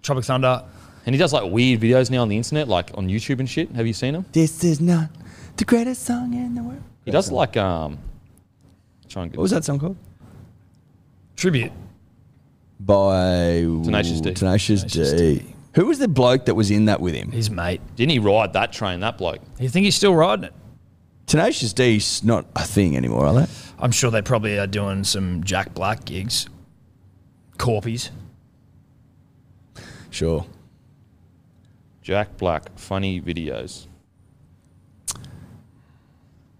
S4: Tropic Thunder.
S1: And he does like weird videos now on the internet, like on YouTube and shit. Have you seen him?
S5: This is not the greatest song in the world.
S1: He does like um. Try and get
S5: What was that song called?
S4: Tribute.
S5: By
S1: Tenacious D.
S5: Tenacious, D. Who was the bloke that was in that with him?
S4: His mate.
S1: Didn't he ride that train, that bloke?
S4: You think he's still riding it?
S5: Tenacious D's not a thing anymore, are they?
S4: I'm sure they probably are doing some Jack Black gigs. Corpies.
S5: Sure.
S1: Jack Black, funny videos.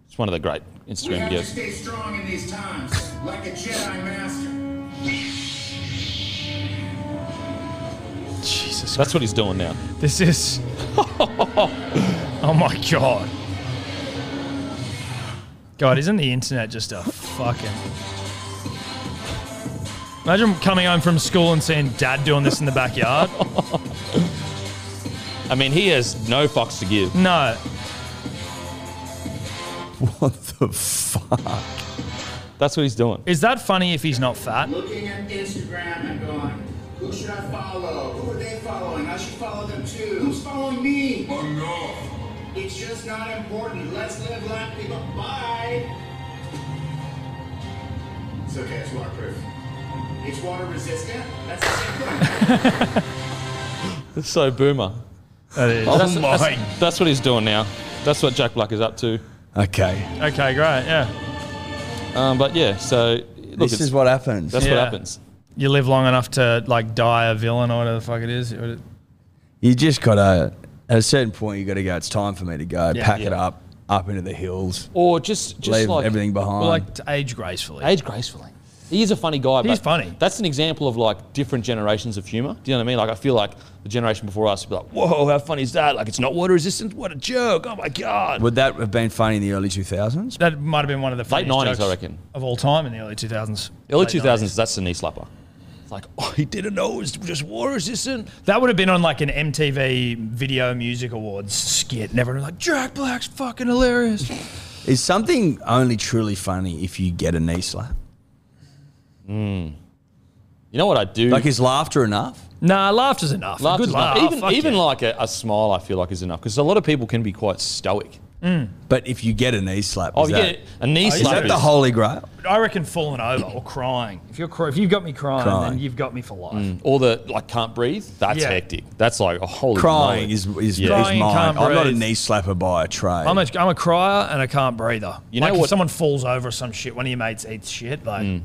S1: It's one of the great
S6: We
S1: Instagram
S6: have to
S1: videos.
S6: stay strong in these times, like a Jedi master.
S1: Jesus, that's what he's doing now.
S4: This is. <laughs> oh my god. God, isn't the internet just a fucking. Imagine coming home from school and seeing dad doing this in the backyard. <laughs>
S1: I mean, he has no fucks to give.
S4: No.
S5: <laughs> What the fuck?
S1: That's what he's doing.
S4: Is that funny if he's not fat?
S6: Looking at Instagram and going, who should I follow? Who are they following? I should follow them too. Who's following me? Oh no. It's just not important. Let's live life. People. Bye. It's okay. It's waterproof. It's water resistant. That's the same thing.
S1: It's so boomer.
S4: That is.
S1: That's, that's, that's what he's doing now. That's what Jack Black is up to.
S5: Okay.
S4: Okay, great. Yeah.
S1: Um, but yeah, so look,
S5: this
S1: it's-
S5: is what happens.
S1: that's
S4: Yeah.
S1: what happens.
S4: You live long enough to like die a villain or whatever the fuck it is. It would-
S5: You just gotta at a certain point you gotta go, it's time for me to go,
S4: Yeah.
S5: pack it
S1: Yeah.
S5: up, up into the hills,
S1: Or just, just
S5: leave
S1: like
S5: everything behind.
S4: Well, like to age gracefully.
S1: age gracefully. He is a funny guy.
S4: He's
S1: but
S4: funny.
S1: That's an example of like different generations of humor. Do you know what I mean? Like I feel like the generation before us would be like, "Whoa, how funny is that? Like it's not water resistant. What a joke! Oh my god!"
S5: Would that have been funny in the early two thousands?
S4: That might have been one of the
S1: Late 90s,
S4: funniest jokes
S1: I reckon.
S4: of all time in the early 2000s.
S1: Early
S4: Late
S1: two thousands. That's the knee slapper. It's like, oh, he didn't know it was just water resistant.
S4: That would have been on like an MTV Video Music Awards skit, and everyone was like, Jack Black's fucking hilarious.
S5: Is something only truly funny if you get a knee slap?
S1: You know what I do?
S5: Like is laughter enough?
S4: nah, laughter's enough.
S1: Laughter's
S4: Good
S1: not-
S4: laugh.
S1: Even,
S4: Fuck
S1: even
S4: yeah.
S1: like a, a smile, I feel like is enough because a lot of people can be quite stoic.
S5: But if you get a knee slap,
S1: Oh,
S5: is,
S1: you
S5: that,
S1: get a knee
S5: is
S1: slap.
S5: that the
S1: is-
S5: holy grail?
S4: I reckon falling over or crying. If you're cry- if you've got me crying,
S5: Crying.
S4: then you've got me for life.
S1: Or the like can't breathe. That's
S4: Yeah.
S1: hectic. That's like a holy
S5: Crying
S1: moly.
S5: is is,
S1: Yeah.
S5: is
S4: Crying
S5: mine.
S4: can't
S5: I'm not a
S4: breathe.
S5: knee slapper by a trade.
S4: I'm a, I'm a crier and a can't breather.
S1: You
S4: like
S1: know
S4: if
S1: what-
S4: someone falls over or some shit, one of your mates eats shit, like
S1: You,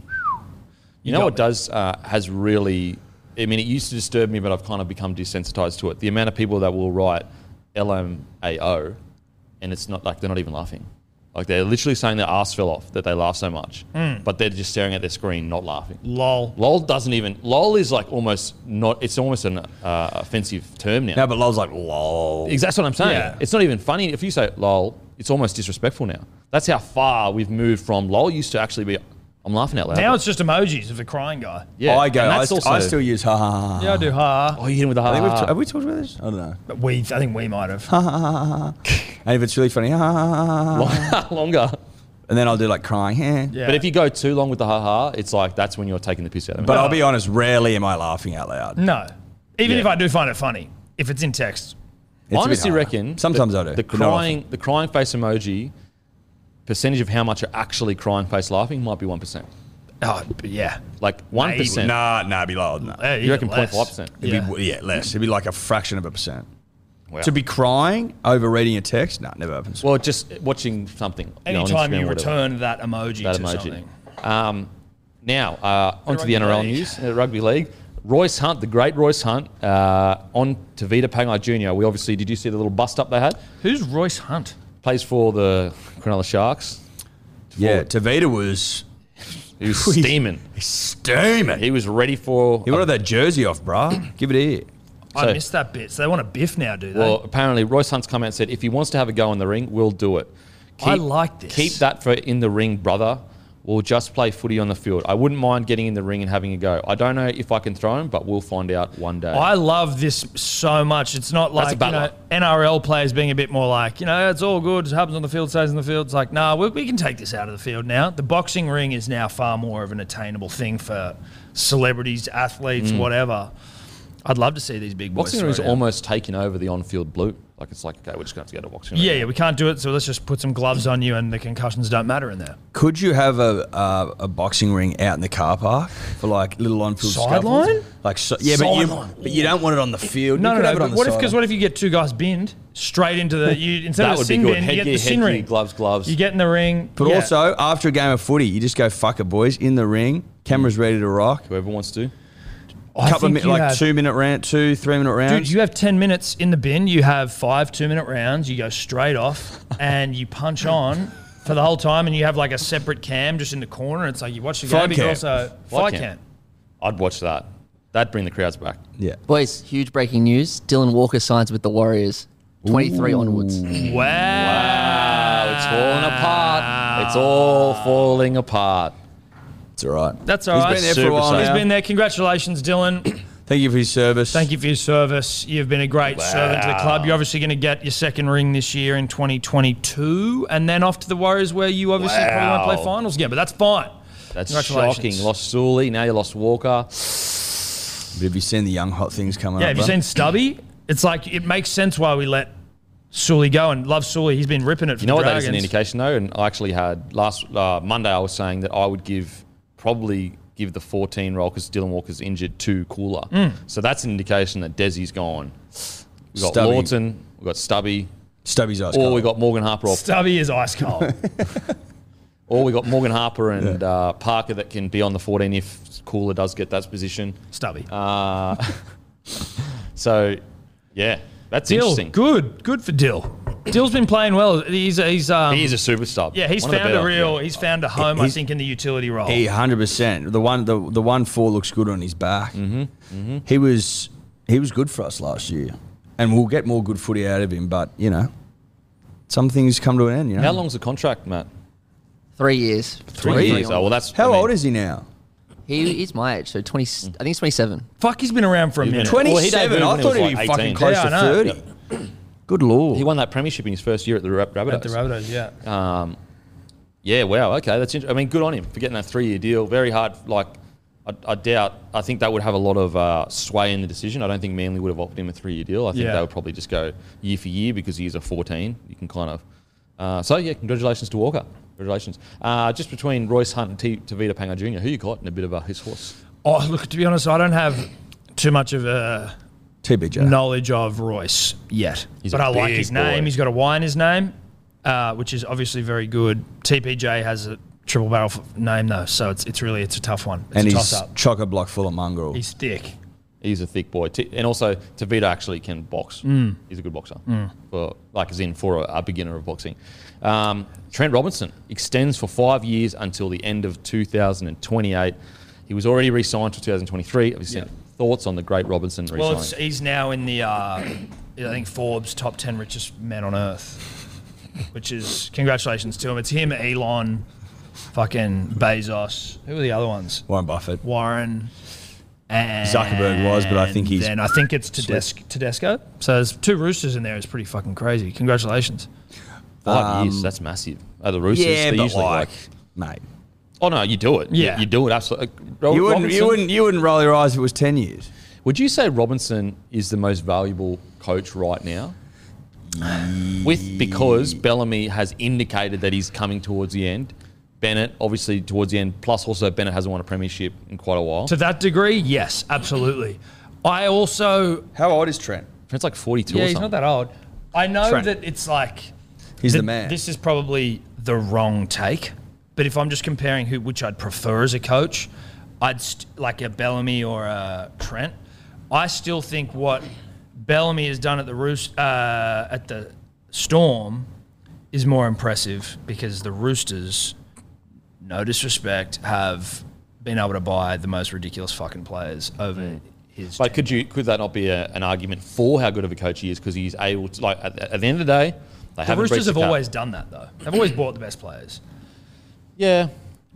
S1: know
S4: got
S1: what
S4: me.
S1: does uh, has really. I mean, it used to disturb me, but I've kind of become desensitized to it. The amount of people that will write LMAO, and it's not like they're not even laughing. Like they're literally saying their ass fell off that they laugh so much, but they're just staring at their screen, not laughing.
S4: lol.
S1: LOL doesn't even. LOL is like almost not. It's almost an uh, offensive term now.
S5: no, but Lol's like lol.
S1: Exactly that's what I'm saying.
S4: Yeah.
S1: It's not even funny. If you say lol, it's almost disrespectful now. That's how far we've moved from lol used to actually be. I'm laughing out loud.
S4: Now it's just emojis of the crying guy.
S1: yeah,
S5: I go.
S1: and
S5: I,
S1: that's
S5: st- I still use ha ha ha. ha.
S4: Yeah, I do ha.
S1: Oh, you hit him with a
S5: I
S1: ha.
S5: think we've
S1: ha,
S5: t-
S1: ha.
S5: have we talked about this? I don't know.
S4: But we, I think we might have.
S5: And if it's really funny, ha ha ha, ha, ha,
S1: <laughs>
S5: ha.
S1: longer.
S5: and then I'll do like crying. eh.
S4: Yeah.
S1: But if you go too long with the ha ha, it's like that's when you're taking the piss out of me.
S5: But I'll be honest. Rarely am I laughing out loud.
S4: no, even
S1: Yeah.
S4: if I do find it funny, if it's in text,
S5: It's a
S1: I
S5: bit
S1: honestly
S5: harder.
S1: reckon
S5: Sometimes
S1: the,
S5: I do.
S1: The
S5: but not often.
S1: crying, the crying face emoji percentage of how much are actually crying face laughing might be one percent.
S4: oh yeah,
S1: Like one percent.
S5: Nah, nah, it'd be loud. Nah.
S4: Hey,
S1: You reckon
S4: less.
S1: 0.5%?
S5: It'd
S4: Eh, Yeah.
S5: Be, yeah, less. It'd be like a fraction of a percent. To be crying over reading a text, nah, never happens.
S1: Well, just watching something. you know, on
S4: Anytime
S1: Instagram
S4: you
S1: or whatever.
S4: return that emoji
S1: that
S4: to
S1: emoji.
S4: something.
S1: Um, now, uh, onto the
S4: rugby
S1: NRL
S4: league.
S1: news, uh, rugby league. Royce Hunt, the great Royce Hunt, uh, on to Vita Pangai Jr. We obviously, did you see the little bust up they had?
S4: Who's Royce Hunt?
S1: Plays for the Cronulla Sharks.
S5: yeah, Tavita was
S1: He
S4: <laughs>
S1: was steaming.
S5: steaming.
S1: He was ready for.
S5: He wanted that jersey
S4: <clears throat>
S5: off, bruh. Give it here.
S4: I
S1: So-
S4: missed that bit. So they want a biff now, do they?
S1: well, apparently, Royce Hunt's come out and said if he wants to have a go in the ring, we'll do it.
S4: I like this.
S1: Keep that for in the ring, brother. We'll just play footy on the field. I wouldn't mind getting in the ring and having a go. I don't know if I can throw him, but we'll find out one day.
S4: I love this so much. It's not
S1: That's
S4: like
S1: a
S4: you know, NRL players being a bit more like, you know, it's all good. It happens on the field, stays on the field. It's like, nah, we, we can take this out of the field now. The boxing ring is now far more of an attainable thing for celebrities, athletes, whatever. I'd love to see these big boys.
S1: Boxing
S4: throw
S1: is
S4: down.
S1: almost taking over the on-field blue. Like it's like okay, we're just going to have to go to boxing.
S4: Yeah,
S1: Arena.
S4: yeah, we can't do it, so let's just put some gloves on you, and the concussions don't matter in there.
S5: Could you have a uh, a boxing ring out in the car park for like little on-field scuffles?
S4: Sideline?
S5: Like so, yeah, but you,
S4: Sideline.
S5: but you don't want it on the field.
S4: No, no,
S5: you could
S4: no.
S5: have it on
S4: But
S5: the
S4: what if because
S5: sideline.
S4: what if you get two guys binned straight into the you instead
S1: that
S4: of a
S1: would be
S4: sin
S1: good.
S4: bin, you get
S1: Headgear,
S4: the sin
S1: headgear,
S4: ring.
S1: gloves, gloves.
S4: You get in the ring,
S5: But
S4: yeah.
S5: also after a game of footy, you just go fuck it, boys, in the ring, cameras ready to rock.
S1: Whoever wants to.
S4: I
S5: couple
S4: think
S5: of minutes,
S4: you
S5: like
S4: have-
S5: two minute round, two three minute
S4: Dude,
S5: rounds.
S4: you have 10 minutes in the bin. You have five two minute rounds. You go straight off and you punch on for the whole time. And you have like a separate cam just in the corner. It's like you watch the game.
S5: Fight
S4: but
S5: cam.
S4: You also,
S1: Fight
S4: fight
S1: cam.
S4: cam.
S1: I'd watch that. That'd bring the crowds back.
S5: yeah,
S3: Boys, huge breaking news. Dylan Walker signs with the Warriors. 23 onwards.
S4: Wow.
S1: Wow, it's falling apart. It's all falling apart.
S5: it's all right.
S4: That's all
S5: He's
S4: right.
S5: been there for a while
S1: Super
S5: now.
S4: He's been there. Congratulations, Dylan.
S5: Thank you for your service.
S4: Thank you for your service. You've been a great servant to the club. You're obviously going to get your second ring this year in 2022, and then off to the Warriors, where you obviously probably won't play
S1: Wow.
S4: finals again. But that's fine.
S1: That's
S4: Congratulations.
S1: shocking. Lost Sully, now you lost Walker.
S5: But have you seen the young hot things coming
S4: Yeah,
S5: up?
S4: have you
S5: bro?
S4: seen Stubby? It's like it makes sense why we let Sully go and love Sully. He's been ripping it.
S1: You know what that is an indication though, and I actually had last uh, Monday I was saying that I would give probably give the 14 role because Dylan Walker's injured to Cooler, so that's an indication that Desi's gone. We got
S5: Stubby.
S1: Lawton, we got Stubby,
S5: Stubby's eyes?
S1: or we
S5: cold.
S1: got Morgan Harper, or,
S4: Stubby is
S1: <laughs>
S4: ice cold.
S1: or we got Morgan Harper and uh, Parker that can be on the 14 if Cooler does get that position.
S4: Stubby.
S1: Uh, so, yeah, that's
S4: Dill,
S1: interesting.
S4: good, good for Dill. Dill's been playing well. He's he's um,
S1: He is a superstar.
S4: yeah he's
S1: One of the
S4: found a
S1: better,
S4: real
S1: yeah.
S4: he's found a home. I
S5: He's-
S4: think in the utility role.
S5: He hundred percent. The one the the one four looks good on his back. Mm-hmm. He was he was good for us last year, and we'll get more good footy out of him. But you know, some things come to an end. You know,
S1: How long's the contract, Matt?
S3: Three years.
S5: Three years.
S1: Oh, well, that's
S5: How
S1: I mean-
S5: old is he now?
S3: He, he's my age, so 20, I think he's 27.
S4: Fuck, he's been around for a minute.
S1: Well, he
S5: Twenty
S1: debuted
S5: seven.
S1: when
S5: I
S1: he
S5: thought
S1: was
S5: he'd be
S1: like 18.
S5: fucking close
S4: Yeah, I
S5: to
S4: know.
S5: thirty. Good lord.
S1: He won that premiership in his first year at the Rab- Rabbitohs. Um,
S4: At the Rabbitohs, yeah.
S1: Yeah, wow. Okay, that's. Int- I mean, good on him for getting that three-year deal. Very hard. Like, I, I doubt. I think that would have a lot of uh, sway in the decision. I don't think Manly would have offered him a three-year deal. I think
S4: Yeah.
S1: they would probably just go year for year because he is a 14. You can kind of. Uh, so yeah, congratulations to Walker. Congratulations. Uh, just between Royce Hunt and T- Tavita Pango Jr., who you got in a bit of a his horse?
S4: Oh, look, to be honest, I don't have too much of a
S5: TBJ.
S4: knowledge of Royce yet.
S1: He's
S4: but
S1: a
S4: I like
S1: big
S4: his name.
S1: boy.
S4: He's got a Y in his name, uh, which is obviously very good. TPJ has a triple barrel f- name though, so it's it's really it's a tough one. It's
S5: And
S4: a
S5: he's
S4: toss up.
S5: chock a block full of mongrel.
S4: He's thick.
S1: He's a thick boy, T- and also Tavita actually can box. He's a good boxer, for, like as in for a, a beginner of boxing. Um, Trent Robinson extends for five years until the end of 2028. He was already re-signed to 2023. Obviously, thoughts on the great Robinson re-signing?
S4: Well, it's, he's now in the uh, I think Forbes top ten richest men on earth, which is congratulations to him. It's him, Elon, fucking Bezos. Who are the other ones?
S5: Warren Buffett.
S4: Warren. And
S5: Uh, Zuckerberg was, but I think he's-
S4: Then I think it's Tedesco. Tedesco. So there's two roosters in there. It's pretty fucking crazy. Congratulations.
S1: five years.
S5: um,
S1: That's massive. Oh, the Roosters. they're usually like,
S5: mate.
S1: oh no, you do it. You-
S4: Yeah.
S1: you, do it. Absolutely. Ro-
S5: You wouldn't,
S1: Robinson-
S5: you wouldn't, you wouldn't roll your eyes if it was ten years.
S1: Would you say Robinson is the most valuable coach right now? With because Bellamy has indicated that he's coming towards the end. Bennett, obviously, towards the end. Plus, also Bennett hasn't won a premiership in quite a while.
S4: To that degree, yes, absolutely. I also
S5: How old is Trent?
S1: It's like forty-two.
S4: yeah,
S1: or
S4: he's
S1: something.
S4: not that old. I know
S5: Trent.
S4: that it's like
S5: He's
S4: Th-
S5: the man.
S4: This is probably the wrong take, but if I'm just comparing who, which I'd prefer as a coach, I'd st- like a Bellamy or a Trent. I still think what Bellamy has done at the Roost uh, at the Storm is more impressive because the Roosters, no disrespect, have been able to buy the most ridiculous fucking players over his.
S1: But could you could that not be a, an argument for how good of a coach he is because he's able to like at, at the end of the day they
S4: the
S1: haven't breached
S4: Roosters
S1: the
S4: have
S1: cap.
S4: always done that though. They've always bought the best players.
S1: yeah
S4: The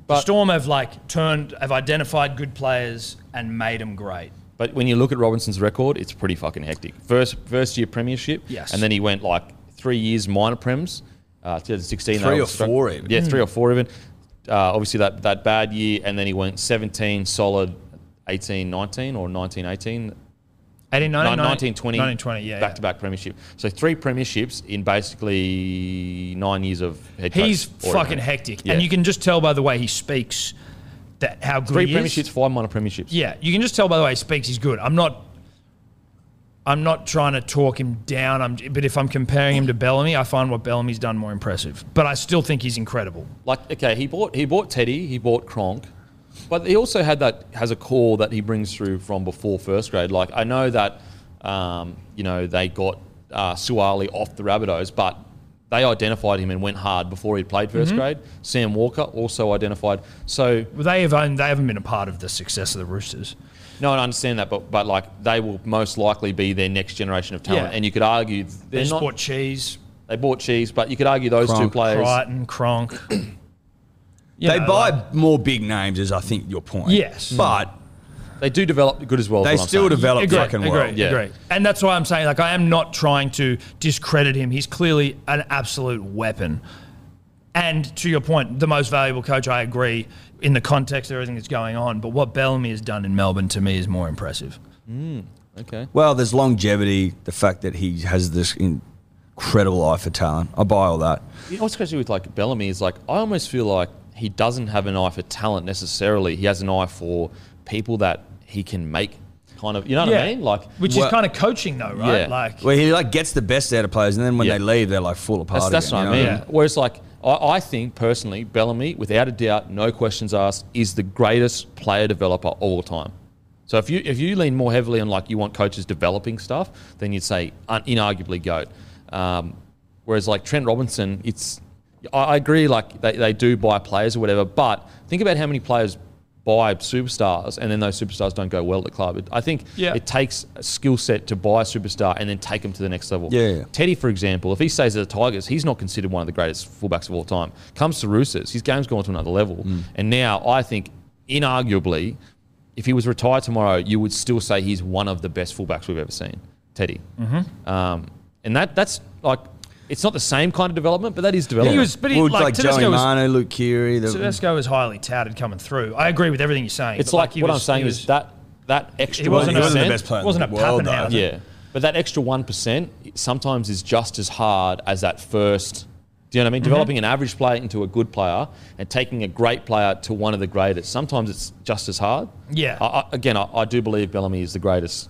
S1: but
S4: Storm have like turned, have identified good players and made them great.
S1: But when you look at Robinson's record, it's pretty fucking hectic. First first year premiership,
S4: Yes.
S1: and then he went like three years minor prems, uh, 2016. they
S5: Three
S1: were
S5: or four even.
S1: Yeah, three or four even. Uh, obviously that that bad year, and then he went 17 solid, 18 19 or 19 18.
S4: 18, 19,
S1: 19, 20,
S4: 1920, yeah,
S1: back
S4: yeah.
S1: to back premiership. So three premierships in basically nine years of head coach.
S4: He's
S1: or-
S4: fucking hectic,
S1: Yeah.
S4: and you can just tell by the way he speaks that how good
S1: three
S4: he is.
S1: premierships, five minor premierships.
S4: Yeah, you can just tell by the way he speaks. He's good. I'm not. I'm not trying to talk him down. I'm, but if I'm comparing him to Bellamy, I find what Bellamy's done more impressive. But I still think he's incredible.
S1: like okay, he bought he bought Teddy, he bought Kronk, but he also had that has a core that he brings through from before first grade. Like I know that um, you know they got uh, Suwali off the Rabbitohs, but they identified him and went hard before he played 1st
S4: Mm-hmm.
S1: grade. Sam Walker also identified. So
S4: Well, they have owned, they haven't been a part of the success of the Roosters.
S1: no, I understand that, but but like they will most likely be their next generation of talent,
S4: Yeah.
S1: and you could argue
S4: They
S1: they're
S4: just
S1: not.
S4: bought Cheese,
S1: they bought Cheese, but you could argue those two
S5: Kronk.
S1: players.
S4: Crichton, Cronk. You
S5: they
S4: know,
S5: buy
S4: like-
S5: more big names, is I think your point.
S4: Yes. Mm.
S5: but
S1: They do develop good as well. is
S5: they
S1: what I'm
S5: still
S1: saying.
S5: develop fucking
S4: agree,
S5: well.
S4: Agree,
S1: Yeah.
S4: And that's why I'm saying, like, I am not trying to discredit him. He's clearly an absolute weapon. And to your point, the most valuable coach, I agree, in the context of everything that's going on. But what Bellamy has done in Melbourne to me is more impressive.
S1: Okay.
S5: Well, there's longevity. The fact that he has this incredible eye for talent, I buy all that.
S1: You know what's crazy with like Bellamy is like I almost feel like he doesn't have an eye for talent necessarily. He has an eye for people that he can make kind of you know what I mean? Like
S4: which
S5: Well-
S4: is kind of coaching, though, right?
S1: Yeah.
S4: Like,
S5: Well, he like gets the best out of players, and then when
S1: Yeah.
S5: they leave, they're like full apart.
S1: that's, that's
S5: again,
S1: what I
S5: you know
S1: mean.
S5: what
S1: Whereas like I, I think personally, Bellamy, without a doubt, no questions asked, is the greatest player developer of all time. So if you if you lean more heavily on like you want coaches developing stuff, then you'd say un- inarguably goat. Um, whereas like Trent Robinson, it's I, I agree like they, they do buy players or whatever, but think about how many players buy superstars and then those superstars don't go well at the club. It, I think
S4: Yeah.
S1: it takes a skill set to buy a superstar and then take them to the next level.
S5: Yeah, yeah.
S1: Teddy, for example, if he stays at the Tigers, he's not considered one of the greatest fullbacks of all time. Comes to Roosters, his game's gone to another level. And now I think, inarguably, if he was retired tomorrow, you would still say he's one of the best fullbacks we've ever seen, Teddy.
S4: Mm-hmm.
S1: Um, and that that's like, it's not the same kind of development, but that is development.
S4: he was, but he,
S5: Well,
S4: like,
S5: like, Joey
S4: Tedesco, was,
S5: Mano, Luke Keary. the-
S4: Tedesco was highly touted coming through. I agree with everything you're saying.
S1: it's
S4: but,
S1: like,
S4: he
S1: what
S4: was-
S1: I'm saying
S4: he
S1: is that that extra
S4: He wasn't
S5: he
S4: a-
S5: wasn't the
S1: 1%,
S5: best player. in
S4: wasn't
S5: the
S4: a
S5: world, though.
S4: Pappenhausen.
S1: Yeah. But that extra 1% sometimes is just as hard as that first. Do you know what I mean? Developing an average player into a good player and taking a great player to one of the greatest. Sometimes it's just as hard.
S4: Yeah.
S1: I, I, again, I, I do believe Bellamy is the greatest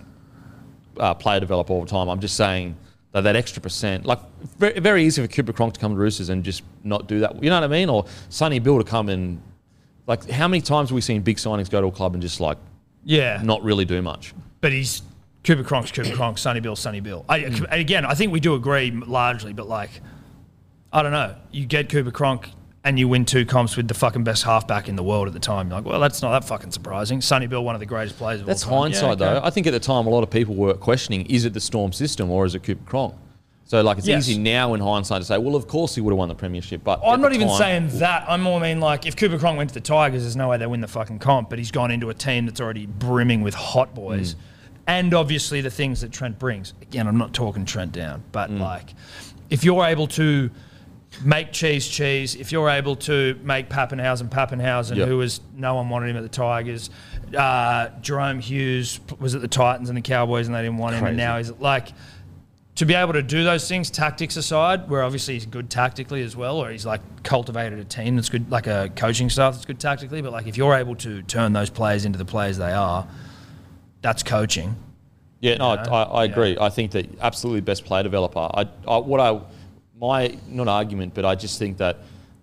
S1: uh, player developer all the time. I'm just saying that that extra percent, like very, very easy for Cooper Cronk to come to Roosters and just not do that. You know what I mean? Or Sonny Bill to come and, like, how many times have we seen big signings go to a club and just, like,
S4: yeah.
S1: not really do much?
S4: but he's Cooper Cronk's Cooper Cronk, Sonny Bill, Sonny Bill. I,
S1: Hmm.
S4: and Again, I think we do agree largely, but like, I don't know. You get Cooper Cronk and you win two comps with the fucking best halfback in the world at the time. You're like, well, that's not that fucking surprising. Sonny Bill, one of the greatest players of
S1: That's
S4: all time.
S1: hindsight, though. I think at the time, a lot of people were questioning: is it the Storm system or is it Cooper Cronk? So, like, it's
S4: Yes.
S1: easy now in hindsight to say, well, of course he would have won the premiership. But
S4: I'm
S1: at
S4: not
S1: the
S4: even
S1: time-
S4: saying that. I'm more mean like if Cooper Cronk went to the Tigers, there's no way they win the fucking comp. But he's gone into a team that's already brimming with hot
S1: Mm.
S4: boys, and obviously the things that Trent brings. Again, I'm not talking Trent down, but
S1: Mm.
S4: like if you're able to make cheese cheese, if you're able to make Pappenhausen Pappenhausen,
S1: Yep.
S4: who was no one wanted him at the Tigers, uh, Jerome Hughes p- was at the Titans and the Cowboys, and they didn't want him, and now he's like to be able to do those things, tactics aside, where obviously he's good tactically as well, or he's like cultivated a team that's good, like a coaching staff that's good tactically. But like if you're able to turn those players into the players they are, that's coaching.
S1: Yeah, no,
S4: know?
S1: I, I
S4: Yeah.
S1: agree. I think that absolutely best player developer. I, I what I my not argument, but I just think that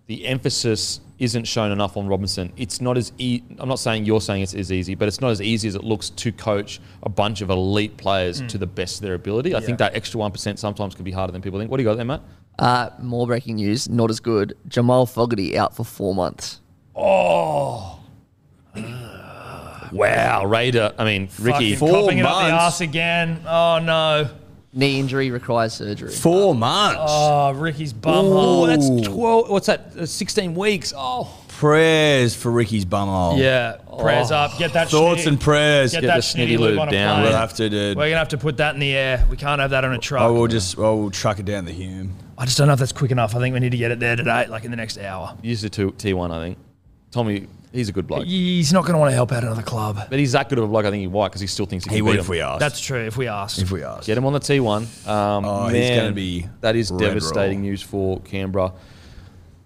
S1: the emphasis isn't shown enough on Robinson. It's not as e- I'm not saying you're saying it's as easy, but it's not as easy as it looks to coach a bunch of elite players
S4: Mm.
S1: to the best of their ability. I think that extra one percent sometimes can be harder than people think. What do you got there, Matt?
S3: Uh, more breaking news, not as good. Jamal Fogarty out for four months.
S1: Wow, Raider. I mean, Ricky.
S4: Fucking copping it up the
S5: months.
S4: arse again. Oh no.
S3: Knee injury requires surgery.
S5: Four months.
S4: Oh, Ricky's bum
S1: Oh,
S4: hole.
S1: that's twelve. What's that? Uh, Sixteen weeks. Oh,
S5: Prayers for Ricky's bumhole.
S4: Yeah. Prayers up. Get that
S5: Oh. Thoughts
S4: schnitt-
S5: and prayers.
S4: Get,
S1: Get
S4: that
S1: the
S4: snitty
S1: snitty
S4: lube,
S1: lube
S4: on a
S1: down.
S4: plane.
S5: We'll have to, dude.
S4: We're gonna have to put that in the air. We can't have that on a truck.
S5: I will just, I will truck it down the Hume.
S4: I just don't know if that's quick enough. I think we need to get it there today, like in the next hour.
S1: use the two, T1, I think. Tommy He's a good bloke.
S4: He's not going to want to help out another club.
S1: But he's that good of a bloke, I think he white because he still thinks he,
S5: He
S1: can
S5: would
S1: beat
S5: if
S1: him.
S5: we asked.
S4: That's true. If we asked,
S5: if we asked.
S1: Get him on the T1. Um,
S5: Oh, he's
S1: man,
S5: gonna be
S1: That is
S5: red
S1: devastating
S5: roll.
S1: news for Canberra.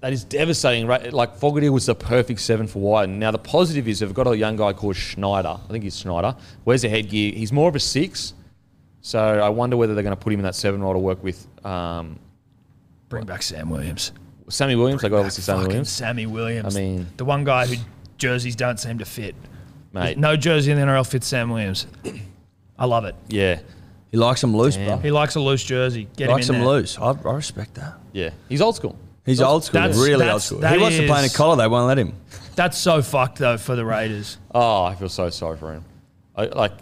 S1: That is devastating. Right? Like Fogarty was the perfect seven for Wyden. Now the positive is they've got a young guy called Schneider. I think he's Schneider. Where's the headgear? He's more of a six. So I wonder whether they're going to put him in that seven role to work with um,
S4: bring back Sam Williams.
S1: Sammy Williams. They got obviously Sammy
S4: Fucking
S1: Williams.
S4: Sammy Williams.
S1: I mean-
S4: the one guy who jerseys don't seem to fit.
S1: Mate.
S4: No jersey in the NRL fits Sam Williams. I love it.
S1: Yeah,
S5: He likes them loose, bro.
S4: He likes a loose jersey. Get
S5: likes
S4: him
S5: them
S4: in there.
S5: loose. I, I respect that.
S1: yeah. He's old school.
S5: He's old school,
S4: that's-
S5: really
S4: that's-
S5: old school.
S4: that
S5: He wants to play in a
S4: is-
S5: collar, they won't let him.
S4: That's so fucked though for the Raiders.
S1: Oh, I feel so sorry for him. I, like,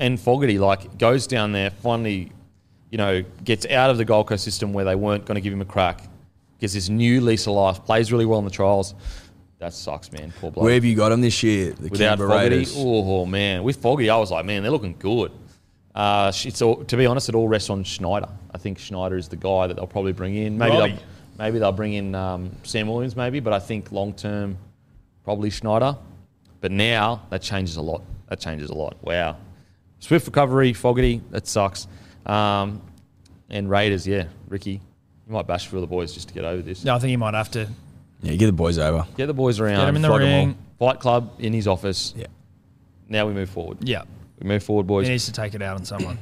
S1: and Fogarty like goes down there, finally, you know, gets out of the Gold Coast system where they weren't going to give him a crack. Gets this new lease of life, plays really well in the trials. That sucks, man. Poor bloke.
S5: Where have you got him this year? The
S1: Without
S5: Canberra
S1: Fogarty,
S5: Raiders.
S1: oh man, with Fogarty, I was like, man, they're looking good. Uh, sh- it's all, to be honest, it all rests on Schneider. I think Schneider is the guy that they'll probably bring in. Maybe
S4: Robbie.
S1: they'll, maybe they'll bring in um, Sam Williams, maybe, but I think long term, probably Schneider. But now that changes a lot. That changes a lot. Wow, swift recovery, Fogarty. That sucks. Um, and Raiders, yeah, Ricky, you might bash for the boys just to get over this.
S4: No, I think he might have to.
S5: Yeah, get the boys over.
S1: Get the boys around.
S4: Get 'em in the
S1: flog 'em all.
S4: ring.
S1: Fight club in his office.
S5: Yeah.
S1: Now we move forward.
S4: Yeah,
S1: We move forward,
S4: he
S1: boys.
S4: needs to take it out
S1: <clears throat>
S4: on someone.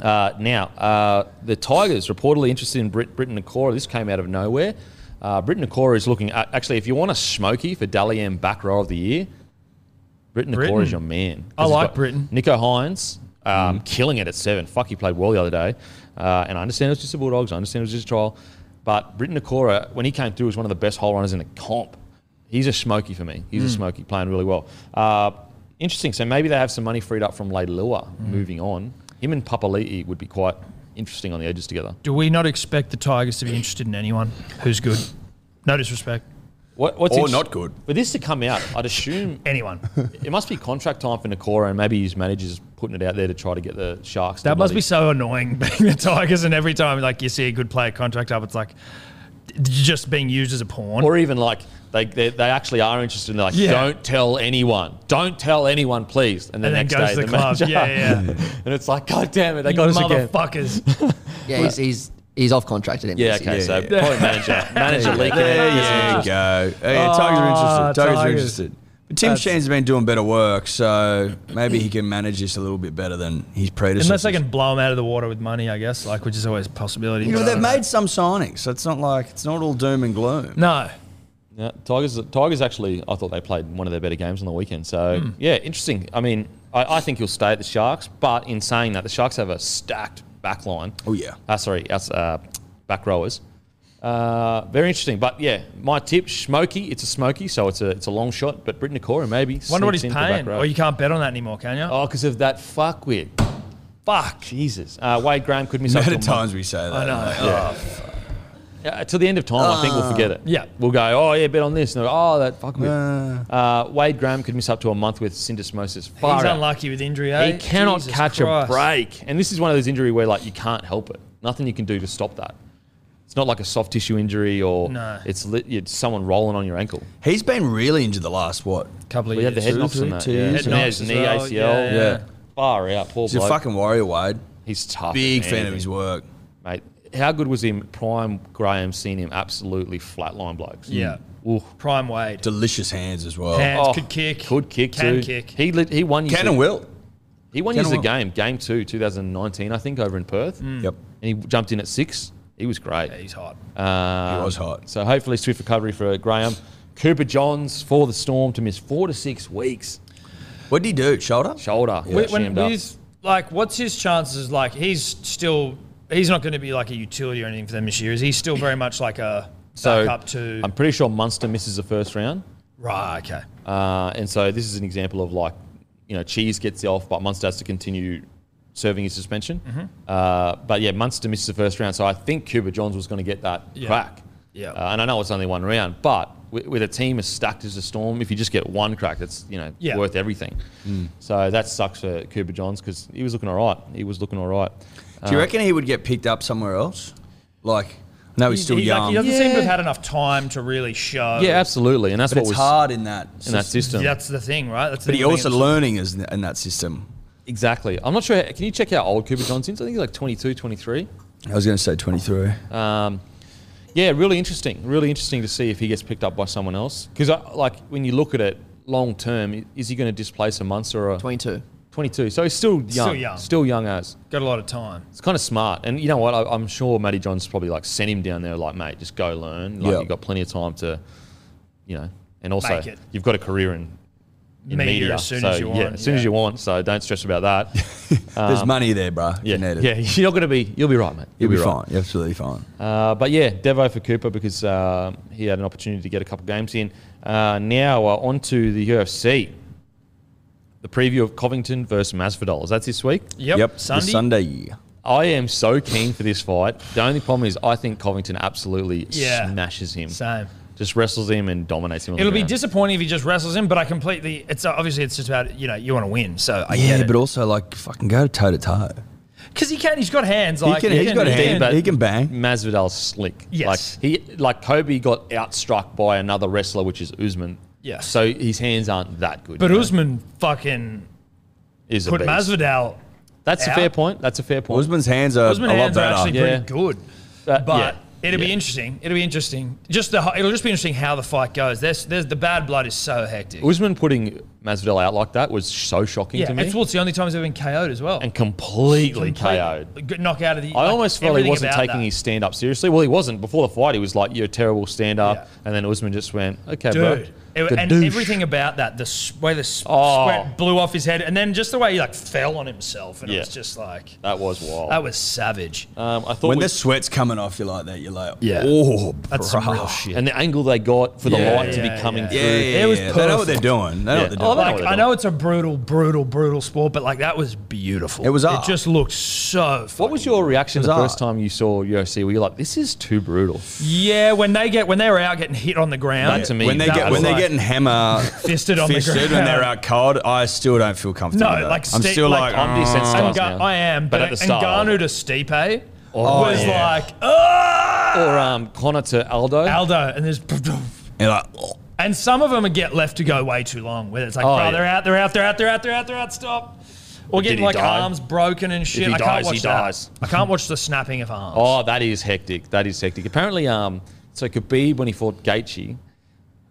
S1: Uh, now, uh, the Tigers reportedly interested in Brit- Britton Nakora. This came out of nowhere. Uh, Britton Nakora is looking at, actually, if you want a smoky for Dally M back row of the year, Britton Nakora
S4: Britton.
S1: is your man.
S4: I
S1: 'Cause he's
S4: like Mm.
S1: got
S4: Britton.
S1: Nico Hines, um, killing it at seven. Fuck, he played well the other day. Uh, and I understand it was just the Bulldogs. I understand it was just a trial. But Britton Nakora, when he came through, was one of the best hole runners in the comp. He's a smoky for me.
S4: Mm.
S1: He's a smoky, playing really well. Uh, interesting. So maybe they have some money freed up from Leilua
S4: Mm.
S1: moving on. Him and Papali'i would be quite interesting on the edges together.
S4: Do we not expect the Tigers to be interested in anyone who's good? No disrespect.
S1: What, what's
S5: Or
S1: interest-
S5: not good.
S1: For this to come out, I'd assume
S4: Anyone.
S1: <laughs> it must be contract time for Nakora, and maybe his manager's putting it out there to try to get the Sharks. to
S4: That must
S1: bloody-
S4: be so annoying <laughs> being the Tigers, and every time like you see a good player contract up, it's like d- just being used as a pawn.
S1: or even like they, they, they actually are interested in like
S4: Yeah.
S1: don't tell anyone don't tell anyone please and, the
S4: And then
S1: next
S4: goes
S1: day
S4: to the club.
S1: manager-
S4: Yeah, yeah, yeah.
S1: <laughs> and it's like god damn it they
S4: You
S1: got us again <laughs>
S4: motherfuckers.
S3: Yeah, he's, he's he's off contract at him.
S1: yeah
S3: this
S1: okay
S3: year.
S1: so probably
S4: <laughs>
S1: manager manager leaking
S5: There you go. Hey, Tigers
S4: Ah,
S5: are interested. Tigers, are
S4: Tigers.
S5: interested. But Tim
S4: That's-
S5: Sheen's been doing better work, so maybe he can manage this a little bit better than his predecessors.
S4: Unless they can blow them out of the water with money, I guess, like which is always a possibility.
S5: You know,
S4: but I
S5: they've
S4: don't know.
S5: made some signings, so it's not like it's not all doom and gloom.
S4: no.
S1: Yeah, Tigers. Tigers actually, I thought they played one of their better games on the weekend. So
S4: Hmm.
S1: yeah, interesting. I mean, I, I think he'll stay at the Sharks. But in saying that, the Sharks have a stacked back line.
S5: Oh, yeah.
S4: Ah,
S5: <laughs>
S1: Uh, sorry, outs- uh, back rowers. Uh, very interesting. But yeah, my tip, Smoky. It's a Smoky, so it's a it's a long shot. But Britton Nakora maybe.
S4: Wonder what
S1: sneaks
S4: he's
S1: in for back
S4: paying.
S1: row.
S4: Well, you can't bet on that anymore, can you?
S1: Oh, because of that fuckwit. Fuck, Jesus. Uh, Wade Graham could miss
S5: The
S1: up to
S5: amount
S1: a
S5: of
S1: month.
S5: times we say that.
S4: I know.
S1: Yeah, till the end of time, I think we'll forget it.
S4: Ah. Yeah.
S1: We'll go, oh, yeah, bet on this. And they'll go, oh, that fucking uh, Wade Graham could miss up to a month with syndesmosis. Far
S4: He's
S1: out.
S4: unlucky with injury.
S1: He
S4: Eh?
S1: cannot
S4: Jesus
S1: catch
S4: Christ.
S1: a break. And this is one of those injury where, like, you can't help it. Nothing you can do to stop that. It's not like a soft tissue injury or
S4: No.
S1: it's, lit, it's someone rolling on your ankle.
S5: He's been really into the last what?
S4: Couple of
S1: We had
S4: years.
S1: the head
S5: Two,
S1: knocks
S5: three,
S1: and that.
S5: two
S1: Yeah.
S5: years
S1: Head
S5: ago.
S1: knocks, knee
S4: As well,
S1: ACL.
S4: yeah, yeah. Yeah.
S1: Far out. Poor
S5: He's a
S1: bloke.
S5: fucking warrior, Wade.
S1: He's tough.
S5: Big
S1: man.
S5: fan of his work.
S1: Mate, how good was him? Prime Graham seen him absolutely flatline blokes. Mm.
S4: Yeah.
S1: Oof.
S4: Prime Wade.
S5: Delicious hands as well.
S4: Hands
S1: Oh,
S4: could kick.
S1: Could kick
S4: Can
S1: too.
S4: kick.
S1: He lit, he won.
S5: Can
S1: years-
S5: and will.
S1: He won
S5: Can
S1: years
S5: and
S1: a game. Game two, 2019, I think, over in Perth.
S4: Mm.
S5: Yep.
S1: And he jumped in at six. He was great.
S4: He's hot.
S1: Um,
S5: He was hot.
S1: So hopefully swift recovery for Graham. Cooper Johns for the Storm to miss four to six weeks.
S5: What did he do? Shoulder?
S1: Shoulder.
S4: When-
S1: got
S4: when
S1: jammed up.
S4: with- like, what's his chances? Like, he's still he's not going to be like a utility or anything for them this year. Is he still very much like a
S1: So
S4: backup to?
S1: I'm pretty sure Munster misses the first round.
S4: right. Okay.
S1: Uh, and so this is an example of like, you know, Cheese gets off, but Munster has to continue serving his suspension.
S5: Mm-hmm.
S1: Uh, but yeah, Munster misses the first round, so I think Cuba Johns was going to get that
S4: Yeah.
S1: crack.
S4: Yeah.
S1: Uh, and I know it's only one round, but with, with a team as stacked as the Storm, if you just get one crack, that's you know
S4: Yeah.
S1: worth everything. So that sucks for Cuba Johns because he was looking all right. He was looking all right.
S5: Do you reckon he would get picked up somewhere else? Like, I No, he's still
S4: he, like,
S5: young.
S4: he doesn't seem to have
S1: Yeah.
S4: had enough time to really show.
S1: Yeah, absolutely. And that's
S5: but
S1: what
S5: it's
S1: was
S5: hard in that.
S1: in that
S5: system.
S1: system.
S4: That's the thing, right? That's the
S5: But he
S4: thing
S5: also
S4: that's-
S5: learning is in- in that system.
S1: Exactly. I'm not sure. Can you check out old Cooper Johnson's? I think he's like 22, 23.
S5: I was going to say 23.
S1: Um, yeah, really interesting. Really interesting to see if he gets picked up by someone else. Because like when you look at it long term, i- is he going to displace a Munster or a
S3: 22.
S1: 22? So he's still young.
S4: Still young.
S1: Still young as.
S4: got a lot of time.
S1: It's kind of smart. And you know what? I, I'm sure Matty John's probably like sent him down there like, mate, just go learn. Like
S5: Yeah.
S1: you've got plenty of time to, you know. And also,
S4: Make it.
S1: you've got a career in, in
S4: Media
S1: media,
S4: as soon
S1: so,
S4: as you
S1: Yeah,
S4: want,
S1: as soon as
S4: yeah.
S1: you want. So don't stress about
S5: <laughs>
S1: that.
S5: There's money there, bro.
S1: Yeah,
S5: you need it.
S1: yeah, <laughs> you're not going to be. You'll be right, mate.
S5: You'll be
S1: right.
S5: fine. You're absolutely fine.
S1: Uh, but yeah, Devo for Cooper because uh, he had an opportunity to get a couple games in. Uh, now uh, on to the UFC. The preview of Covington versus Masvidal. Is that this week?
S4: Yep.
S5: the
S4: Sunday.
S5: Sunday.
S1: I am so keen for this fight. The only problem is I think Covington absolutely
S4: Yeah.
S1: smashes him.
S4: Same.
S1: Just wrestles him and dominates him. on the
S4: It'll be
S1: ground.
S4: disappointing if he just wrestles him, but I completely. It's uh, obviously it's just about you know you want to win, so I
S5: Yeah,
S4: get
S5: but
S4: it.
S5: also like fucking go toe to toe.
S4: Because he can, he's got hands. Like
S5: can-
S4: he
S5: he's got
S4: he
S5: hands, but- He can bang.
S1: Masvidal's slick.
S4: Yes.
S1: Like he like Kobe got outstruck by another wrestler, which is Usman.
S4: Yes.
S1: So his hands aren't that good.
S4: But
S1: you know?
S4: Usman fucking
S1: is a
S4: put
S1: beast.
S4: Masvidal.
S1: That's a
S4: out.
S1: fair point. That's a fair point.
S5: Usman's hands are
S4: Mm. Usman
S5: a lot
S4: hands are
S5: better.
S4: actually
S1: Yeah.
S4: pretty good,
S1: Uh,
S4: but.
S1: yeah.
S4: It'll be
S1: Yeah.
S4: interesting. It'll be interesting. Just the ho- it'll just be interesting how the fight goes. There's, there's the bad blood is so hectic.
S1: Usman putting Masvidal out like that was so shocking
S4: Yeah,
S1: to me.
S4: it's, well, it's the only time he's ever been KO'd as well.
S1: and completely KO'd.
S4: Good knock out of the.
S1: I almost felt he wasn't taking his stand up seriously. Well, he wasn't. Before the fight, he was like, you're a terrible stand up.
S4: Yeah.
S1: And then Usman just went, okay, bro.
S4: dude. It-
S1: The
S4: and
S1: douche.
S4: everything about that, the s- way the s
S1: Oh.
S4: sweat blew off his head, and then just the way he like fell on himself, and it
S1: Yeah.
S4: was just like
S1: That was wild.
S4: that was savage.
S1: um, I thought
S5: When
S1: we-
S5: the sweat's coming off you like that, you're like,
S4: Yeah.
S5: oh,
S4: That's
S5: bruh.
S4: some real shit.
S1: and the angle they got for the
S5: Yeah,
S1: light to
S4: yeah,
S1: be coming
S4: yeah.
S1: through.
S5: Yeah, yeah, yeah.
S4: It was
S5: yeah. They know
S4: perfect.
S5: what they're doing. They know what
S1: Yeah. Oh,
S5: they're doing.
S1: they
S4: like
S1: know what
S4: I
S1: they're
S4: know it's a brutal, brutal, brutal sport, but like that was beautiful.
S5: It was
S4: It
S5: art.
S4: just looked so.
S1: What
S4: Fucking,
S1: was your reaction the
S5: Bizarre.
S1: first time you saw UFC? Were you like, this is too brutal?
S4: yeah, when they get when they were out getting hit on the ground,
S1: That to me-
S5: when they
S1: that
S5: get
S1: was
S5: when they're
S4: like-
S5: getting hammer
S4: Fisted on the
S5: fisted when
S4: ground.
S5: they're out cold, I still don't feel comfortable.
S4: No,
S5: with that.
S4: like
S5: I'm
S4: Ste-
S5: still
S4: like,
S5: like,
S1: I'm desensitized.
S4: And Ga-
S1: now.
S4: I am, but,
S1: But at the
S4: and
S1: start- Oh,
S4: Ganu to Stipe was
S5: yeah.
S4: like "Ah!"
S1: Or um, Connor to Aldo?
S4: Aldo, and there's
S5: you're like, oh.
S4: and some of them would get left to go way too long. Where it's like,
S1: Oh,
S4: bro,
S1: yeah.
S4: they're out, they're out, they're out, they're out, they're out, they're out. Stop. Or
S1: did
S4: getting
S1: he
S4: like
S1: die?
S4: arms broken and shit.
S1: he
S4: I can't
S1: dies,
S4: watch
S1: he
S4: that.
S1: dies.
S4: I can't watch the snapping of arms.
S1: Oh, that is hectic. That is hectic. Apparently, um, so Khabib when he fought Gaethje,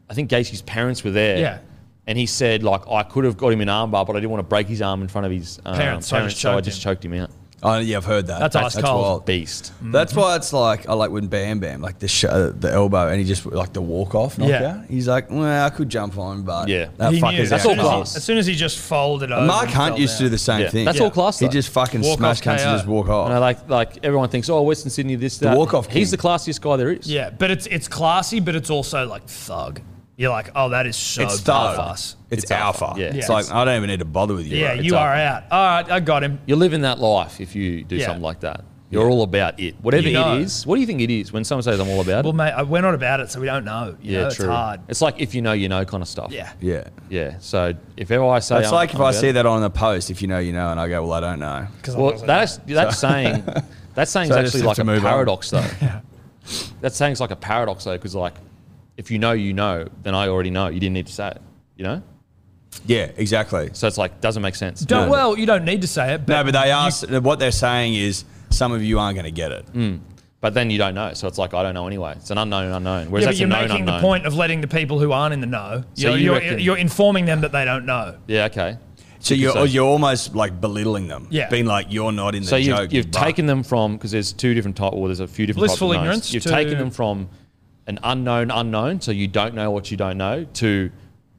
S1: I think Gaethje's parents were there.
S4: Yeah.
S1: And he said like I could have got him an armbar, but I didn't want to break his arm in front of his um, parents,
S4: Parents, so I just
S1: so I
S4: choked
S1: just
S4: him.
S1: choked him out.
S5: Oh, yeah, I've heard that.
S4: That's ice cold. Mm-hmm.
S5: wild.
S1: Beast.
S5: That's why it's like I like when Bam Bam like the sh- uh, the elbow and he just like the walk off knockout.
S4: Yeah.
S5: He's like, well, I could jump on, but
S1: Yeah.
S5: that
S4: He knew.
S5: fucker's
S4: As
S1: That's all
S4: soon
S5: out
S4: as he-
S5: cold."
S1: class.
S4: As soon as he just folded over.
S5: Mark
S4: and
S5: Hunt
S4: fell
S5: used to do
S4: down.
S5: the same
S1: Yeah.
S5: thing.
S1: That's all class,
S5: He
S1: though.
S5: just fucking
S4: Walk
S5: smashed
S4: off
S5: cunts
S4: KO.
S5: and just walk
S1: And I
S5: off.
S1: like like everyone thinks oh Western Sydney this that.
S5: walk-off
S1: He's
S5: king.
S1: the classiest guy there is.
S4: Yeah, but it's it's classy, but it's also like thug. You're like, oh, that is so
S5: It's
S4: tough.
S5: thug. It's,
S1: It's
S5: alpha.
S1: alpha. Yeah.
S5: It's
S4: Yeah.
S5: like I don't even need to bother with you.
S4: Yeah,
S5: bro.
S4: you
S5: It's
S4: are
S5: alpha.
S4: out. All right, I got him.
S1: You're living that life if you do
S4: Yeah.
S1: something like that. You're all about it. Whatever
S4: You know.
S1: it is. What do you think it is when someone says I'm all about
S4: Well,
S1: it?
S4: mate, I- we're not about it, so we don't know. You
S1: yeah,
S4: know,
S1: true.
S4: It's hard.
S1: It's like if you know, you know kind of stuff.
S4: Yeah.
S5: Yeah.
S1: Yeah. So if ever I say
S5: That's
S1: I'm-
S5: like if
S1: I'm
S5: I
S1: about
S5: see
S1: it-
S5: that on the post, if you know, you know, and I go, well, I don't know.
S1: Well, that's that's saying that saying's
S5: So I just
S1: actually
S5: have
S1: like
S5: to
S1: a
S5: move on.
S1: paradox, though. that saying's like a paradox, though, because like if you know, you know, then I already know. You didn't need to say it, you know.
S5: Yeah, exactly.
S1: So it's like doesn't make sense.
S4: Don't,
S5: No.
S4: Well, you don't need to say it. But
S5: No, but they are. what they're saying is some of you aren't going to get it.
S1: Mm. But then you don't know, so it's like I don't know anyway. It's an unknown unknown. Whereas
S4: Yeah, but
S1: that's a
S4: you're
S1: known
S4: making
S1: unknown.
S4: the point of letting the people who aren't in the know.
S1: So
S4: you're,
S1: you
S4: you are
S1: reckon-
S4: you're informing them that they don't know.
S1: Yeah. Okay.
S5: So
S1: You could
S5: you're
S1: say-
S5: you're almost like belittling them.
S4: Yeah.
S5: Being like you're not in the
S1: So you've,
S5: joke.
S1: you've
S5: but-
S1: taken them from because there's two different types. Well, there's a few different
S4: Blissful
S1: types of knowns.
S4: ignorance
S1: You've
S4: to-
S1: taken them from an unknown unknown, so you don't know what you don't know, to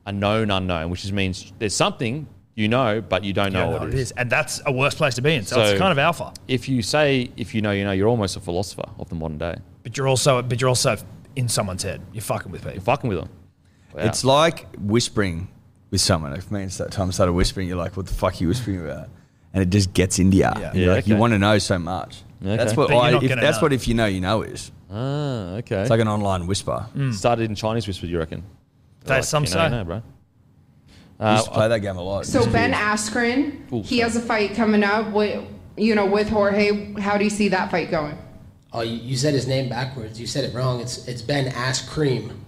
S1: a known unknown, which is means there's something you know but you don't know
S4: Yeah,
S1: what
S4: no,
S1: it is.
S4: and that's a worse place to be in. So,
S1: So-
S4: it's kind of alpha,
S1: if you say if you know you know you're almost a philosopher of the modern day
S4: but you're also but you're also in someone's head. You're fucking with
S1: you're
S4: people.
S1: fucking with them Wow.
S5: It's like whispering with someone. If me and that time started whispering, you're like, what the fuck are you whispering about? And it just gets into you.
S4: Yeah.
S5: You're
S1: Yeah,
S5: like, you
S1: okay.
S5: want to know so much.
S1: Okay.
S5: That's what
S4: But you're
S5: I,
S4: not
S5: if,
S4: gonna
S5: that's
S4: know.
S5: what if you know, you know is.
S1: ah okay
S5: It's like an online whisper. You
S1: started in chinese whisper you reckon
S4: They,
S1: Like,
S4: some
S1: you know,
S4: say.
S1: you know, bro
S5: used
S1: Uh,
S5: to play that game a lot.
S7: So Ben Askren, he has a fight coming up with you know with Jorge. How do you see that fight going?
S8: Oh, you, you said his name backwards. You said it wrong. It's it's Ben Ass Cream.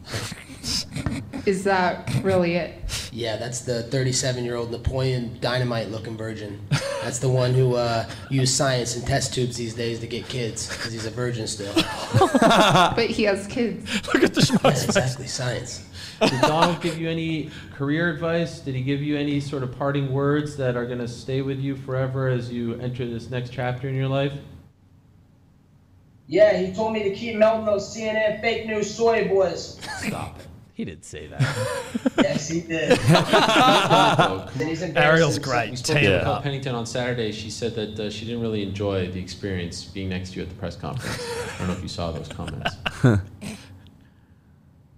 S7: Is that really it?
S8: Yeah, that's the 37-year-old Napoleon Dynamite-looking virgin. That's the one who uh, used science and test tubes these days to get kids because he's a virgin still.
S7: But he has kids.
S4: Look at the
S8: That's
S4: schmuck's face.
S8: exactly science.
S2: Did Donald give you any career advice? Did he give you any sort of parting words that are going to stay with you forever as you enter this next chapter in your life?
S9: Yeah, he told me to keep melting those CNN fake news soy boys.
S2: Stop it. He didn't say that.
S9: Yes, he did. And he's embarrassing
S4: Ariel's
S9: himself.
S4: great.
S9: He's
S4: Tear it
S2: Nicole
S4: up.
S2: Pennington on Saturday, she said that uh, she didn't really enjoy the experience being next to you at the press conference. I don't know if you saw those comments.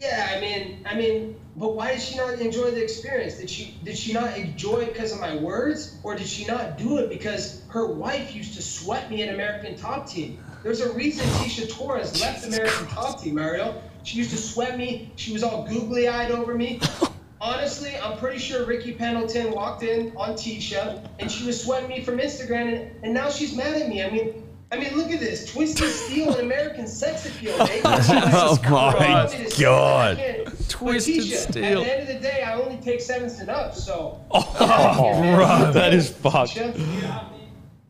S9: Yeah, I mean, I mean, but why did she not enjoy the experience? Did she did she not enjoy it because of my words, or did she not do it because her wife used to sweat me in American Top Team? There's a reason Tisha Torres left American Top Team, Mario. She used to sweat me. She was all googly eyed over me. Honestly, I'm pretty sure Ricky Pendleton walked in on Tisha and she was sweating me from Instagram, and, and now she's mad at me. I mean. I mean, look at this. Twisted Steel and American Sex Appeal, mate.
S5: Oh
S2: <laughs>
S5: my God.
S4: Twisted Steel.
S9: At the end of the day, I only take sevens and up, so.
S1: <laughs> that is fucked.
S4: He's,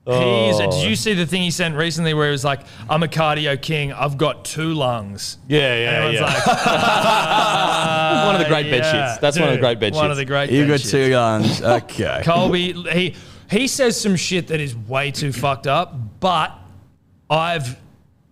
S1: Oh.
S4: did you see the thing he sent recently where he was like, I'm a cardio king, I've got two lungs?
S1: Yeah, yeah,
S4: Everyone's
S1: yeah.
S4: like,
S1: one of <laughs> the great bed
S4: yeah,
S1: sheets. That's one of the
S4: dude,
S1: great bed sheets.
S4: One of the great
S5: You
S4: bed
S5: got
S4: sheets.
S5: two guns. <laughs> Okay.
S4: Colby, he he says some shit that is
S1: <clears throat>
S4: way too fucked up, but I've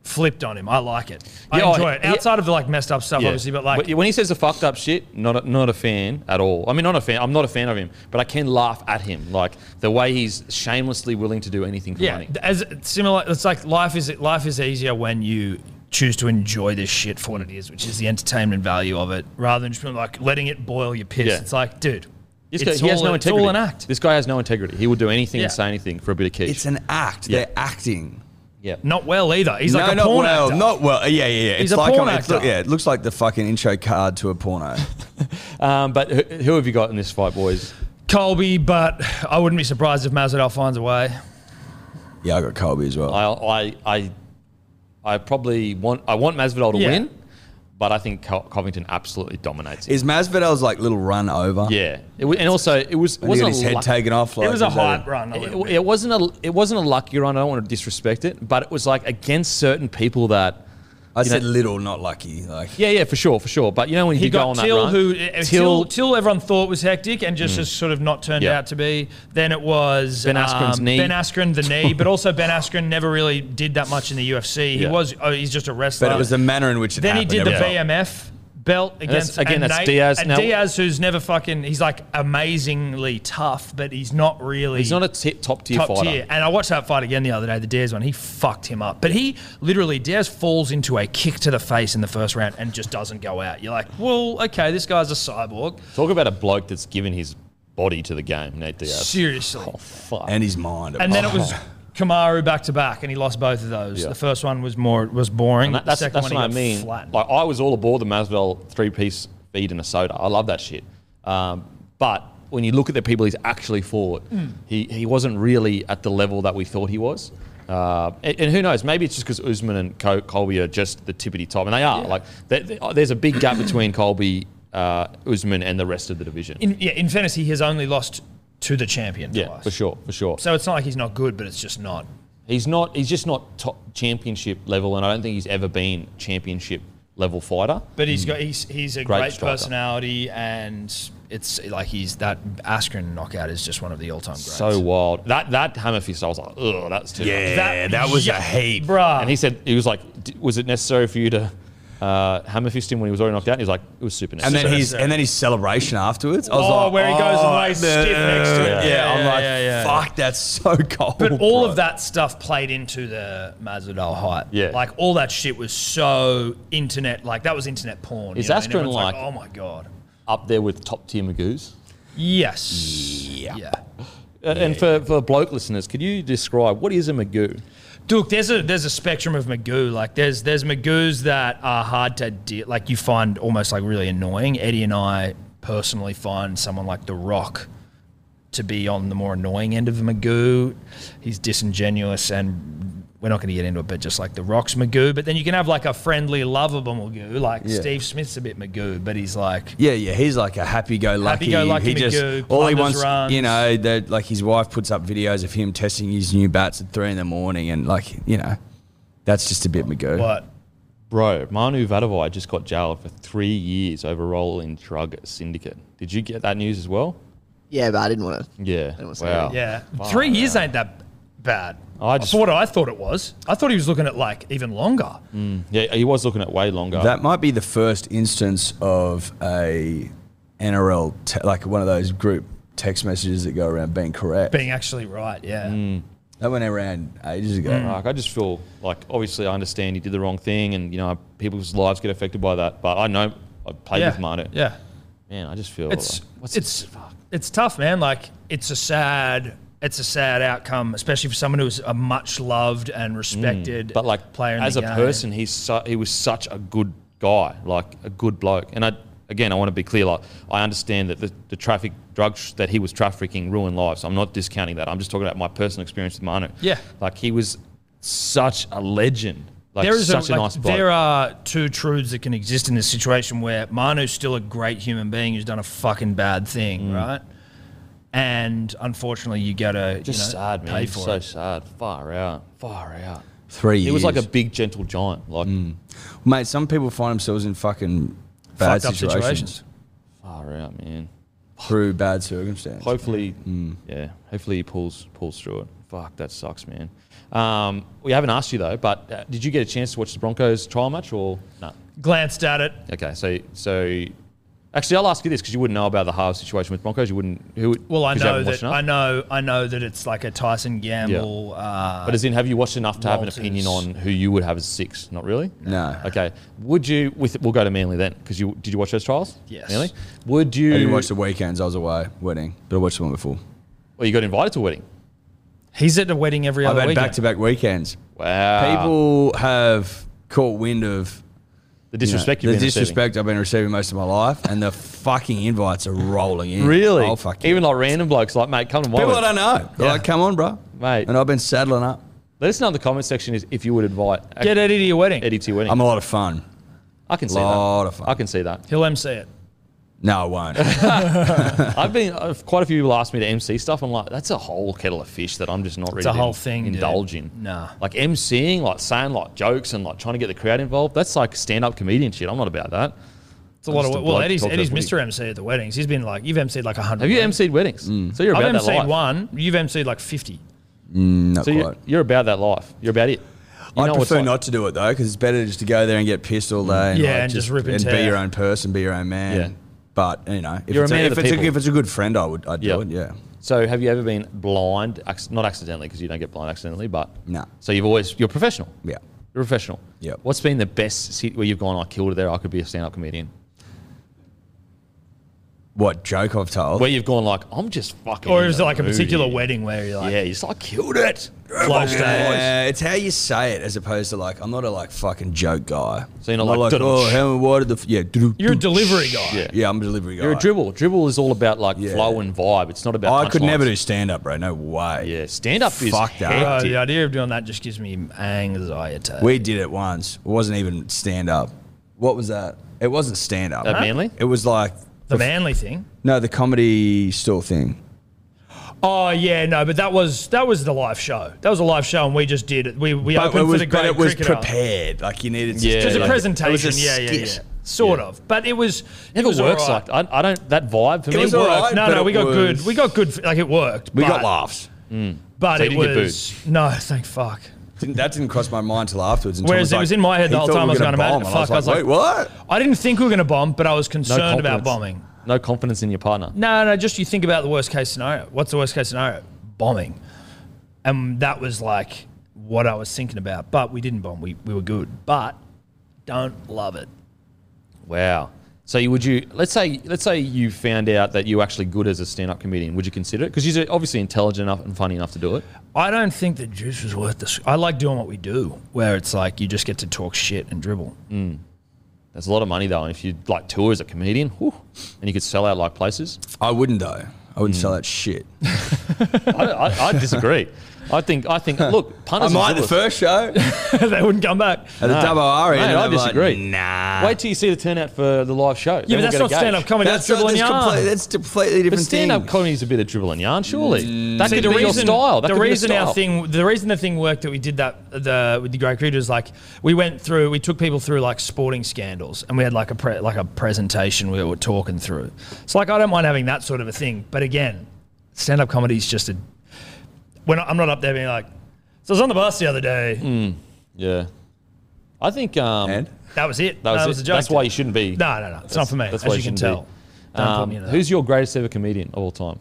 S4: flipped on him. I like it. I
S1: Yeah,
S4: enjoy
S1: I-
S4: it. Outside of the like messed up stuff,
S1: Yeah.
S4: obviously, but like
S1: Wh- when he says the fucked up shit, not a, not a fan at all. I mean, not a fan. I'm not a fan of him, but I can laugh at him, like the way he's shamelessly willing to do anything for
S4: yeah,
S1: money.
S4: as similar. It's like life is life is easier when you choose to enjoy this shit for what it is, which is the entertainment value of it, rather than just being like letting it boil your piss.
S1: Yeah.
S4: It's like, dude,
S1: This
S4: it's,
S1: guy- he
S4: all,
S1: has no
S4: it's
S1: integrity.
S4: all an act.
S1: This guy has no integrity. He will do anything and
S4: Yeah.
S1: say anything for a bit of cash.
S5: It's an act.
S1: Yeah.
S5: They're acting.
S1: yeah.
S4: Not well either. He's like a
S5: not
S4: porn
S5: well.
S4: actor.
S5: Not well. Yeah, yeah, yeah.
S4: He's
S5: it's
S4: a
S5: like
S4: porn
S5: it's
S4: actor.
S5: look- yeah, it looks like the fucking intro card to
S4: <laughs>
S5: a porno.
S1: Um, but who, who have you got in this fight, boys?
S4: Colby, but I wouldn't be surprised if Masvidal finds a way.
S5: yeah, I got Colby as well.
S1: I I I, I probably want I want Masvidal to
S4: Yeah.
S1: win, but I think Col- Covington absolutely dominates. Him.
S5: Is Masvidal's like little run over?
S1: Yeah, it, wa- and also it was it
S5: And he
S1: wasn't
S5: got
S1: a
S5: his head
S1: luck-
S5: taken off. Like,
S4: it was a
S5: is that
S4: hype run. A
S1: It,
S4: little bit.
S1: it wasn't a it wasn't a lucky run. I don't want to disrespect it, but it was like against certain people that
S5: I said
S1: know-
S5: little, not lucky. Like
S1: yeah yeah for sure for sure. But you know when
S4: He
S1: you go
S4: got
S1: on
S4: Till,
S1: that run, Hmm.
S4: who uh, Till, Till everyone thought was hectic and just, just sort of not turned
S1: Yeah.
S4: out to be. Then it was um,
S1: Ben Askren's knee.
S4: Ben Askren the knee, but
S1: <laughs>
S4: also Ben Askren never really did that much in the UFC. He
S1: Yeah.
S4: was oh, he's just a wrestler.
S5: But it was the manner in which it
S4: then he
S5: happened.
S4: did the
S5: everyone.
S4: BMF belt against
S1: again,
S4: and
S1: that's
S4: Nate-
S1: Diaz
S4: and
S1: now.
S4: Diaz who's never fucking he's like amazingly tough, but he's not really
S1: he's not a t- top tier
S4: top
S1: fighter.
S4: tier. And I watched that fight again the other day, the Diaz one. He fucked him up. But he literally, Diaz falls into a kick to the face in the first round and just doesn't go out. You're like, well, okay, this guy's a cyborg.
S1: Talk about a bloke that's given his body to the game, Nate Diaz.
S4: Seriously.
S1: Oh fuck.
S5: And his mind. oh,
S4: And then
S1: <laughs>
S4: it was Kamaru back to back, and he lost both of those.
S1: Yeah.
S4: The first one was more was boring.
S1: And that- that's
S4: the second
S1: that's
S4: one
S1: what
S4: he
S1: I
S4: got
S1: mean.
S4: flattened.
S1: Like I was all aboard the Masvidal three piece feed and a soda. I love that shit. Um, but when you look at the people he's actually fought,
S4: Hmm.
S1: he, he wasn't really at the level that we thought he was. Uh, and, and who knows? Maybe it's just because Usman and Col- Colby are just the tippity top, and they are. Like they, they- oh, there's a big gap between Colby, uh, Usman, and the rest of the division.
S4: in, yeah, in fairness, he has only lost to the champion
S1: yeah,
S4: twice.
S1: for sure, for sure.
S4: So it's not like he's not good, but it's just not.
S1: He's not. He's just not top championship level, and I don't think he's ever been championship level fighter.
S4: But he's got he's he's a
S1: Mm. Great
S4: great,
S1: striker.
S4: personality, and it's like he's that Askren knockout is just one of the all time greats.
S1: So wild. That that hammer fist, I was like, ugh, that's too. much."
S5: <laughs> yeah, that, was
S4: yeah,
S5: a heap.
S4: bruh.
S1: And he said he was like, D- was it necessary for you to uh, hammer fist him when he was already knocked out? And he was like, it was super
S5: And
S1: necessary.
S5: then
S4: So-
S5: his and then his celebration afterwards. I was
S4: Oh,
S5: like,
S4: where he goes and
S5: oh,
S4: lays stiff next to
S5: yeah,
S4: it. Yeah,
S5: I'm
S4: yeah,
S5: like,
S4: yeah, yeah,
S5: fuck, that's so cold.
S4: but all
S5: bro.
S4: of that stuff played into the Masvidal hype.
S1: Yeah.
S4: like all that shit was so internet. Like that was internet porn.
S1: Is
S4: you know, and
S1: Askren
S4: everyone's
S1: like-
S4: Oh my god.
S1: Up there with top tier magoos.
S4: Yes. Yeah.
S1: Uh, and for, for bloke listeners, could you describe what is a magoo?
S4: Duke, there's a there's a spectrum of Magoo. Like there's there's Magoos that are hard to deal. Like you find almost like really annoying. Eddie and I personally find someone like The Rock to be on the more annoying end of a Magoo. He's disingenuous and we're not going to get into it, but just like the Rock's Magoo. But then you can have like a friendly, lovable Magoo. Like
S5: Yeah.
S4: Steve Smith's a bit Magoo, but he's like,
S5: Yeah, yeah, he's like a happy-go-lucky.
S4: Happy-go-lucky
S5: he just
S4: Magoo,
S5: all he
S4: plunders
S5: wants,
S4: runs.
S5: you know, that like his wife puts up videos of him testing his new bats at three in the morning, and like you know, that's just a bit Magoo.
S4: what?
S1: Bro, Manu Vadavai just got jailed for three years over role in drug syndicate. Did you get that news as well?
S3: Yeah, but I didn't want to.
S1: Yeah.
S3: That was
S1: Wow.
S4: Yeah. Three years ain't that bad.
S1: Oh, I
S4: I
S1: just-
S4: just, what I thought it was. I thought he was looking at like even longer.
S1: Yeah, he was looking at way longer.
S5: That might be the first instance of a NRL te- like one of those group text messages that go around being correct.
S4: Being actually right, yeah.
S5: that went around ages ago.
S4: Mm.
S1: Like, I just feel like obviously I understand he did the wrong thing, and you know people's lives get affected by that. But I know I played
S4: yeah.
S1: with Manu.
S4: Yeah.
S1: Man, I just feel
S4: It's
S1: like,
S4: it's it's tough, man. Like it's a sad it's a sad outcome, especially for someone who's a much loved and respected
S1: Mm. but like
S4: player in
S1: as
S4: the
S1: a
S4: game.
S1: person, he's su- he was such a good guy, like a good bloke. And I again, I want to be clear. Like I understand that the, the traffic drugs that he was trafficking ruined lives. I'm not discounting that. I'm just talking about my personal experience with Manu.
S4: Yeah.
S1: like he was such a legend. Like
S4: there is
S1: such a,
S4: like,
S1: nice bloke.
S4: There are two truths that can exist in this situation where Manu's still a great human being who's done a fucking bad thing,
S1: Mm.
S4: right? And unfortunately, you gotta
S1: just
S4: you know,
S1: sad, man.
S4: Pay for
S1: so
S4: it.
S1: sad. Far out. Far out.
S5: Three years. Mm.
S1: He was like a big gentle giant. Like
S5: mate. Some people find themselves in fucking bad
S4: Fucked up
S5: situations,
S4: situations.
S1: far out, man.
S5: through bad circumstances.
S1: Hopefully,
S5: Mm.
S1: yeah. Hopefully he pulls pulls through it. Fuck, that sucks, man. Um, we haven't asked you though, but uh, did you get a chance to watch the Broncos trial match or no?
S4: Glanced at it.
S1: Okay, so so actually, I'll ask you this because you wouldn't know about the halves situation with Broncos. You wouldn't. Who? would-
S4: Well, I
S1: 'cause you
S4: know
S1: haven't watched
S4: that
S1: enough.
S4: I know I know that it's like a Tyson Gamble. Uh,
S1: But as in, have you watched enough to have
S4: Walters.
S1: an opinion on who you would have as six? Not really.
S5: No.
S1: Okay. Would you? With we'll go to Manly then, because you did you watch those trials?
S4: Yes.
S1: Manly. Would you?
S5: I didn't watch the weekends. I was away wedding, but I watched the one before.
S1: Well, you got invited to a wedding.
S4: he's at a wedding every
S5: I've
S4: other
S5: had
S4: weekend.
S5: back to back weekends.
S1: Wow.
S5: People have caught wind of
S1: the
S5: you know,
S1: disrespect.
S5: the
S1: you've been receiving.
S5: disrespect I've been receiving most of my life, and the fucking invites are rolling in.
S1: Really?
S5: Oh fuck!
S1: Even
S5: yeah.
S1: like random blokes, like mate, come to my
S5: people I
S1: wedding.
S5: don't know. They're
S4: Yeah.
S5: Like, come on, bro,
S1: Mate.
S5: And I've been saddling up.
S1: Let us know in the comment section is if you would invite
S4: Get Eddie to your wedding.
S1: Eddie to your wedding.
S5: I'm a lot of fun.
S1: I can see
S5: lot
S1: that.
S5: of fun.
S1: I can see that.
S4: He'll MC it.
S5: No,
S1: <laughs>
S5: I won't.
S1: I've been uh, quite a few people ask me to MC stuff. I'm like, that's a whole kettle of fish that I'm just not ready
S4: a
S1: to
S4: whole thing, dude.
S1: indulge in.
S4: Nah.
S1: Like MCing, like saying like jokes and like trying to get the crowd involved. That's like stand up comedian shit. I'm not about that.
S4: It's a lot
S1: Just
S4: of
S1: a
S4: well,
S1: bloke
S4: Eddie's
S1: talking
S4: Eddie's
S1: about his
S4: Mr. MC at the weddings. He's been like you've MC'd like hundred.
S1: Have you MC'd weddings?
S5: Mm.
S1: So you're
S4: I've
S1: about that life.
S4: MC'd one. You've MC'd like fifty.
S5: Not
S1: So you're,
S5: quite.
S1: you're about that life. You're about it. You
S5: I
S1: know what it's
S5: prefer
S1: like.
S5: not to do it though, because it's better just to go there and get pissed all day. And
S4: Yeah,
S5: like,
S4: and just rip and
S5: be
S4: tear.
S5: your own person, be your own man.
S1: Yeah.
S5: But you know, if
S1: You're a
S5: it's
S1: man of
S5: if
S1: the
S5: it's a,
S1: people.
S5: if it's a good friend, I would I'd
S1: Yeah.
S5: do it. Yeah.
S1: So have you ever been blind? acc- Not accidentally, because you don't get blind accidentally, but
S5: No.
S1: So you've always you're professional.
S5: Yeah.
S1: You're professional.
S5: Yep.
S1: What's been the best sit- where you've gone? I killed it there. I could be a stand-up comedian.
S5: What joke I've told?
S1: Where you've gone like I'm just fucking.
S4: Or
S1: in
S4: is it
S1: the
S4: like a particular
S1: mood
S4: wedding where you're
S1: here.
S4: like
S1: Oh, Yeah, you just like killed it.
S4: flow stage?
S5: Yeah, Uh, it's how you say it as opposed to like I'm not a like fucking joke guy.
S1: So you're not
S5: I'm
S1: like,
S5: oh
S1: "Dudum-sh."
S5: how why did the f-" yeah do-do-do-sh.
S4: You're a delivery guy.
S1: Yeah.
S5: yeah I'm a delivery guy.
S1: You're a dribble. Dribble is all about like
S5: Yeah.
S1: flow and vibe. It's not about.
S5: I could never do
S1: punchlines.
S5: stand up, bro. No way.
S1: Yeah, stand-up is
S5: Fuck that.
S1: hectic.
S4: Bro, the idea of doing that just gives me anxiety.
S5: We did it once. It wasn't even stand up. What was that? It wasn't stand up.
S1: At Uh, Manly?
S5: It was like
S4: the manly thing.
S5: no the comedy store thing.
S4: Oh yeah, no, but that was that was the live show. That was a live show, and we just did it. We we
S5: But
S4: opened
S5: it was,
S4: for the great
S5: but it was
S4: cricketer.
S5: prepared. Like you needed.
S1: Yeah,
S5: to
S4: It was a
S1: like-
S4: presentation.
S5: It was a
S4: yeah, yeah, yeah,
S5: skit.
S4: Sort of, but it was
S1: Never
S4: it was
S1: works
S4: alright.
S1: like I, I don't that vibe for me.
S5: was
S4: It worked.
S5: alright,
S4: no,
S5: but
S4: no,
S5: it
S4: we got
S5: was-
S4: good. We got good. Like it worked.
S5: We
S4: but-
S5: got laughs.
S4: but
S1: So you
S4: it
S1: didn't get
S4: was no. Thank fuck.
S5: Didn't, that didn't cross my mind till afterwards. And Tom
S4: Whereas it was in my head
S5: he
S4: the whole
S5: thought
S4: time I
S5: we
S4: was
S5: were gonna
S4: gonna
S5: bomb,
S4: make-
S5: and I was
S4: fuck, I was
S5: like, wait, what?
S4: I didn't think we were going to bomb, but I was
S1: No
S4: concerned
S1: confidence.
S4: about bombing.
S1: No confidence in your partner.
S4: No, no, just you think about the worst case scenario. What's the worst case scenario? Bombing. And that was like what I was thinking about. But we didn't bomb. We, we were good. But don't love it.
S1: Wow. So you, would you let's say let's say you found out that you're actually good as a stand-up comedian? Would you consider it? Because you're obviously intelligent enough and funny enough to do it.
S4: I don't think the juice was worth this. I like doing what we do, where it's like you just get to talk shit and dribble. <laughs>
S1: That's a lot of money though, and if you like tour as a comedian, whew, and you could sell out like places,
S5: I wouldn't though. I wouldn't sell that shit.
S4: <laughs>
S1: I, I, I disagree. I think. I think. Look, punters.
S5: I might the
S1: are
S5: first show.
S4: they wouldn't come back.
S5: At the double R
S1: Mate,
S5: end,
S1: I
S5: I'm like,
S1: disagree.
S5: nah.
S1: Wait till you see the turnout for the live show.
S4: Yeah, but that's not stand up comedy. That's, dribbling
S5: that's
S4: yarn.
S5: complete- that's completely different
S1: But stand up
S5: thing.
S1: comedy is a bit of dribble and yarn, surely. That
S4: Mm. See,
S1: could be your style. That
S4: the
S1: could be your
S4: reason our
S1: style.
S4: thing, the reason the thing worked that we did that the with the great creators, like we went through, we took people through like sporting scandals, and we had like a pre, like a presentation we were talking through. So like I don't mind having that sort of a thing, but again, stand up comedy is just a. When I- I'm not up there being like, so I was on the bus the other day.
S1: Hmm. Yeah. I think. Um,
S5: And?
S4: That was it.
S1: That was,
S4: a
S1: it.
S4: joke.
S1: That's why you shouldn't be.
S4: No, no, no. It's not for me.
S1: That's
S4: as
S1: why
S4: you can
S1: shouldn't
S4: tell.
S1: be.
S4: Don't put
S1: Um,
S4: me in that.
S1: who's your greatest ever comedian of all time?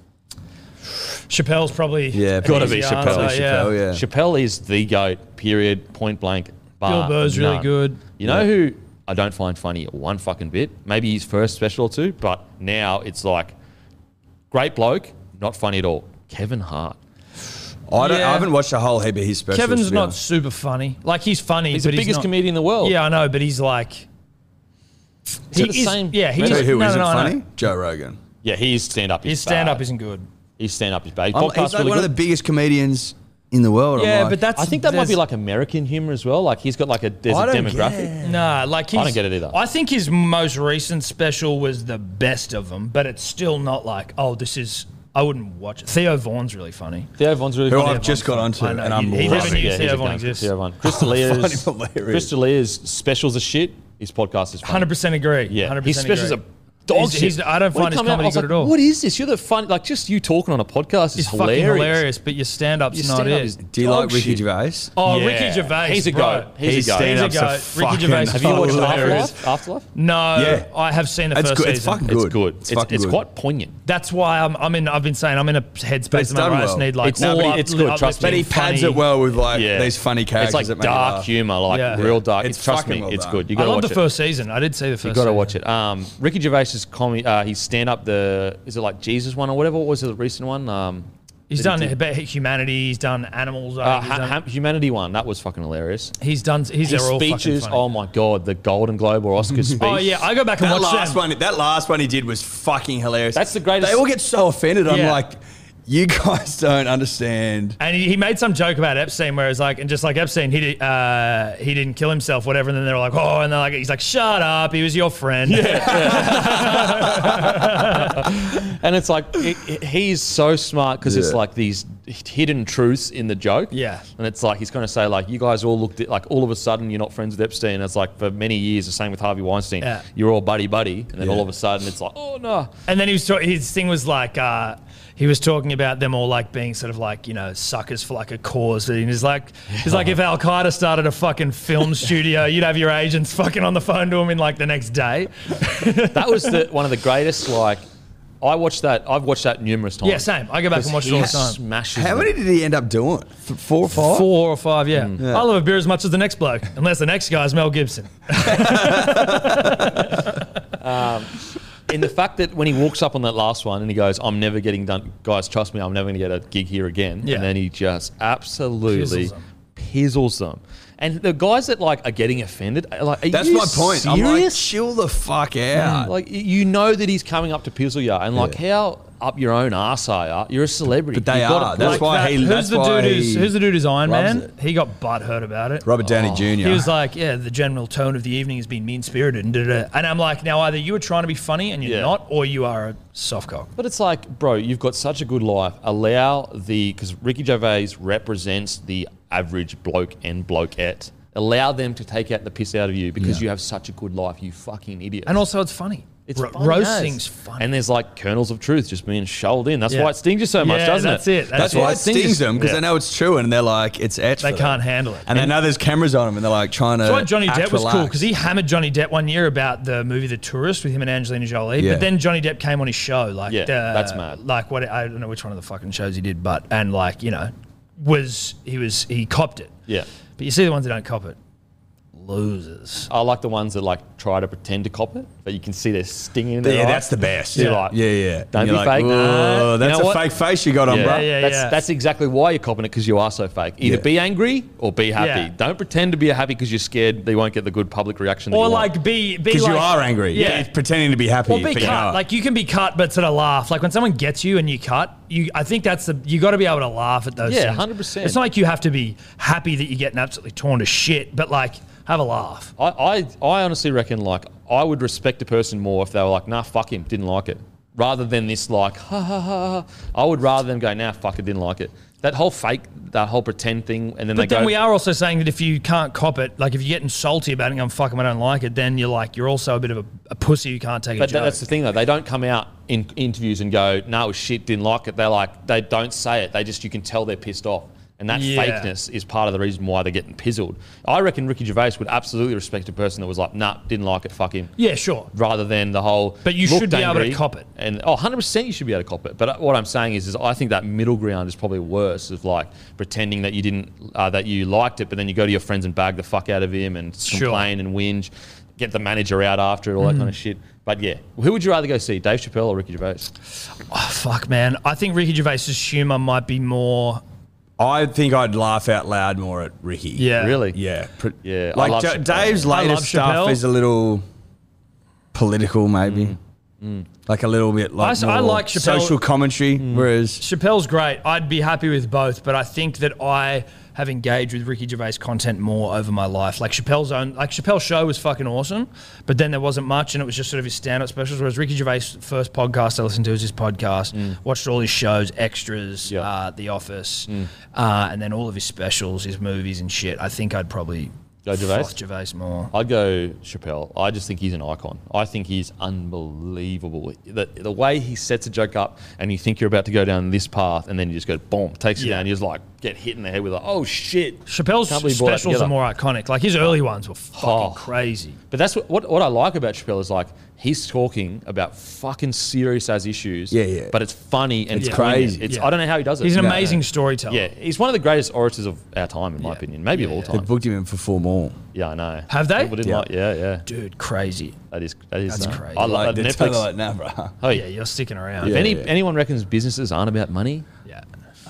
S4: Chappelle's probably
S5: Yeah,
S4: an
S5: gotta
S4: easy
S1: be
S4: answer,
S1: Chappelle.
S5: Chappelle, yeah.
S1: Chappelle is the goat. Period. Point blank. Bar
S4: Bill Burr's really
S1: none.
S4: good.
S1: You know who I don't find funny one fucking bit. Maybe his first special or two, but now it's like great bloke, not funny at all. Kevin Hart.
S5: I, don't,
S4: Yeah.
S5: I haven't watched a whole heap of his specials. to
S4: Kevin's
S5: be
S4: not
S5: honest.
S4: super funny. Like he's funny,
S1: He's
S4: but
S1: the biggest
S4: not,
S1: comedian in the world.
S4: Yeah, I know, but he's like.
S1: Oh. Is it the same-
S4: Yeah, he's
S5: Tell you who
S4: no,
S5: not
S4: no, no, no.
S5: funny? Joe Rogan.
S1: Yeah, his stand up.
S4: His stand up isn't good.
S1: His stand up is bad. His
S5: I'm-
S1: Podcast's
S5: he's like
S1: really
S5: one
S1: good.
S5: of the biggest comedians in the world. I'm
S4: Yeah,
S5: like,
S4: but that's.
S1: I think that might be
S4: there's-
S1: like American humor as well. Like he's got like a there's a
S5: I don't
S1: demographic.
S4: Nah, like he's,
S1: don't get it either.
S4: I think his most recent special was the best of them, but it's still not like oh, this is. I wouldn't watch it. Theo Vaughn's really funny.
S1: Theo Vaughn's really
S5: Who
S1: funny.
S5: I've just got onto,
S4: I know,
S5: and I'm
S4: he- he
S5: loving
S4: doesn't
S5: it.
S4: use
S1: he's
S4: Theo
S1: a
S4: Von
S1: gun.
S4: exists.
S1: Theo
S5: <laughs>
S1: Von. Chris D'Elia's,
S5: Funny, hilarious.
S1: Chris D'Elia's specials are shit. His podcast is funny.
S4: Hundred percent agree.
S1: Yeah,
S4: 100%
S1: his specials
S4: agree.
S1: are dog
S4: He's-
S1: shit.
S4: he's- I don't
S1: When he
S4: find his
S1: come out, I
S4: comedy
S1: was
S4: good
S1: like,
S4: at all.
S1: What is this? You're the fun. Like just you talking on a podcast is
S4: It's
S1: hilarious.
S4: fucking hilarious, but your stand up's
S1: Your
S4: not
S1: stand-up
S4: it.
S1: is
S5: Do you like
S1: dog
S5: Ricky
S1: shit.
S5: Gervais?
S4: oh,
S1: Yeah.
S4: Ricky Gervais.
S1: He's a
S4: bro.
S1: goat. He's,
S5: His
S1: a goat.
S5: stand-ups
S4: He's a
S5: are
S4: goat. Ricky Gervais
S5: fucking
S4: is
S1: Have you watched
S5: hilarious.
S1: Afterlife? Afterlife?
S4: No,
S5: Yeah.
S4: I have seen the
S5: It's
S4: first season.
S5: good. It's fucking
S1: It's
S5: good.
S1: good. It's, it's,
S5: fucking good.
S1: quite poignant.
S4: That's why I'm, I'm in. I've been saying I'm in a headspace.
S5: it's
S4: at the moment
S5: done
S4: where I
S5: well.
S4: just need like
S5: It's- no,
S4: all
S1: but
S4: up-
S1: it's good, trust me.
S5: But he
S4: uplifting,
S5: pads
S4: funny.
S5: it well with like
S1: Yeah.
S5: these funny characters.
S1: It's
S5: that
S1: like
S5: make you
S1: dark
S5: laugh.
S1: humor, like
S4: Yeah.
S1: real dark.
S5: It's
S1: It's, trust
S5: fucking
S1: me,
S5: well
S1: it's
S5: done.
S1: good. You
S4: I
S1: got to
S4: love
S1: watch
S4: the
S1: it.
S4: first season. I did see the first.
S1: You got to
S4: season.
S1: watch it. Um, Ricky Gervais's comedy, uh, his stand up, the is it like Jesus one or whatever? What was it, the recent one? Um,
S4: He's
S1: that
S4: done
S1: he
S4: it
S1: did?
S4: about humanity. He's done animals. I
S1: Uh,
S4: think
S1: Ha- Ha- Humanity one. That was fucking hilarious.
S4: he's done. He's done. He's
S1: His
S4: they're all fucking
S1: speeches.
S4: funny.
S1: Oh my god, the Golden Globe or Oscar speech.
S4: <laughs> Oh, yeah, I go back and
S5: That
S4: watch
S5: last
S4: them.
S5: one, that last one he did was fucking hilarious.
S1: That's the greatest-
S5: They all get so offended. I'm
S4: Yeah.
S5: like, you guys don't understand.
S4: And he, he made some joke about Epstein, where it's like, and just like Epstein, he did, uh, he didn't kill himself, whatever. And then they were like, oh, and they're like, he's like, shut up, he was your friend.
S1: And it's like it, it- he's so smart because it's
S5: Yeah.
S1: like these hidden truths in the joke.
S4: Yeah.
S1: And it's like he's going to say like you guys all looked at, like all of a sudden you're not friends with Epstein. It's like for many years the same with Harvey Weinstein.
S4: Yeah.
S1: You're all buddy buddy, and then
S5: Yeah.
S1: all of a sudden it's like oh
S4: <laughs>
S1: no.
S4: And then he was ta- his thing was like uh, he was talking about them all like being sort of like you know suckers for like a cause. And he's like he's like if Al Qaeda started a fucking
S5: <laughs>
S4: film studio, you'd have your agents fucking on the phone to him in like the next day.
S1: That was the, one of the greatest. Like I watched that. I've watched that numerous times.
S4: Yeah, same. I go back and watch it all the time.
S1: Smashes.
S5: How
S1: them.
S5: many did he end up doing? Th- Four or five?
S4: Four or five, yeah.
S5: Mm. Yeah.
S4: I love a beer as much as the next bloke, unless the next guy's Mel Gibson.
S1: in the fact that when he walks up on that last one and he goes, "I'm never getting done, guys. Trust me, I'm never going to get a gig here again."
S4: Yeah.
S1: And then he just absolutely
S4: Pizzles
S1: pizzles
S4: them.
S1: them. And the guys that like are getting offended, are like, are
S5: That's
S1: you
S5: my point. I'm like, "Ah."
S1: Serious?
S5: chill the fuck out.
S1: like, y- you know that he's coming up to pizzle you, and like, how up your own arse are ya? You're a celebrity.
S5: But they
S1: You've gotta
S5: are. That's
S1: prove-
S5: why
S4: That-
S5: he.
S4: who's
S5: that's
S4: the
S5: why
S4: dude? Who's,
S5: he-
S4: who's the dude? Who's Iron
S5: loves
S4: Man?
S5: it.
S4: He got butt hurt about it.
S5: Robert Downey Jr.
S4: oh, He was like, yeah, the general tone of the evening has been mean spirited, and, da-da-da." and I'm like, now either you were trying to be funny and you're
S1: Yeah.
S4: not, or you are a soft cock.
S1: But it's like, bro, you've got such a good life. Allow the because Ricky Gervais represents the average bloke and blokeette. Allow them to take out the piss out of you because you have such a good life. You fucking idiot.
S4: And also, it's funny.
S1: It's
S4: Ro-
S1: funny as.
S4: roasting's funny.
S1: And there's like kernels of truth just being shoveled in. That's
S4: Yeah.
S1: why it stings you so much,
S4: Yeah,
S1: doesn't
S4: that's
S1: it?
S4: it.
S5: That's why it stings them because
S4: Yeah.
S5: they know it's true and they're like, it's etched.
S4: They
S5: for
S4: can't
S5: them.
S4: handle it.
S5: And they know there's cameras on them and they're like trying to.
S4: That's why Johnny
S5: act
S4: Depp was cool
S5: relaxed.
S4: because he hammered Johnny Depp one year about the movie The Tourist with him and Angelina Jolie.
S5: Yeah.
S4: But then Johnny Depp came on his show, like
S1: Yeah,
S4: uh,
S1: that's mad.
S4: Like what I don't know which one of the fucking shows he did, but and like you know, was he was he copped it.
S1: Yeah.
S4: But you see the ones that don't cop it, losers.
S1: I like the ones that like try to pretend to cop it, but you can see they're stinging. In
S5: Yeah,
S1: their eye.
S5: that's the best.
S1: You're
S5: Yeah,
S1: like,
S5: yeah, yeah.
S1: Don't
S5: You're
S1: be
S5: like,
S1: fake.
S5: "Whoa,
S1: Nah."
S5: that's
S1: You know
S5: a
S1: what?
S5: fake face you got on,
S1: Yeah,
S5: bro.
S4: yeah,
S1: that's
S4: yeah.
S1: that's exactly why you're copping it because you are so fake. Either
S5: Yeah.
S1: be angry or be happy.
S4: Yeah.
S1: Don't pretend to be happy because you're scared they won't get the good public reaction. That
S4: Or
S1: you want.
S4: like be be
S5: Because
S4: like,
S5: you are angry.
S4: Yeah.
S5: Yeah. Pretending to be happy.
S4: Well, be
S5: but
S4: cut.
S5: you know it.
S4: Like you can be cut, but sort of laugh. Like when someone gets you and you cut, you I think that's the you got to be able to laugh at those.
S1: Yeah,
S4: things.
S1: 100%.
S4: It's not like you have to be happy that you're getting absolutely torn to shit, but like have a laugh.
S1: I, I, I honestly reckon like I would respect a person more if they were like, nah, fuck him, didn't like it, rather than this like, <laughs> ha ha ha. ha. I would rather them go, nah, fuck it, didn't like it. That whole fake, that whole pretend thing, and then they
S4: But then
S1: go,
S4: we are also saying that if you can't cop it, like if you're getting salty about it, and I'm fucking, I don't like it. Then you're like, you're also a bit of a, a pussy. You can't take a
S1: But
S4: joke.
S1: that, that's the thing though, they don't come out in interviews and go, no, it was shit, didn't like it. They're like, they don't say it. They just, you can tell they're pissed off. And that
S4: Yeah.
S1: fakeness is part of the reason why they're getting pizzled. I reckon Ricky Gervais would absolutely respect a person that was like, nah, didn't like it, fuck him.
S4: yeah, sure.
S1: rather than the whole.
S4: But you
S1: looked
S4: should be able to
S1: angry
S4: cop it.
S1: and oh, 100 percent you should be able to cop it. But uh, what I'm saying is, is I think that middle ground is probably worse, of like pretending that you didn't, uh, that you liked it, but then you go to your friends and bag the fuck out of him and
S4: Sure. Mm-hmm.
S1: complain and whinge, get the manager out after it, all that kind of shit. But yeah, who would you rather go see, Dave Chappelle or Ricky Gervais?
S4: Oh, fuck, man. I think Ricky Gervais's humor might be more.
S5: I think I'd laugh out loud more at Ricky.
S4: Yeah.
S1: Really?
S5: Yeah. Pr-
S1: Yeah, I
S5: Like
S1: love
S5: Ja-
S1: Chappelle.
S5: Dave's
S4: I
S5: latest
S4: love
S5: stuff
S4: Chappelle.
S5: is a little political, maybe.
S1: Mm.
S5: Like a little bit
S4: I
S5: like,
S4: s- I
S5: more
S4: like Chappelle-
S5: social commentary,
S1: Mm.
S5: whereas
S4: Chappelle's great. I'd be happy with both, but I think that I have engaged with Ricky Gervais content more over my life. Like Chappelle's own, like Chappelle's show was fucking awesome, but then there wasn't much, and it was just sort of his stand-up specials. Whereas Ricky Gervais' first podcast I listened to was his podcast. Watched all his shows, extras,
S1: Mm. Yeah. Mm.
S4: uh, The Office, uh, and then all of his specials, his movies and shit. I think I'd probably
S1: Go Gervais?
S4: froth Gervais more.
S1: I'd go Chappelle. I just think he's an icon. I think he's unbelievable. The, the way he sets a joke up and you think you're about to go down this path and then you just go boom, takes you
S4: Yeah.
S1: down. You just like get hit in the head with a oh shit.
S4: Chappelle's
S1: Can't believe we brought that
S4: specials are
S1: together.
S4: more iconic. Like his early ones were fucking
S1: Oh.
S4: crazy.
S1: But that's what, what what I like about Chappelle is like he's talking about fucking serious as issues.
S5: Yeah, yeah.
S1: But it's funny and it's
S5: crazy.
S1: crazy. It's
S4: Yeah.
S1: I don't know how he does it.
S4: He's an
S5: No, no.
S4: amazing storyteller.
S1: yeah, he's one of the greatest orators of our time, in my
S4: Yeah.
S1: opinion, maybe of all
S5: they
S1: time.
S5: booked him in for four more.
S1: yeah, I know.
S4: Have they?
S1: People didn't
S5: Yeah.
S1: like- yeah, yeah.
S4: Dude, crazy.
S1: That is that is
S4: That's
S1: nuts.
S4: crazy.
S1: I love that
S5: Like, they're
S1: Netflix.
S5: like, <laughs>
S4: <laughs>
S5: nah, bro.
S1: oh
S4: Yeah, you're sticking around.
S1: If
S5: Yeah,
S1: any,
S5: yeah.
S1: anyone reckons businesses aren't about money,
S4: Yeah.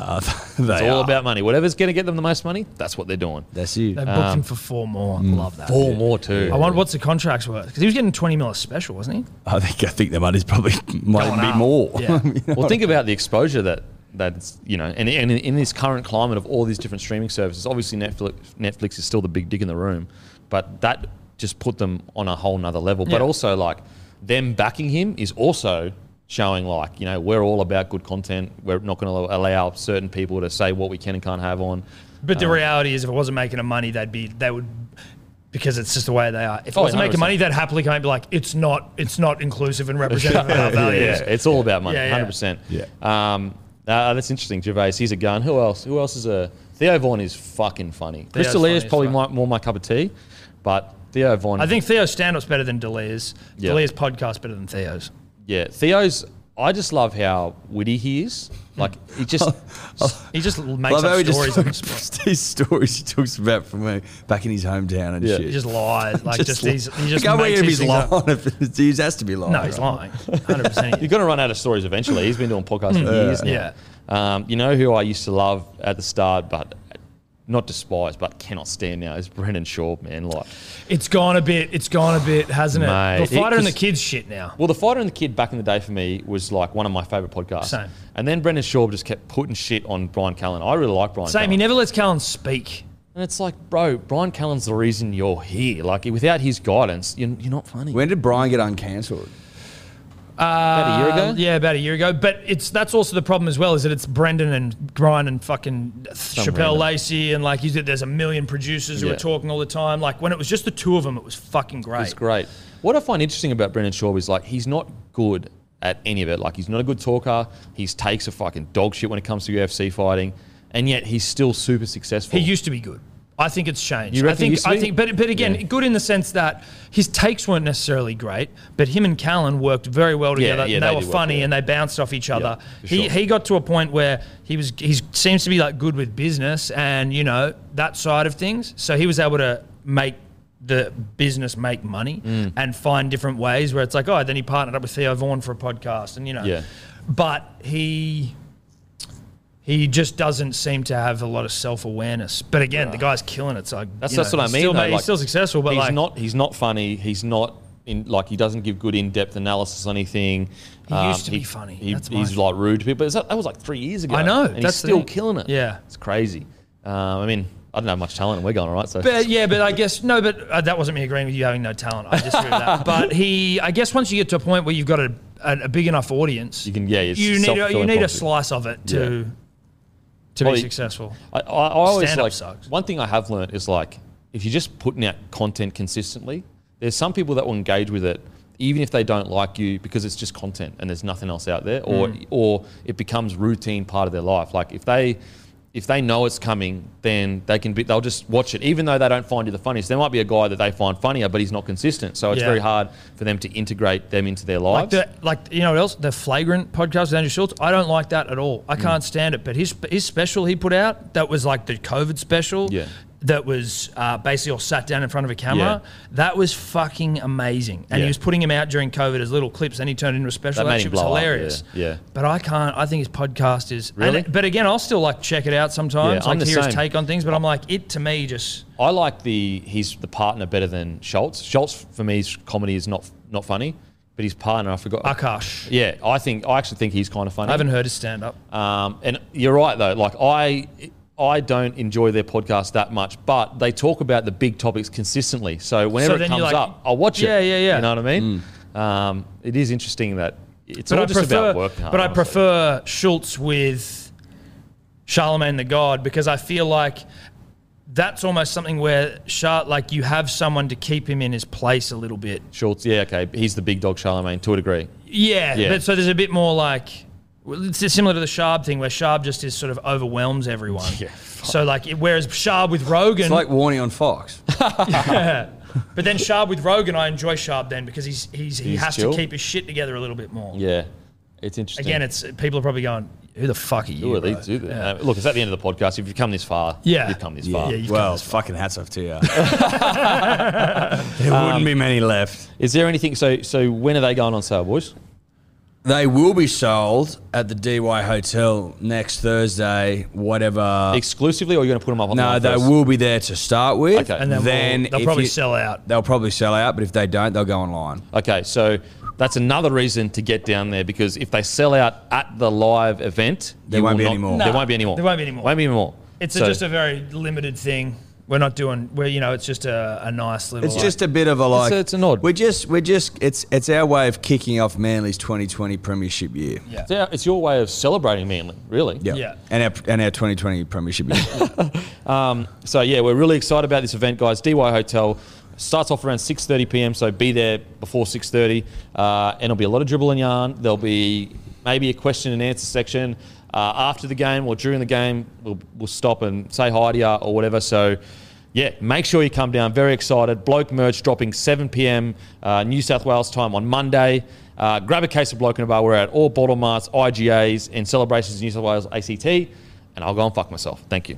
S5: Uh, <laughs>
S1: it's
S5: they
S1: all
S5: are.
S1: about money. Whatever's going to get them the most money, that's what they're doing.
S5: That's you.
S4: They booked him for four more.
S5: Mm.
S4: Love that.
S1: Four more too.
S4: I wonder what's the contracts worth because he was getting twenty mil a special, wasn't he?
S5: I think I think the money's probably <laughs> might
S4: Going
S5: even be
S4: up.
S5: more. <laughs>
S4: Yeah.
S5: You know?
S1: Well, think about the exposure that that's you know, and, and in, in this current climate of all these different streaming services, obviously Netflix Netflix is still the big dick in the room, but that just put them on a whole nother level. But
S4: Yeah.
S1: also like them backing him is also showing like you know we're all about good content. We're not going to allow certain people to say what we can and can't have on.
S4: But
S5: Uh,
S4: the reality is, if it wasn't making them money, they'd be they would because it's just the way they are. If it
S1: Oh,
S4: wasn't making
S1: 100%.
S4: money, they'd happily come and be like, "It's not, it's not inclusive and representative of our
S5: <laughs>
S4: values."
S1: Yeah, it's all about money,
S4: Yeah, yeah.
S1: hundred percent.
S5: Yeah.
S1: Um, uh, that's interesting. Gervais, he's a gun. Who else? Who else is a Theo Vaughn is fucking funny. Chris
S4: funny
S1: D'Elia's
S4: as
S1: probably my,
S4: fuck.
S1: more my cup of tea, but Theo Vaughn.
S4: I think Theo's stand-up's better than Delia's.
S1: Yeah.
S4: Delia's podcast better than Theo's.
S1: yeah, Theo's. I just love how witty he is. Like he
S4: <laughs>
S1: just
S4: He just l- makes
S5: Love how
S4: up
S5: he
S4: stories on the
S5: just <laughs>
S4: spot.
S5: took these stories he talks about from when- back in his hometown and
S1: Yeah.
S5: shit.
S4: He
S5: <laughs>
S4: just lies, like just,
S5: li-
S4: he's, he just
S5: I can't
S4: makes
S5: believe
S4: these
S5: he's
S4: things up.
S5: lying. If <laughs> he has to be lying.
S4: No, he's
S5: <laughs>
S4: lying. Hundred percent.
S1: you're gonna run out of stories eventually. He's been doing podcasts for years now.
S4: Yeah.
S1: Um, you know who I used to love at the start, but not despise, but cannot stand now is Brendan Shaw, man. Like
S4: It's gone a bit. It's gone a bit, hasn't
S1: Mate,
S4: it? The fighter
S1: it
S4: and the
S1: just-
S4: kids shit now.
S1: Well, The Fighter and the Kid back in the day for me was like one of my favourite podcasts.
S4: Same.
S1: And then Brendan Schaub just kept putting shit on Brian Callen. I really like Brian
S4: Same.
S1: Callen.
S4: He never lets Callan speak.
S1: and it's like, bro, Brian Callen's the reason you're here. Like, without his guidance, you're, you're not funny.
S5: When did Brian get uncancelled?
S1: About a year ago?
S4: Uh, yeah, about a year ago. But it's that's also the problem as well is that it's Brendan and Brian and fucking Chappelle
S1: random.
S4: Lacey and like you said, there's a million producers who
S1: Yeah.
S4: are talking all the time. Like when it was just the two of them, it was fucking great.
S1: It's great. What I find interesting about Brendan Shaw is like he's not good at any of it. Like he's not a good talker. His takes are fucking dog shit when it comes to UFC fighting, and yet he's still super successful.
S4: He used to be good. I think it's changed.
S1: You
S4: I
S1: reckon he
S4: think
S1: used to
S4: I
S1: be?
S4: think but but again,
S1: Yeah.
S4: good in the sense that his takes weren't necessarily great, but him and Callan worked very well together.
S1: yeah,
S4: and
S1: they
S4: they,
S1: did
S4: were
S1: work
S4: funny
S1: well.
S4: and they bounced off each other.
S1: for
S4: he
S1: sure.
S4: he got to a point where he was he seems to be like good with business and you know that side of things. So he was able to make the business make money
S1: Mm.
S4: and find different ways where it's like, oh, then he partnered up with Theo Vaughn for a podcast, and you know,
S1: Yeah.
S4: but he he just doesn't seem to have a lot of self awareness. But again, the guy's killing it. So
S1: That's
S4: you
S1: that's
S4: know,
S1: what I
S4: he's
S1: mean.
S4: Still,
S1: though,
S4: ma- he's
S1: like,
S4: still successful, but
S1: he's
S4: like
S1: not he's not funny. He's not in like he doesn't give good in depth analysis on anything. Um,
S4: He used to be funny.
S1: He,
S4: That's my
S1: he's
S4: thing.
S1: like rude to people. But it's- that was like three years ago.
S4: I know.
S1: And
S4: That's
S1: he's
S4: the
S1: still
S4: thing.
S1: killing it.
S4: Yeah.
S1: it's crazy. Um, I mean, I don't have much talent, and we're going all right. So
S4: But yeah, but I guess no. But uh, that wasn't me agreeing with you having no talent. I disagree
S1: <laughs>
S4: with that. But he, I guess, once you get to a point where you've got a, a, a big enough audience,
S1: You can- yeah, it's
S4: you need a, you
S1: self-fulfilling
S4: need a
S1: prophecy.
S4: slice of it to to
S1: Well,
S4: be
S1: you-
S4: successful.
S1: I, I, I always
S4: Stand-up
S1: like
S4: sucks.
S1: one thing I have learned is like if you're just putting out content consistently, there's some people that will engage with it even if they don't like you because it's just content and there's nothing else out there, or
S4: Mm.
S1: or it becomes routine part of their life. Like if they if they know it's coming, then they can be they'll just watch it even though they don't find you the funniest. There might be a guy that they find funnier, but he's not consistent, so it's
S4: Yeah.
S1: very hard for them to integrate them into their lives.
S4: Like the like you know what else the flagrant podcast with Andrew Schultz. I don't like that at all.
S1: Mm.
S4: I can't stand it. But his his special he put out that was like the COVID special.
S1: Yeah.
S4: That was uh, basically all sat down in front of a camera.
S1: Yeah.
S4: That was fucking amazing. And
S1: Yeah.
S4: he was putting him out during COVID as little clips. Then he turned into a special.
S1: That
S4: That,
S1: made
S4: shit
S1: him
S4: was
S1: blow up, yeah,
S4: hilarious.
S1: yeah.
S4: But I can't. I think his podcast is. and
S1: Really?
S4: it- but again, I'll still like check it out sometimes.
S1: Yeah, I'm
S4: like
S1: the
S4: hear
S1: same.
S4: his take on things. But I'm like, it to me just.
S1: I like the he's the partner better than Schultz. Schultz for me, his comedy is not not funny, but his partner, I forgot.
S4: Akash.
S1: Yeah, I think I actually think he's kind of funny.
S4: I haven't heard his stand up.
S1: Um, and you're right though. Like I, I don't enjoy their podcast that much, but they talk about the big topics consistently. So whenever it
S4: then you
S1: comes
S4: like-
S1: up, I'll watch it.
S4: Yeah, yeah, yeah.
S1: You know what I mean? Um, it is interesting that it's
S4: but
S1: all
S4: I
S1: just
S4: prefer,
S1: about work. now,
S4: but I
S1: honestly.
S4: prefer Schultz with Charlemagne the God because I feel like that's almost something where Char- like you have someone to keep him in his place a little bit.
S1: Schultz. Yeah, okay. He's the big dog, Charlemagne, to a degree.
S4: Yeah,
S1: Yeah.
S4: but so there's a bit more like well, it's just similar to the Sharb thing where Sharb just is sort of overwhelms everyone. Yeah. So like it- whereas Sharb with Rogan, <laughs>
S5: It's like Warney on <laughs> Fox.
S4: but then Sharb with Rogan, I enjoy Sharb then because he's he's he
S1: He's
S4: has
S1: chill.
S4: to keep his shit together a little bit more.
S1: Yeah, it's interesting.
S4: Again, it's people are probably going, who the fuck are you?
S1: Ooh, they
S4: bro?"
S1: do that. Uh, look, it's at the end of the podcast. If you've come this far,
S4: Yeah.
S1: you've come this
S4: Yeah,
S1: far.
S4: yeah, you've
S5: well, fucking hats off
S4: <laughs>
S5: to you. Um, there wouldn't be many left.
S1: Is there anything? So, so when are they going on sale, boys?
S5: They will be sold at the DY Hotel next Thursday, whatever.
S1: Exclusively, or are you going to put them up on
S5: no, they will be there to start with.
S1: Okay.
S4: and then,
S5: then
S4: we'll, they'll
S5: if
S4: probably
S5: you-
S4: sell out.
S5: They'll probably sell out, but if they don't, they'll go online.
S1: Okay, so that's another reason to get down there because if they sell out at the live event,
S5: There
S1: you
S5: won't
S1: will
S5: be
S1: not-
S5: any more.
S1: There
S4: Nah,
S1: won't be any more.
S4: there won't be any more.
S1: Won't be any more.
S4: It's
S1: So-
S4: a, just a very limited thing. We're not doing. We're you know, it's just a, a nice little.
S5: It's just a bit of a like.
S1: a- it's an odd-
S5: We're just, we're just. It's it's our way of kicking off Manly's 2020 premiership year.
S4: yeah.
S1: it's, our- it's your way of celebrating Manly, really.
S4: Yeah.
S5: And our and our 2020 premiership <laughs> year.
S1: So yeah, we're really excited about this event, guys. DY Hotel starts off around 6:30 p.m. So be there before 6:30, uh, and there'll be a lot of dribble and yarn. There'll be maybe a question and answer section uh, after the game or during the game. We'll, we'll stop and say hi to you or whatever. So. Yeah, make sure you come down. Very excited. Bloke merch dropping 7 p.m. Uh, New South Wales time on Monday. Uh, grab a case of Bloke in a Bar. We're at all bottle marts, IGAs, and celebrations in New South Wales ACT. And I'll go and fuck myself. Thank you.